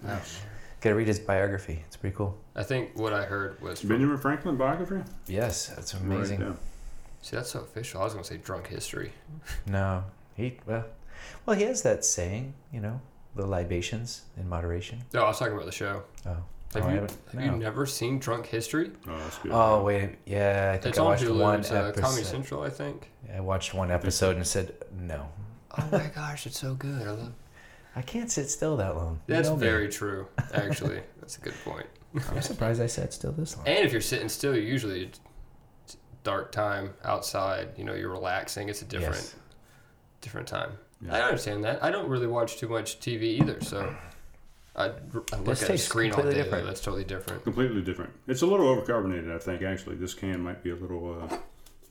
Speaker 4: Gotta read his biography. It's pretty cool.
Speaker 1: I think what I heard was from-
Speaker 2: Benjamin Franklin biography.
Speaker 4: Yes, that's amazing.
Speaker 2: Right,
Speaker 1: see that's so official. I was gonna say drunk history.
Speaker 4: No, he well, well, he has that saying, you know, the libations in moderation.
Speaker 1: No, I was talking about the show.
Speaker 4: Oh,
Speaker 1: Have,
Speaker 4: oh, I
Speaker 1: you,
Speaker 4: haven't-
Speaker 1: have you
Speaker 4: no.
Speaker 1: never seen Drunk History?
Speaker 2: yeah. Oh, that's good.
Speaker 4: Oh wait, yeah, I think
Speaker 1: It's
Speaker 4: I
Speaker 1: on
Speaker 4: watched one
Speaker 1: Hulu, uh, Comedy
Speaker 4: episode.
Speaker 1: Central, I think.
Speaker 4: I watched one episode and said no.
Speaker 1: Oh [laughs] my gosh, it's so good. I love.
Speaker 4: I can't sit still that long. You
Speaker 1: That's
Speaker 4: know me.
Speaker 1: very true. Actually, that's a good point.
Speaker 4: I'm surprised I sat still this long.
Speaker 1: And if you're sitting still, usually it's it's dark time outside. You know, you're relaxing. It's a different
Speaker 4: Yes.
Speaker 1: different time.
Speaker 2: Yeah.
Speaker 1: I understand that. I don't really watch too much TV either, so
Speaker 4: [clears throat]
Speaker 1: I, I look
Speaker 4: This
Speaker 1: at a
Speaker 4: tastes
Speaker 1: screen all day.
Speaker 4: completely
Speaker 1: though.
Speaker 4: different.
Speaker 1: That's totally different.
Speaker 2: Completely different. It's a little overcarbonated, I think. Actually, this can might be a little uh,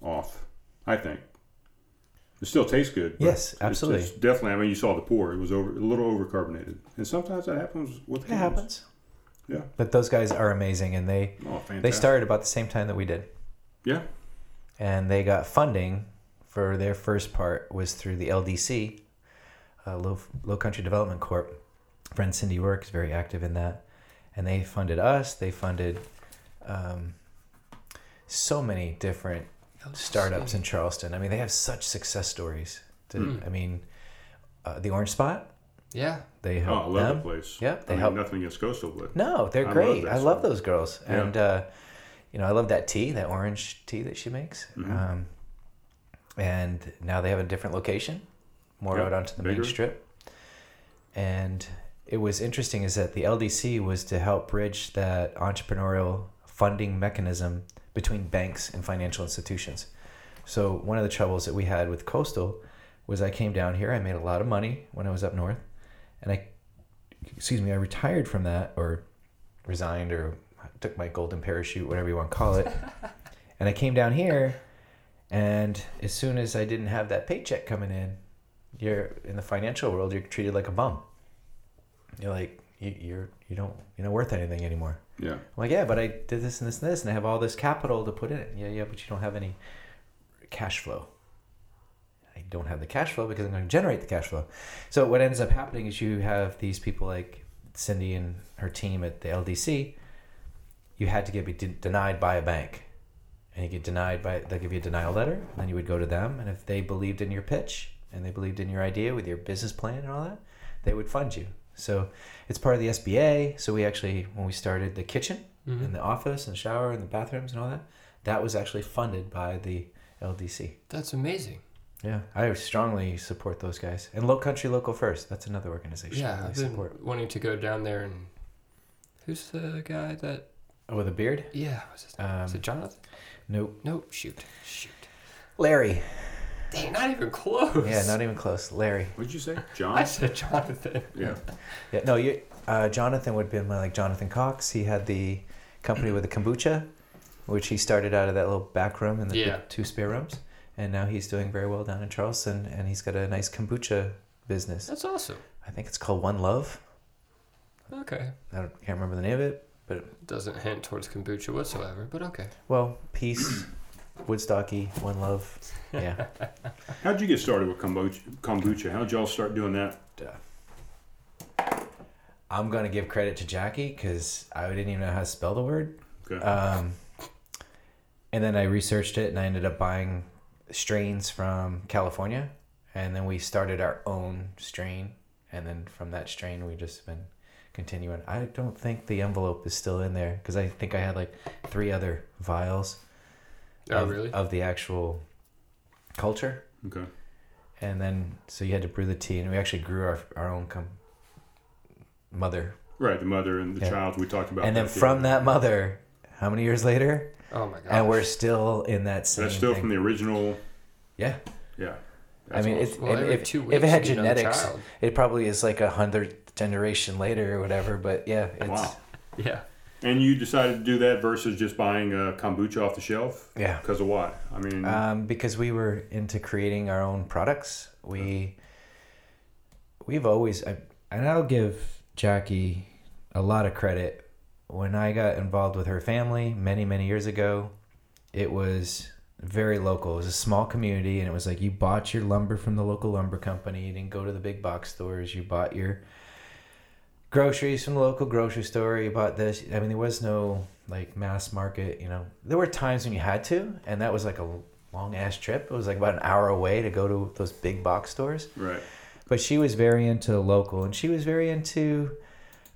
Speaker 2: off. I think it still tastes good. but
Speaker 4: Yes,
Speaker 2: it's-
Speaker 4: absolutely.
Speaker 2: It's, definitely. I mean, you saw the pour; it was over a little overcarbonated, and sometimes that happens with
Speaker 4: It
Speaker 2: cans.
Speaker 4: happens.
Speaker 2: Yeah.
Speaker 4: But those guys are amazing, and they
Speaker 2: Oh, fantastic!
Speaker 4: they started about the same time that we did.
Speaker 2: Yeah, Oh,
Speaker 4: and they got funding for their first part was through the LDC, uh, Low Low Country Development Corp. Friend Cindy Work is very active in that, and they funded us. They funded um, so many different startups in Charleston. I mean, they have such success stories. To,
Speaker 2: Hmm.
Speaker 4: I mean, uh, the Orange Spot.
Speaker 1: Yeah.
Speaker 4: They
Speaker 2: oh, I
Speaker 4: helped
Speaker 2: love
Speaker 4: them.
Speaker 2: the place.
Speaker 4: Yep,
Speaker 2: I
Speaker 4: they
Speaker 2: mean,
Speaker 4: helped.
Speaker 2: nothing against coastal, but
Speaker 4: No, they're
Speaker 2: I love
Speaker 4: great.
Speaker 2: that
Speaker 4: I love
Speaker 2: stuff.
Speaker 4: those girls,
Speaker 2: Yeah.
Speaker 4: and uh, you know, I love that tea, that orange tea that she makes.
Speaker 2: Mm-hmm.
Speaker 4: Um, and now they have a different location, more
Speaker 2: Yeah,
Speaker 4: out onto the
Speaker 2: bigger.
Speaker 4: main strip. And it was interesting is that the LDC was to help bridge that entrepreneurial funding mechanism between banks and financial institutions. So one of the troubles that we had with Coastal was I came down here, I made a lot of money when I was up north, and I excuse me, I retired from that or resigned or took my golden parachute, whatever you want to call it. and I came down here, and as soon as I didn't have that paycheck coming in, you're in the financial world, you're treated like a bum. You're like, you, you're you don't you're not worth anything anymore.
Speaker 2: yeah,
Speaker 4: I'm like, yeah, but I did this and this and this, and I have all this capital to put in it. Yeah, yeah, but you don't have any cash flow. I don't have the cash flow because I'm going to generate the cash flow. So what ends up happening is you have these people like Cindy and her team at the LDC. You had to get be de- denied by a bank, and you get denied by they'll give you a denial letter. Then you would go to them, and if they believed in your pitch and they believed in your idea with your business plan and all that, they would fund you. So it's part of the SBA. So we actually, when we started the kitchen
Speaker 1: Mm-hmm.
Speaker 4: and the office and shower and the bathrooms and all that, that was actually funded by the LDC.
Speaker 1: That's amazing.
Speaker 4: Yeah, I strongly support those guys. And Low Country Local First, that's another organization
Speaker 1: Yeah,
Speaker 4: that I
Speaker 1: I've been
Speaker 4: support.
Speaker 1: wanting to go down there and. Who's the guy that?
Speaker 4: Oh, with a beard?
Speaker 1: Yeah, was his name?
Speaker 4: Um,
Speaker 1: Is it Jonathan?
Speaker 4: Nope.
Speaker 1: Nope. Shoot. Shoot. [laughs]
Speaker 4: Larry.
Speaker 1: Dang, not even close.
Speaker 4: Yeah, not even close. Larry.
Speaker 2: what did you
Speaker 4: [laughs]
Speaker 1: [laughs]
Speaker 2: say,
Speaker 1: I
Speaker 2: John?
Speaker 1: said Jonathan.
Speaker 2: yeah,
Speaker 4: Yeah, no, you. Uh, Jonathan would have been my, like Jonathan Cox. He had the company with the kombucha, which he started out of that little back room and the
Speaker 1: Yeah.
Speaker 4: two spare rooms, and now he's doing very well down in Charleston, and he's got a nice kombucha business.
Speaker 1: That's awesome.
Speaker 4: I think it's called One Love.
Speaker 1: Okay.
Speaker 4: I don't, can't remember the name of it, but it,
Speaker 1: Doesn't hint towards kombucha whatsoever, but okay.
Speaker 4: well, peace, [clears throat] Woodstocky, one love. Yeah,
Speaker 2: How'd you get started with kombucha? kombucha? How'd y'all start doing that?
Speaker 4: I'm gonna give credit to Jackie because I didn't even know how to spell the word.
Speaker 2: Okay.
Speaker 4: Um, and then I researched it and I ended up buying strains from California. And then we started our own strain. And then from that strain, we just been continuing. I don't think the envelope is still in there because I think I had like three other vials
Speaker 1: Oh,
Speaker 4: of,
Speaker 1: really?
Speaker 4: of the actual culture.
Speaker 2: okay.
Speaker 4: And then, so you had to brew the tea. And we actually grew our, our own com- mother.
Speaker 2: Right, the mother and the
Speaker 4: Yeah.
Speaker 2: child we talked about.
Speaker 4: And then
Speaker 2: that, yeah.
Speaker 4: from that mother, how many years later?
Speaker 1: Oh my god.
Speaker 4: and we're still in that same.
Speaker 2: that's still
Speaker 4: thing.
Speaker 2: from the original.
Speaker 4: yeah.
Speaker 2: Yeah.
Speaker 4: I mean,
Speaker 2: awesome.
Speaker 4: it's,
Speaker 1: Well,
Speaker 4: if,
Speaker 1: every
Speaker 4: if,
Speaker 1: two
Speaker 4: if it
Speaker 1: weeks
Speaker 4: had
Speaker 1: you get another
Speaker 4: genetics,
Speaker 1: child.
Speaker 4: it probably is like a hundredth generation later or whatever. But yeah, it's,
Speaker 2: wow.
Speaker 1: yeah.
Speaker 2: And you decided to do that versus just buying uh, kombucha off the shelf.
Speaker 4: Yeah.
Speaker 2: Because of what? I mean,
Speaker 4: um, because we were into creating our own products. We we've always I, and I'll give Jackie a lot of credit. When I got involved with her family many many years ago, it was very local. It was a small community, and it was like you bought your lumber from the local lumber company. You didn't go to the big box stores. You bought your groceries from the local grocery store. You bought this. I mean, there was no like mass market. You know, there were times when you had to, and that was like a long ass trip. It was like about an hour away to go to those big box stores.
Speaker 2: right.
Speaker 4: But she was very into local, and she was very into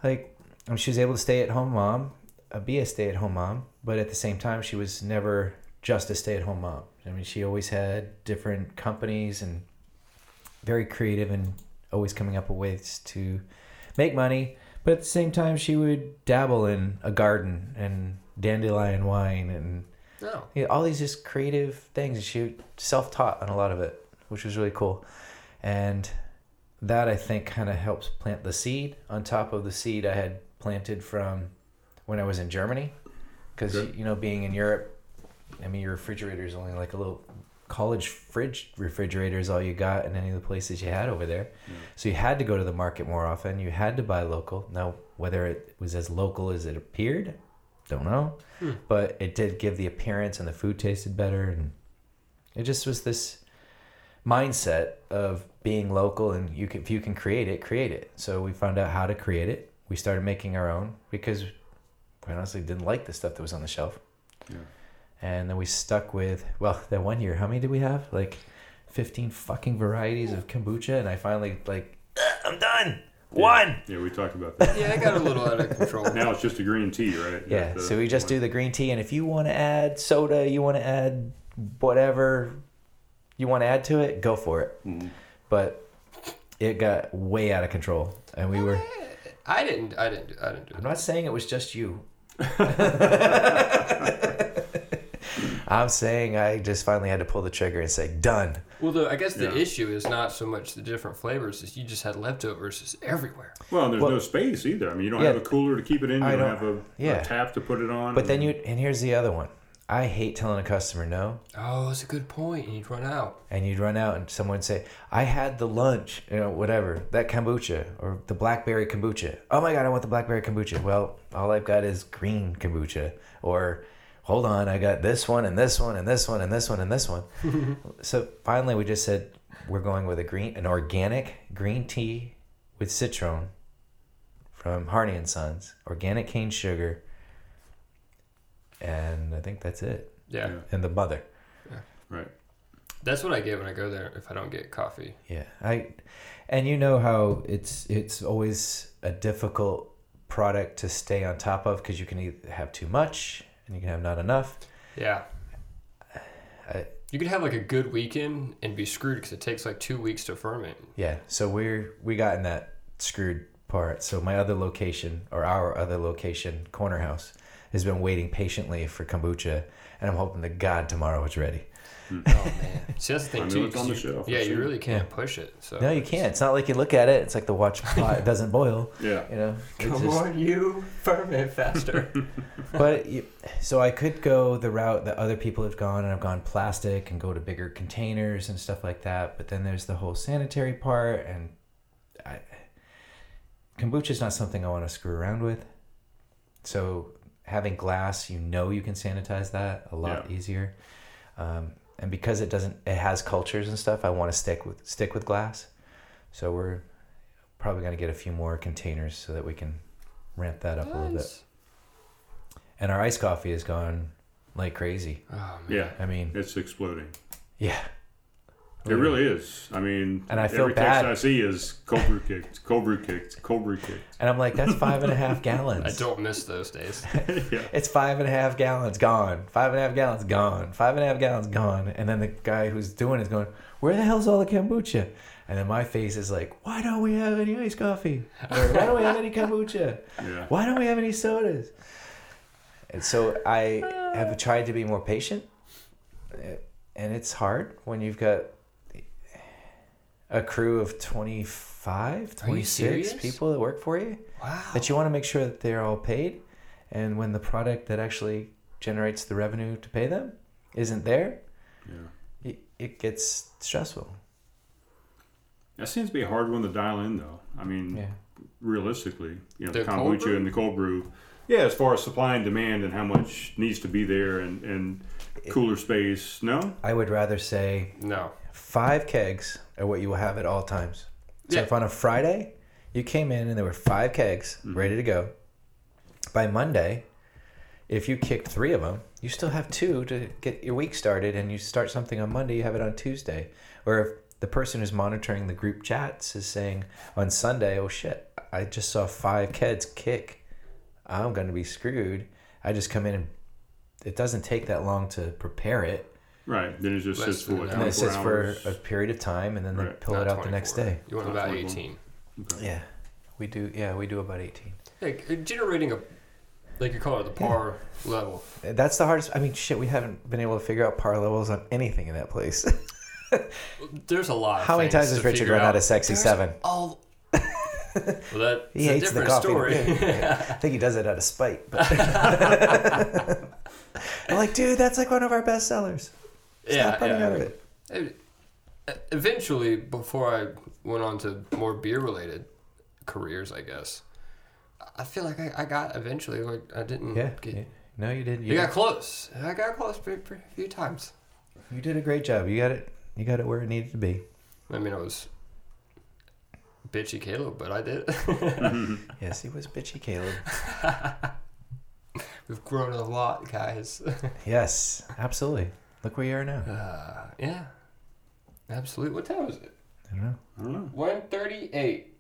Speaker 4: like I mean, she was able to stay at home mom, uh, be a stay at home mom, but at the same time, she was never just a stay at home mom. I mean, she always had different companies and very creative and always coming up with ways to make money. But at the same time, she would dabble in a garden and dandelion wine and
Speaker 1: No.
Speaker 4: yeah, all these just creative things. She self-taught on a lot of it, which was really cool, and that I think kind of helps plant the seed on top of the seed I had planted from when I was in Germany, because
Speaker 2: Okay.
Speaker 4: you know being in Europe, I mean your refrigerator is only like a little college fridge refrigerator is all you got in any of the places you had over there, so you had to go to the market more often. You had to buy local. Now whether it was as local as it appeared, don't know but it did give the appearance and the food tasted better and it just was this mindset of being local and you can, if you can create it create it so we found out how to create it we started making our own because we honestly didn't like the stuff that was on the shelf
Speaker 2: Yeah.
Speaker 4: and then we stuck with well that one year how many did we have like 15 fucking varieties of kombucha and i finally like "Ugh, i'm done one
Speaker 2: Yeah, we talked about that.
Speaker 1: Yeah, I got a little out of
Speaker 4: [laughs]
Speaker 1: control.
Speaker 2: now it's just a green tea, right?
Speaker 4: Yeah,
Speaker 2: The-
Speaker 4: so we just do the green tea, and if you want to add soda, you want to add whatever you want to add to it, go for it. But it got way out of control, and we were.
Speaker 1: I didn't. I didn't. do- I didn't do
Speaker 4: I'm
Speaker 1: it.
Speaker 4: not saying it was just you. [laughs] I'm saying I just finally had to pull the trigger and say, "Done."
Speaker 1: Well, though, I guess the
Speaker 2: Yeah.
Speaker 1: issue is not so much the different flavors; is you just had leftovers just everywhere.
Speaker 2: Well, and there's
Speaker 4: Well-
Speaker 2: no space either. I mean, you don't
Speaker 4: Yeah.
Speaker 2: have a cooler to keep it in. You
Speaker 4: I
Speaker 2: don't,
Speaker 4: don't-
Speaker 2: have a,
Speaker 4: yeah.
Speaker 2: a tap to put it on.
Speaker 4: But then you, and here's the other one. I hate telling a customer no,
Speaker 1: Oh, that's a good point. And you'd run out.
Speaker 4: and you'd run out and someone would say, I had the lunch, you know, whatever, that kombucha or the blackberry kombucha. Oh my God, I want the blackberry kombucha. Well, all I've got is green kombucha. Or hold on, I got this one and this one and this one and this one and this one. so finally, we just said, we're going with a green, an organic green tea with citron from Harney and Sons, organic cane sugar. And I think that's it.
Speaker 1: Yeah.
Speaker 2: Yeah.
Speaker 4: And the mother.
Speaker 2: Right.
Speaker 1: that's what I get when I go there if I don't get coffee.
Speaker 4: Yeah, I, and you know how it's it's always a difficult product to stay on top of because you can either have too much and you can have not enough.
Speaker 1: Yeah.
Speaker 4: I-
Speaker 1: you could have like a good weekend and be screwed because it takes like two weeks to ferment.
Speaker 2: [laughs]
Speaker 4: Yeah, so we're we got in that screwed part. So my other location or our other location, corner house, has been waiting patiently for kombucha, and I'm hoping to God tomorrow it's ready.
Speaker 1: Oh man, see that's the thing
Speaker 2: I know
Speaker 1: too.
Speaker 2: it's on
Speaker 1: 'cause
Speaker 2: the
Speaker 1: you-
Speaker 2: shelf,
Speaker 1: yeah,
Speaker 2: I've
Speaker 1: you
Speaker 2: seen
Speaker 1: really can't push it. So
Speaker 4: No, you
Speaker 1: it's-
Speaker 4: can't. It's not like you look at it. It's like the watch pot it doesn't boil.
Speaker 2: Yeah.
Speaker 4: You know, It's
Speaker 1: Come
Speaker 4: just-
Speaker 1: on, you ferment faster.
Speaker 4: but you, so I could go the route that other people have gone, and I've gone plastic and go to bigger containers and stuff like that. But then there's the whole sanitary part, and I, kombucha is not something I want to screw around with. So having glass, you know, you can sanitize that a lot easier. Um, and because it doesn't, it has cultures and stuff. I want to stick with stick with glass. So we're probably gonna get a few more containers so that we can ramp that up a little bit. And our iced coffee has gone like crazy.
Speaker 1: Oh, man.
Speaker 2: Yeah,
Speaker 4: I mean,
Speaker 2: it's exploding.
Speaker 4: yeah.
Speaker 2: It really is. I mean,
Speaker 4: Oh, And I feel
Speaker 2: every
Speaker 4: bad.
Speaker 2: text I see is Cobra kicked, Cobra kicked, Cobra kicked.
Speaker 4: And I'm like, that's five and
Speaker 1: [laughs]
Speaker 4: a half gallons.
Speaker 1: I don't miss those
Speaker 4: [laughs]
Speaker 1: days.
Speaker 4: It's five and a half gallons gone. Five and a half gallons gone. Five and a half gallons gone. And then the guy who's doing it is going, Where the hell's all the kombucha? And then my face is like, Why don't we have any iced coffee? Or, Why don't we have any kombucha?
Speaker 2: Yeah.
Speaker 4: Why don't we have any sodas? And so I have tried to be more patient. eh, And it's hard when you've got a crew of 25,
Speaker 1: Are you
Speaker 4: 26
Speaker 1: serious?
Speaker 4: people that work for you
Speaker 1: Wow.
Speaker 4: that you want to make sure that they're all paid and when the product that actually generates the revenue to pay them isn't there
Speaker 2: Yeah.
Speaker 4: it, it gets stressful
Speaker 2: That seems to be a hard one to dial in, though. I mean,
Speaker 4: yeah
Speaker 2: realistically, you know, the
Speaker 1: The cold brew?
Speaker 2: kombucha and the cold brew. Yeah, as far as supply and demand and how much needs to be there and, and cooler space. No?
Speaker 4: i would rather say
Speaker 1: No.
Speaker 4: five kegs are what you will have at all times so
Speaker 1: Yeah.
Speaker 4: if on a friday you came in and there were five kegs ready to go by monday if you kicked three of them you still have two to get your week started and you start something on monday you have it on tuesday or if the person who's monitoring the group chats is saying on sunday oh shit i just saw five kegs kick i'm going to be screwed i just come in and it doesn't take that long to prepare it
Speaker 2: Right. Then it just
Speaker 1: Less
Speaker 2: sits for
Speaker 1: than
Speaker 2: what,
Speaker 1: an
Speaker 4: and it
Speaker 2: 24
Speaker 4: sits for
Speaker 2: hours?
Speaker 4: a period of time and then they
Speaker 2: Right.
Speaker 4: pull
Speaker 1: Not
Speaker 4: it out the next
Speaker 1: 24.
Speaker 4: day
Speaker 1: You want
Speaker 2: Not
Speaker 1: about
Speaker 2: 24.
Speaker 1: 18.
Speaker 4: yeah we do yeah we do about 18
Speaker 1: Like, you're generating a, like you call it the par
Speaker 4: [laughs]
Speaker 1: level.
Speaker 4: that's the hardest i mean shit we haven't been able to figure out par levels on anything in that place [laughs]
Speaker 1: There's a lot. Of
Speaker 4: how many
Speaker 1: things
Speaker 4: times has
Speaker 1: to
Speaker 4: richard
Speaker 1: figure
Speaker 4: run out of sexy
Speaker 1: There's
Speaker 4: seven [laughs]
Speaker 1: All. well, that's
Speaker 4: he
Speaker 1: a
Speaker 4: hates the
Speaker 1: different
Speaker 4: coffee [laughs]
Speaker 1: story. [laughs]
Speaker 4: i think he does it out of spite but i'm like dude that's like one of our best sellers
Speaker 1: yeah,
Speaker 4: Stop running
Speaker 1: yeah.
Speaker 4: out of it
Speaker 1: It- Eventually, before I went on to more beer related careers, I guess, I feel like I, I got eventually, like, I didn't
Speaker 4: yeah,
Speaker 1: get.
Speaker 4: yeah. no you did
Speaker 1: Mm-hmm. You
Speaker 4: you,
Speaker 1: got
Speaker 4: did,
Speaker 1: close. I got close pretty, pretty a few times.
Speaker 4: you did a great job you got it you got it where it needed to be
Speaker 1: I mean, I was bitchy Caleb, but I did. [laughs]
Speaker 4: yes he was bitchy caleb
Speaker 1: We've grown a lot, guys. [laughs]
Speaker 4: yes absolutely look where you are now
Speaker 1: Uh, yeah, absolutely. What time was it?
Speaker 4: i don't know
Speaker 2: I don't know.
Speaker 1: One thirty-eight.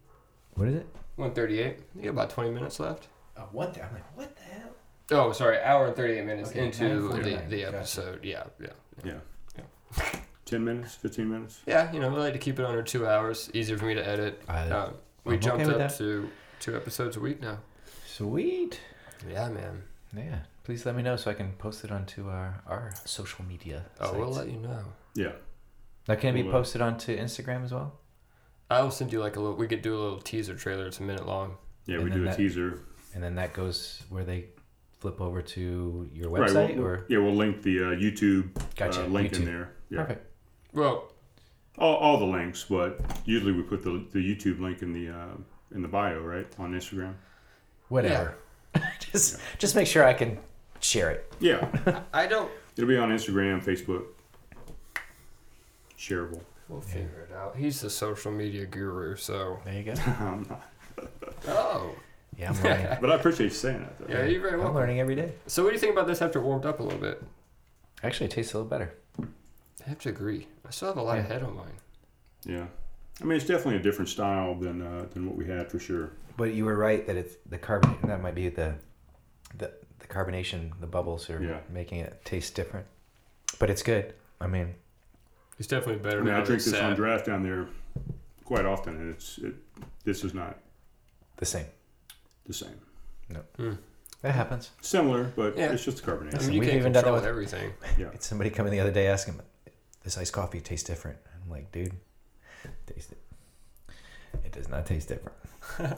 Speaker 4: what is it
Speaker 1: One thirty-eight. You got about twenty minutes left.
Speaker 4: Uh, one thing. I'm like, what the hell?
Speaker 1: Oh, sorry, hour and thirty-eight minutes
Speaker 4: Okay,
Speaker 1: into the,
Speaker 4: 9:49,
Speaker 1: the
Speaker 4: gotcha.
Speaker 1: episode. Yeah, yeah,
Speaker 2: Yeah.
Speaker 1: Yeah.
Speaker 2: 10 minutes, 15 minutes?
Speaker 1: yeah. You know, I like to keep it under two hours. Easier for me to edit.
Speaker 4: I-
Speaker 1: Uh, we
Speaker 4: I'm okay
Speaker 1: jumped
Speaker 4: with
Speaker 1: up
Speaker 4: that.
Speaker 1: to two episodes a week now.
Speaker 4: Sweet.
Speaker 1: Yeah, man.
Speaker 4: Yeah. Please let me know so I can post it onto our, our social media.
Speaker 1: Oh, we'll
Speaker 4: sites.
Speaker 1: let you know.
Speaker 2: Yeah.
Speaker 4: Now, can it be
Speaker 2: we'll, uh,
Speaker 4: posted onto Instagram as well?
Speaker 1: I will send you like a little. We could do a little teaser trailer. It's a minute long.
Speaker 2: Yeah,
Speaker 4: And
Speaker 2: we
Speaker 4: then
Speaker 2: do a
Speaker 4: that
Speaker 2: teaser.
Speaker 4: And then that goes where they flip over to your
Speaker 2: Right,
Speaker 4: website
Speaker 2: we'll-
Speaker 4: or
Speaker 2: Yeah, we'll link the uh, YouTube
Speaker 4: Gotcha,
Speaker 2: uh, link in
Speaker 4: YouTube.
Speaker 2: there. Yeah.
Speaker 4: perfect.
Speaker 1: Well,
Speaker 2: All, all the links, but usually we put the, the YouTube link in the uh, in the bio, right? On Instagram.
Speaker 4: Whatever. [laughs] just just make sure I can share it.
Speaker 2: Yeah.
Speaker 1: I don't.
Speaker 2: It'll be on Instagram, Facebook. Shareable.
Speaker 1: We'll figure it out. He's the social media guru, so.
Speaker 4: There you go.
Speaker 2: I'm not-
Speaker 1: Oh.
Speaker 4: Yeah, I'm learning.
Speaker 2: Um, But I appreciate you saying that. Though.
Speaker 1: Yeah, you're very
Speaker 4: I'm
Speaker 1: welcome.
Speaker 4: learning every day.
Speaker 1: So, what do you think about this after it warmed up a little bit?
Speaker 4: Actually, it tastes a little better.
Speaker 1: I have to agree. I still have a lot of
Speaker 4: Yeah.
Speaker 1: head on mine.
Speaker 2: Yeah. I mean, it's definitely a different style than uh, than what we had for sure.
Speaker 4: But you were right that it's the carbon. That might be the the, the carbonation, the bubbles are
Speaker 2: Yeah.
Speaker 4: making it taste different. But it's good. I mean,
Speaker 1: It's definitely better
Speaker 2: I mean,
Speaker 1: now.
Speaker 2: I drink this on
Speaker 1: sad.
Speaker 2: draft down there quite often, and it's it, this is not
Speaker 4: the same.
Speaker 2: the same.
Speaker 4: That happens.
Speaker 2: Similar, but
Speaker 1: Yeah.
Speaker 2: it's just
Speaker 1: I
Speaker 2: carbonated.
Speaker 1: mean, you
Speaker 4: We've
Speaker 1: can't
Speaker 4: even done that
Speaker 1: control
Speaker 4: with- [laughs]
Speaker 1: everything. [laughs]
Speaker 2: Yeah.
Speaker 4: It's somebody coming the other day asking, "This iced coffee tastes different." I'm like, "Dude, taste it. It does not taste different.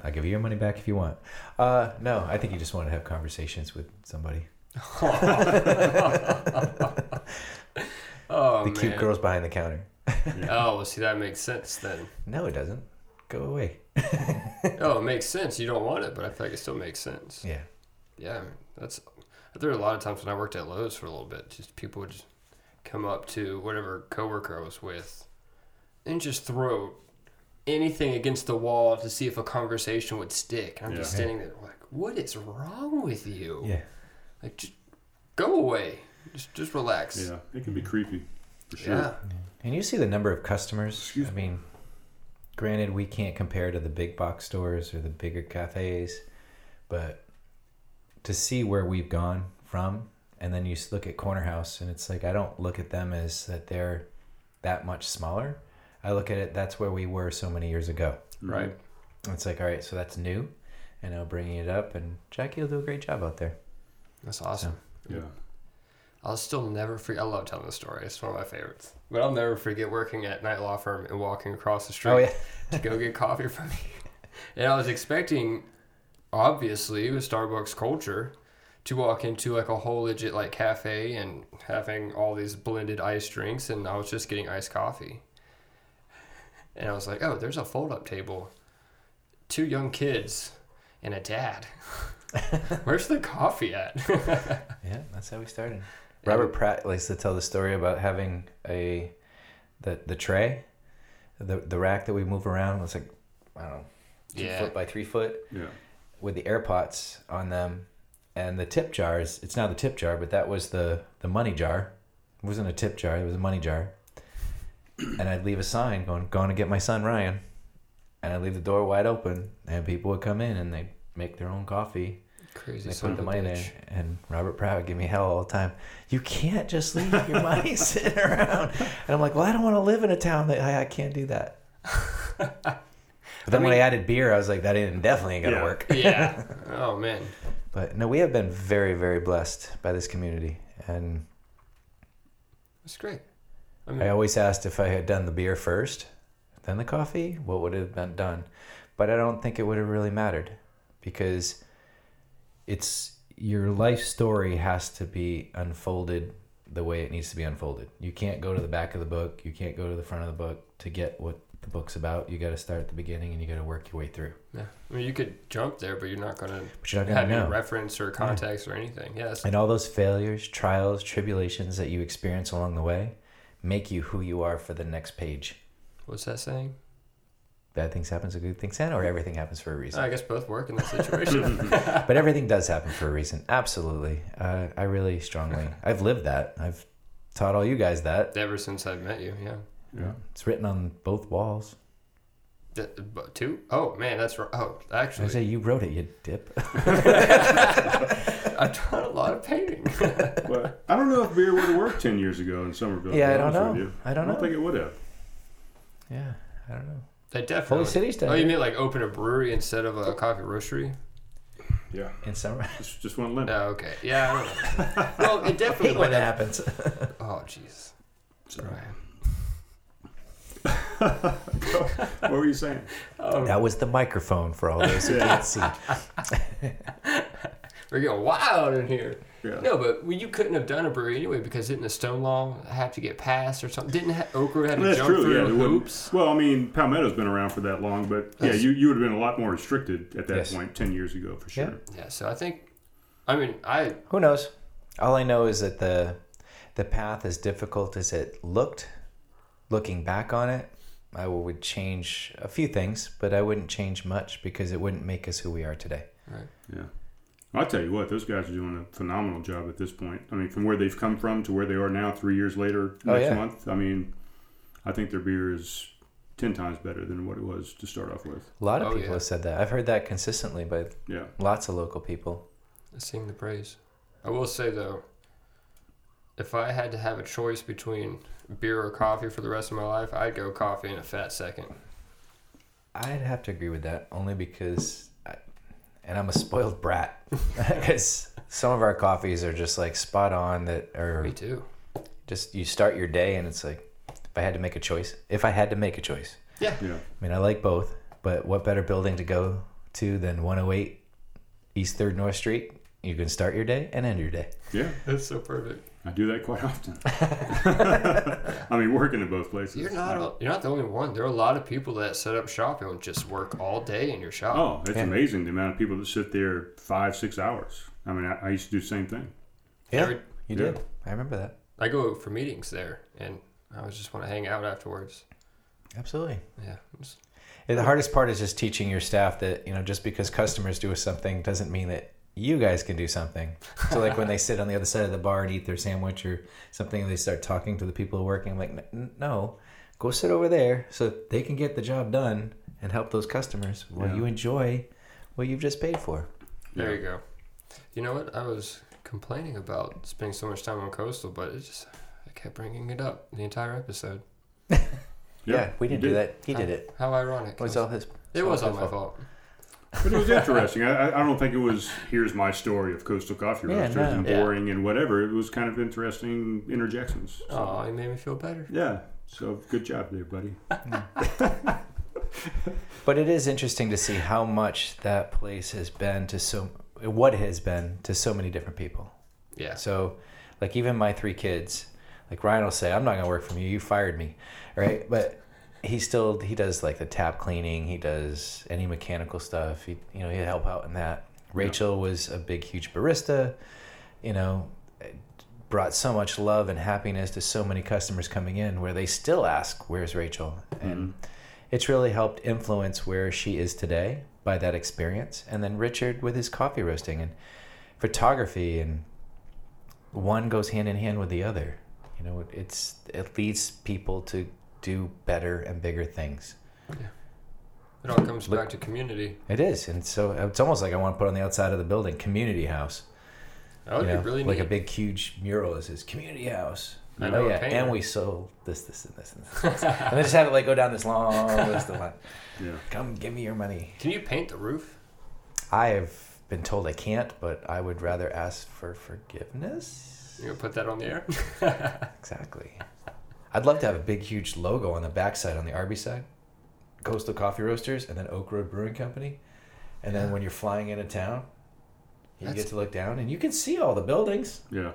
Speaker 4: I'll give you your money back if you want." Uh, no, I think you just want to have conversations with somebody.
Speaker 1: Oh,
Speaker 4: the
Speaker 1: man.
Speaker 4: cute girls behind the counter.
Speaker 1: Oh, well, Oh, see, that makes sense then.
Speaker 2: [laughs]
Speaker 4: No, it doesn't. go away.
Speaker 1: Oh, it makes sense. You don't want it, but I feel like it still makes sense.
Speaker 4: Yeah.
Speaker 1: Yeah, that's. There were a lot of times when I worked at Lowe's for a little bit, just people would just come up to whatever coworker I was with, and just throw anything against the wall to see if a conversation would stick. And I'm just
Speaker 2: Yeah.
Speaker 1: standing there like, what is wrong with you?
Speaker 4: Yeah.
Speaker 1: Like, just go away. Just just relax.
Speaker 2: Yeah, it can be creepy for sure.
Speaker 1: Yeah.
Speaker 4: And you see the number of customers.
Speaker 2: Excuse
Speaker 4: I mean, granted, we can't compare to the big box stores or the bigger cafes, but to see where we've gone from, and then you s- look at Corner House, and it's like I don't look at them as that they're that much smaller. I look at it that's where we were so many years ago.
Speaker 2: Mm-hmm.
Speaker 1: Right.
Speaker 4: And It's like all right, so that's new, and now bringing it up, and Jackie will do a great job out there.
Speaker 1: That's awesome.
Speaker 2: Yeah.
Speaker 1: I'll still never forget. I love telling the story. It's one of my favorites. But I'll never forget working at Night Law Firm and walking across the street
Speaker 4: Oh yeah,
Speaker 1: to go get coffee from you. [laughs] And I was expecting, obviously, with Starbucks culture, to walk into like a whole legit like cafe and having all these blended iced drinks, and I was just getting iced coffee. And I was like, oh, there's a fold up table, two young kids, and a
Speaker 4: [laughs]
Speaker 1: dad. Where's the coffee at? [laughs]
Speaker 4: Yeah, that's how we started. Robert Pratt likes to tell the story about having a the the tray, the the rack that we move around was like I don't know, two
Speaker 1: Yeah.
Speaker 4: foot by three foot [laughs]
Speaker 2: Yeah.
Speaker 4: with the AirPods on them, and the tip jars. It's now the tip jar, but that was the the money jar. It wasn't a tip jar. It was a money jar. And I'd leave a sign going, "Going to get my son Ryan," and I'd leave the door wide open, and people would come in and they'd make their own coffee.
Speaker 1: Crazy
Speaker 4: They
Speaker 1: son
Speaker 4: put
Speaker 1: of a
Speaker 4: the money
Speaker 1: bitch.
Speaker 4: there, and Robert Pratt would give me hell all the time. You can't just leave [laughs] your money sitting around. And I'm like, well, I don't want to live in a town that I, I can't do that. [laughs] But then when I added beer, I was like, that ain't, definitely ain't gonna
Speaker 2: Yeah.
Speaker 4: work.
Speaker 1: [laughs]
Speaker 4: [laughs]
Speaker 1: yeah. Oh man.
Speaker 4: But no, we have been very, very blessed by this community, and
Speaker 1: That's great. I mean,
Speaker 4: I always asked if I had done the beer first, then the coffee, what would have been done? But I don't think it would have really mattered because it's your life story has to be unfolded the way it needs to be unfolded. You can't go to the back of the book, you can't go to the front of the book to get what the book's about. You got to start at the beginning and you got to work your way through.
Speaker 1: yeah. I mean, you could jump there, but you're not gonna
Speaker 4: But you're not
Speaker 1: have
Speaker 4: going to know.
Speaker 1: any reference or context or anything. Yeah. That's,
Speaker 4: And all those failures, trials, tribulations that you experience along the way make you who you are for the next page.
Speaker 1: what's that saying?
Speaker 4: Bad things happen, so good things happen, or everything happens for a reason.
Speaker 1: I guess both work in that
Speaker 2: [laughs]
Speaker 1: situation. [laughs]
Speaker 4: but everything does happen for a reason. Absolutely. Uh, I really strongly, I've lived that. I've taught all you guys that.
Speaker 1: Ever since I've met you, yeah.
Speaker 2: Yeah.
Speaker 4: It's written on both walls.
Speaker 1: That, but two? Oh man, that's right. Oh,
Speaker 4: I say
Speaker 1: actually,
Speaker 4: you wrote it, you dip.
Speaker 1: [laughs] I've done a lot of painting. [laughs]
Speaker 2: Well, I don't know if beer would have worked 10 years ago in Somerville. to
Speaker 4: Yeah,
Speaker 2: be
Speaker 4: I don't
Speaker 2: honest with
Speaker 4: know.
Speaker 2: you.
Speaker 4: I don't
Speaker 2: I don't
Speaker 4: know.
Speaker 2: think it would have.
Speaker 4: Yeah, I don't know.
Speaker 1: They
Speaker 4: Holy
Speaker 1: definitely.
Speaker 4: City's
Speaker 1: Oh,
Speaker 4: done
Speaker 1: you
Speaker 4: it.
Speaker 1: mean like open a brewery instead of a coffee roastery?
Speaker 2: Yeah.
Speaker 4: in summer. [laughs]
Speaker 2: Just, just one limit.
Speaker 1: No, okay. Yeah, I don't know. Well, it
Speaker 4: I hate
Speaker 1: definitely
Speaker 4: when
Speaker 1: would
Speaker 4: that
Speaker 1: have.
Speaker 4: happens.
Speaker 1: Oh, jeez.
Speaker 2: Sorry.
Speaker 1: Right.
Speaker 2: what were you
Speaker 4: [laughs]
Speaker 2: saying?
Speaker 4: that was the microphone for all
Speaker 2: [laughs]
Speaker 4: those who can't see.
Speaker 1: We're getting wild in here.
Speaker 2: Yeah.
Speaker 1: No, but well, you couldn't have done a brewery anyway because didn't the stone law have to get passed or something? Didn't ha- Okra had to
Speaker 2: That's
Speaker 1: jump
Speaker 2: true.
Speaker 1: through
Speaker 2: Yeah, they wouldn't-
Speaker 1: hoops?
Speaker 2: Well, I mean, Palmetto's been around for that long, but yeah,
Speaker 1: Yes.
Speaker 2: you, you would have been a lot more restricted at that
Speaker 4: Yes.
Speaker 2: point 10 years ago for
Speaker 4: Yeah.
Speaker 2: sure.
Speaker 1: Yeah, so I think, I mean, I
Speaker 4: Who knows? All I know is that the the path, as difficult as it looked, looking back on it, I would change a few things, but I wouldn't change much because it wouldn't make us who we are today.
Speaker 2: Yeah. I'll tell you what, those guys are doing a phenomenal job at this point. I mean, from where they've come from to where they are now three years later
Speaker 4: Oh,
Speaker 2: next
Speaker 4: yeah.
Speaker 2: month, I mean, I think their beer is 10 times better than what it was to start off with.
Speaker 4: A lot of
Speaker 1: Oh,
Speaker 4: people
Speaker 1: yeah.
Speaker 4: have said that. I've heard that consistently by
Speaker 2: Yeah.
Speaker 4: lots of local people.
Speaker 1: sing the praise. I will say, though, if I had to have a choice between beer or coffee for the rest of my life, I'd go coffee in a fat second.
Speaker 4: I'd have to agree with that only because, I, and I'm a spoiled brat [laughs] because some of our coffees are just like spot on that are
Speaker 1: Me too.
Speaker 4: just you start your day and it's like if I had to make a choice, if I had to make a choice,
Speaker 2: Yeah.
Speaker 4: I mean, I like both, but what better building to go to than 108 East 3rd North Street? You can start your day and end your day.
Speaker 2: Yeah.
Speaker 4: [laughs]
Speaker 1: That's so perfect.
Speaker 2: I do that quite often. I mean, working in both places.
Speaker 1: You're not a- you're not the only one. There are a lot of people that set up shop and just work all day in your shop.
Speaker 2: Oh, it's
Speaker 4: Yeah.
Speaker 2: amazing the amount of people that sit there five, six hours. I mean, I, I used to do the same thing.
Speaker 4: Yeah,
Speaker 1: Every-
Speaker 2: Yeah.
Speaker 4: you did. I remember that.
Speaker 1: I go for meetings there, and I always just want to hang out afterwards.
Speaker 4: Absolutely.
Speaker 1: Yeah, it's-
Speaker 4: And the hardest part is just teaching your staff that you know just because customers do something doesn't mean that you guys can do something. So like when they sit on the other side of the bar and eat their sandwich or something, and they start talking to the people working. I'm like, "N- n- no, go sit over there so they can get the job done and help those customers while
Speaker 2: Yeah.
Speaker 4: you enjoy what you've just paid for.
Speaker 1: there you go. You know what? I was complaining about spending so much time on coastal, but it just I kept bringing it up the entire episode.
Speaker 4: Yeah, we didn't
Speaker 2: you did.
Speaker 4: do that. He did Oh. it.
Speaker 1: How ironic!
Speaker 4: It was all his.
Speaker 1: It was all
Speaker 4: his
Speaker 1: my fault.
Speaker 2: But it
Speaker 4: [laughs]
Speaker 2: was interesting. I, I- I don't think it was, here's my story of Coastal Coffee
Speaker 4: Yeah,
Speaker 2: Roasters
Speaker 4: no.
Speaker 2: and
Speaker 1: Yeah.
Speaker 2: boring and whatever. It was kind of interesting interjections. So,
Speaker 1: Oh, you made me feel better.
Speaker 2: Yeah. So good job there, buddy.
Speaker 4: But it is interesting to see how much that place has been to so what it has been to so many different people.
Speaker 1: Yeah.
Speaker 4: So, like even my three kids, like Ryan will say, "I'm not gonna work from you. You fired me," right? But he still he does like the tap cleaning. He does any mechanical stuff. He you know he help out in that. Rachel was a big huge barista. You know, it brought so much love and happiness to so many customers coming in where they still ask, "Where's Rachel?" And it's really helped influence where she is today by that experience. And then Richard with his coffee roasting and photography and one goes hand in hand with the other. You know, it- it's it leads people to do better and bigger things.
Speaker 1: It all comes back to community.
Speaker 4: It is, and so it's almost like I want to put on the outside of the building community house.
Speaker 1: That would
Speaker 4: you know,
Speaker 1: be Oh, really
Speaker 4: like
Speaker 1: neat.
Speaker 4: a big huge mural that says community house.
Speaker 1: I know
Speaker 4: oh
Speaker 1: a
Speaker 4: yeah,
Speaker 1: painter.
Speaker 4: and we sold this, this, and this, and this, and they just have it like go down this long list of like,
Speaker 2: Yeah.
Speaker 4: come give me your money.
Speaker 1: [laughs] Can you paint the roof?
Speaker 4: I've been told I can't, but I would rather ask for forgiveness.
Speaker 1: You gonna put that on the air?
Speaker 4: Exactly. I'd love to have a big, huge logo on the backside on the Arby side, Coastal Coffee Roasters, and then Oak Road Brewing Company. And then when you're flying into town, you
Speaker 1: That's-
Speaker 4: get to look down and you can see all the buildings.
Speaker 2: Yeah.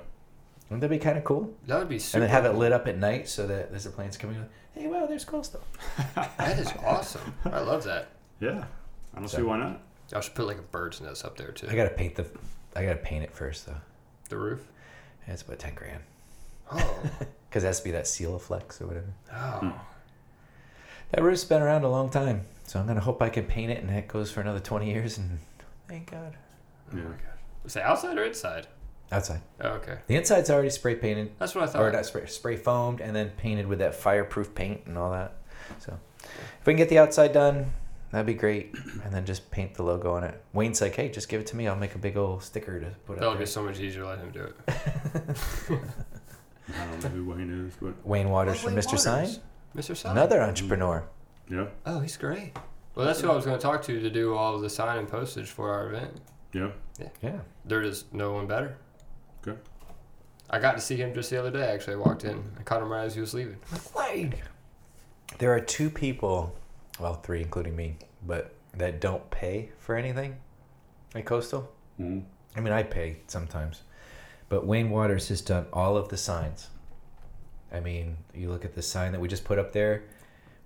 Speaker 4: Wouldn't that be kind of cool?
Speaker 1: That would be
Speaker 4: And
Speaker 1: super.
Speaker 4: then have it lit up at night so that as the plane's coming in, hey, wow, there's Coastal.
Speaker 1: [laughs] that is awesome. I love that.
Speaker 2: Yeah. I don't
Speaker 4: So-
Speaker 2: see why not.
Speaker 1: I should put like a bird's nest up there too.
Speaker 4: I gotta paint the, I gotta paint it Hmm. first though.
Speaker 1: the roof.
Speaker 4: That's about ten grand [laughs]
Speaker 1: Oh,
Speaker 4: because it has to be that seal of flex or whatever.
Speaker 1: oh.
Speaker 4: That roof's been around a long time, so I'm gonna hope I can paint it and that goes for another twenty years. And thank God.
Speaker 2: Yeah.
Speaker 1: Is that outside or inside?
Speaker 4: Outside.
Speaker 1: Oh, okay.
Speaker 4: The inside's already spray painted,
Speaker 1: That's what I
Speaker 4: or
Speaker 1: thought.
Speaker 4: not spray, spray foamed, and then painted with that fireproof paint and all that. So, if we can get the outside done, that'd be great. And then just paint the logo on it. Wayne's like, "Hey, just give it to me. I'll make a big old sticker to put
Speaker 1: That
Speaker 4: up
Speaker 1: would be
Speaker 4: there."
Speaker 1: so much easier to let him do it.
Speaker 2: I don't know who Wayne is, but
Speaker 4: [laughs] Wayne Waters from
Speaker 1: Wayne
Speaker 4: Mr. Sign,
Speaker 1: Waters. Mr. Sign.
Speaker 4: another entrepreneur.
Speaker 2: yeah.
Speaker 1: Oh, he's great. Well, that's who I was going to talk to to do all the sign and postage for our event.
Speaker 2: Yeah.
Speaker 4: Yeah,
Speaker 1: There is no one better.
Speaker 2: Okay.
Speaker 1: I got to see him just the other day. Actually, I walked in. I caught him right as he was
Speaker 4: [laughs]
Speaker 1: leaving.
Speaker 4: there are two people, well, three including me, but that don't pay for anything at Coastal.
Speaker 2: Mhm.
Speaker 4: I mean, I pay sometimes, but Wayne Waters has done all of the signs. I mean, you look at the sign that we just put up there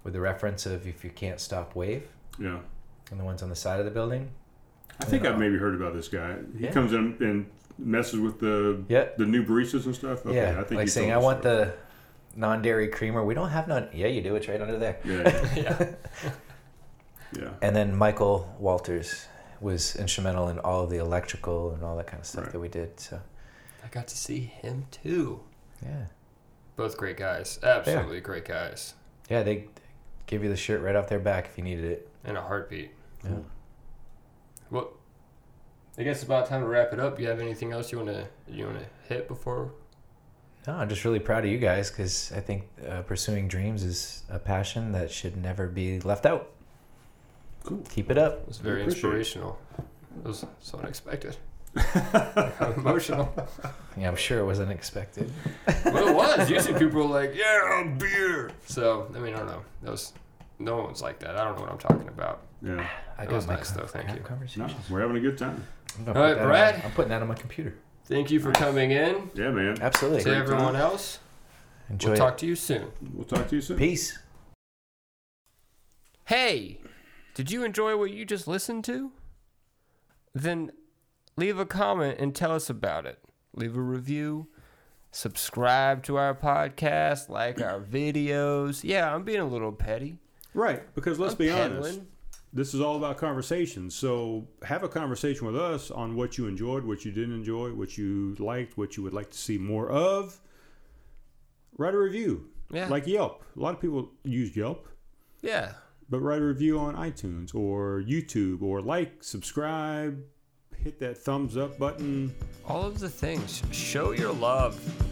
Speaker 4: with the reference of if you can't stop, wave,
Speaker 2: Yeah.
Speaker 4: and the ones on the side of the building.
Speaker 2: I think I've maybe heard about this guy. He
Speaker 4: Yeah.
Speaker 2: comes in and messes with the
Speaker 4: Yeah.
Speaker 2: the new baristas and stuff. Okay,
Speaker 4: yeah,
Speaker 2: I think
Speaker 4: like
Speaker 2: he
Speaker 4: saying, I
Speaker 2: told
Speaker 4: want
Speaker 2: us
Speaker 4: the non dairy creamer. We don't have none. Yeah, you do. It's right under there.
Speaker 1: [laughs]
Speaker 2: that.
Speaker 1: yeah.
Speaker 2: Yeah, yeah,
Speaker 4: And then Michael Walters was instrumental in all of the electrical and all that kind of stuff
Speaker 2: Right.
Speaker 4: that we did. So,
Speaker 1: I got to see him too.
Speaker 4: yeah.
Speaker 1: Both great guys. Absolutely great guys.
Speaker 4: Yeah, they give you the shirt right off their back if you needed it.
Speaker 1: In a heartbeat.
Speaker 4: Yeah.
Speaker 1: Well, I guess it's about time to wrap it up. You have anything else you want to you want to hit before?
Speaker 4: No, I'm just really proud of you guys because I think uh, pursuing dreams is a passion that should never be left out.
Speaker 2: Cool.
Speaker 4: Keep it up.
Speaker 1: It was very
Speaker 2: appreciate it.
Speaker 1: inspirational. It was so unexpected. I'm emotional.
Speaker 4: Yeah, I'm sure it wasn't expected.
Speaker 1: well, it was. Usually people are like, yeah, beer. So, I mean, I don't know. That was, no one's like that. I don't know what I'm talking about.
Speaker 2: yeah.
Speaker 4: [laughs] I
Speaker 1: That was nice, though.
Speaker 4: I
Speaker 1: Thank
Speaker 4: got
Speaker 1: you.
Speaker 4: Conversation.
Speaker 2: No, we're having a good time.
Speaker 4: I'm gonna
Speaker 1: All
Speaker 4: put
Speaker 1: right,
Speaker 4: that on-
Speaker 1: Brad.
Speaker 4: I'm putting that on my computer.
Speaker 1: Thank you for coming in.
Speaker 2: Yeah, man.
Speaker 4: Absolutely.
Speaker 1: To everyone else,
Speaker 4: Enjoy
Speaker 6: We'll
Speaker 4: it.
Speaker 6: talk to you soon.
Speaker 7: We'll talk to you soon.
Speaker 4: Peace.
Speaker 1: Hey, did you enjoy what you just listened to? Then leave a comment and tell us about it. Leave a review, subscribe to our podcast, like our videos. Yeah, I'm being a little petty.
Speaker 2: Right, because let's
Speaker 1: I'm
Speaker 2: be honest.
Speaker 1: peddling.
Speaker 2: this is all about conversations. So have a conversation with us on what you enjoyed, what you didn't enjoy, what you liked, what you would like to see more of. Write a review,
Speaker 1: Yeah.
Speaker 2: like Yelp. A lot of people use Yelp,
Speaker 1: yeah.
Speaker 2: but write a review on iTunes or YouTube or like, subscribe, hit that thumbs up button.
Speaker 1: All of the things. Show your love.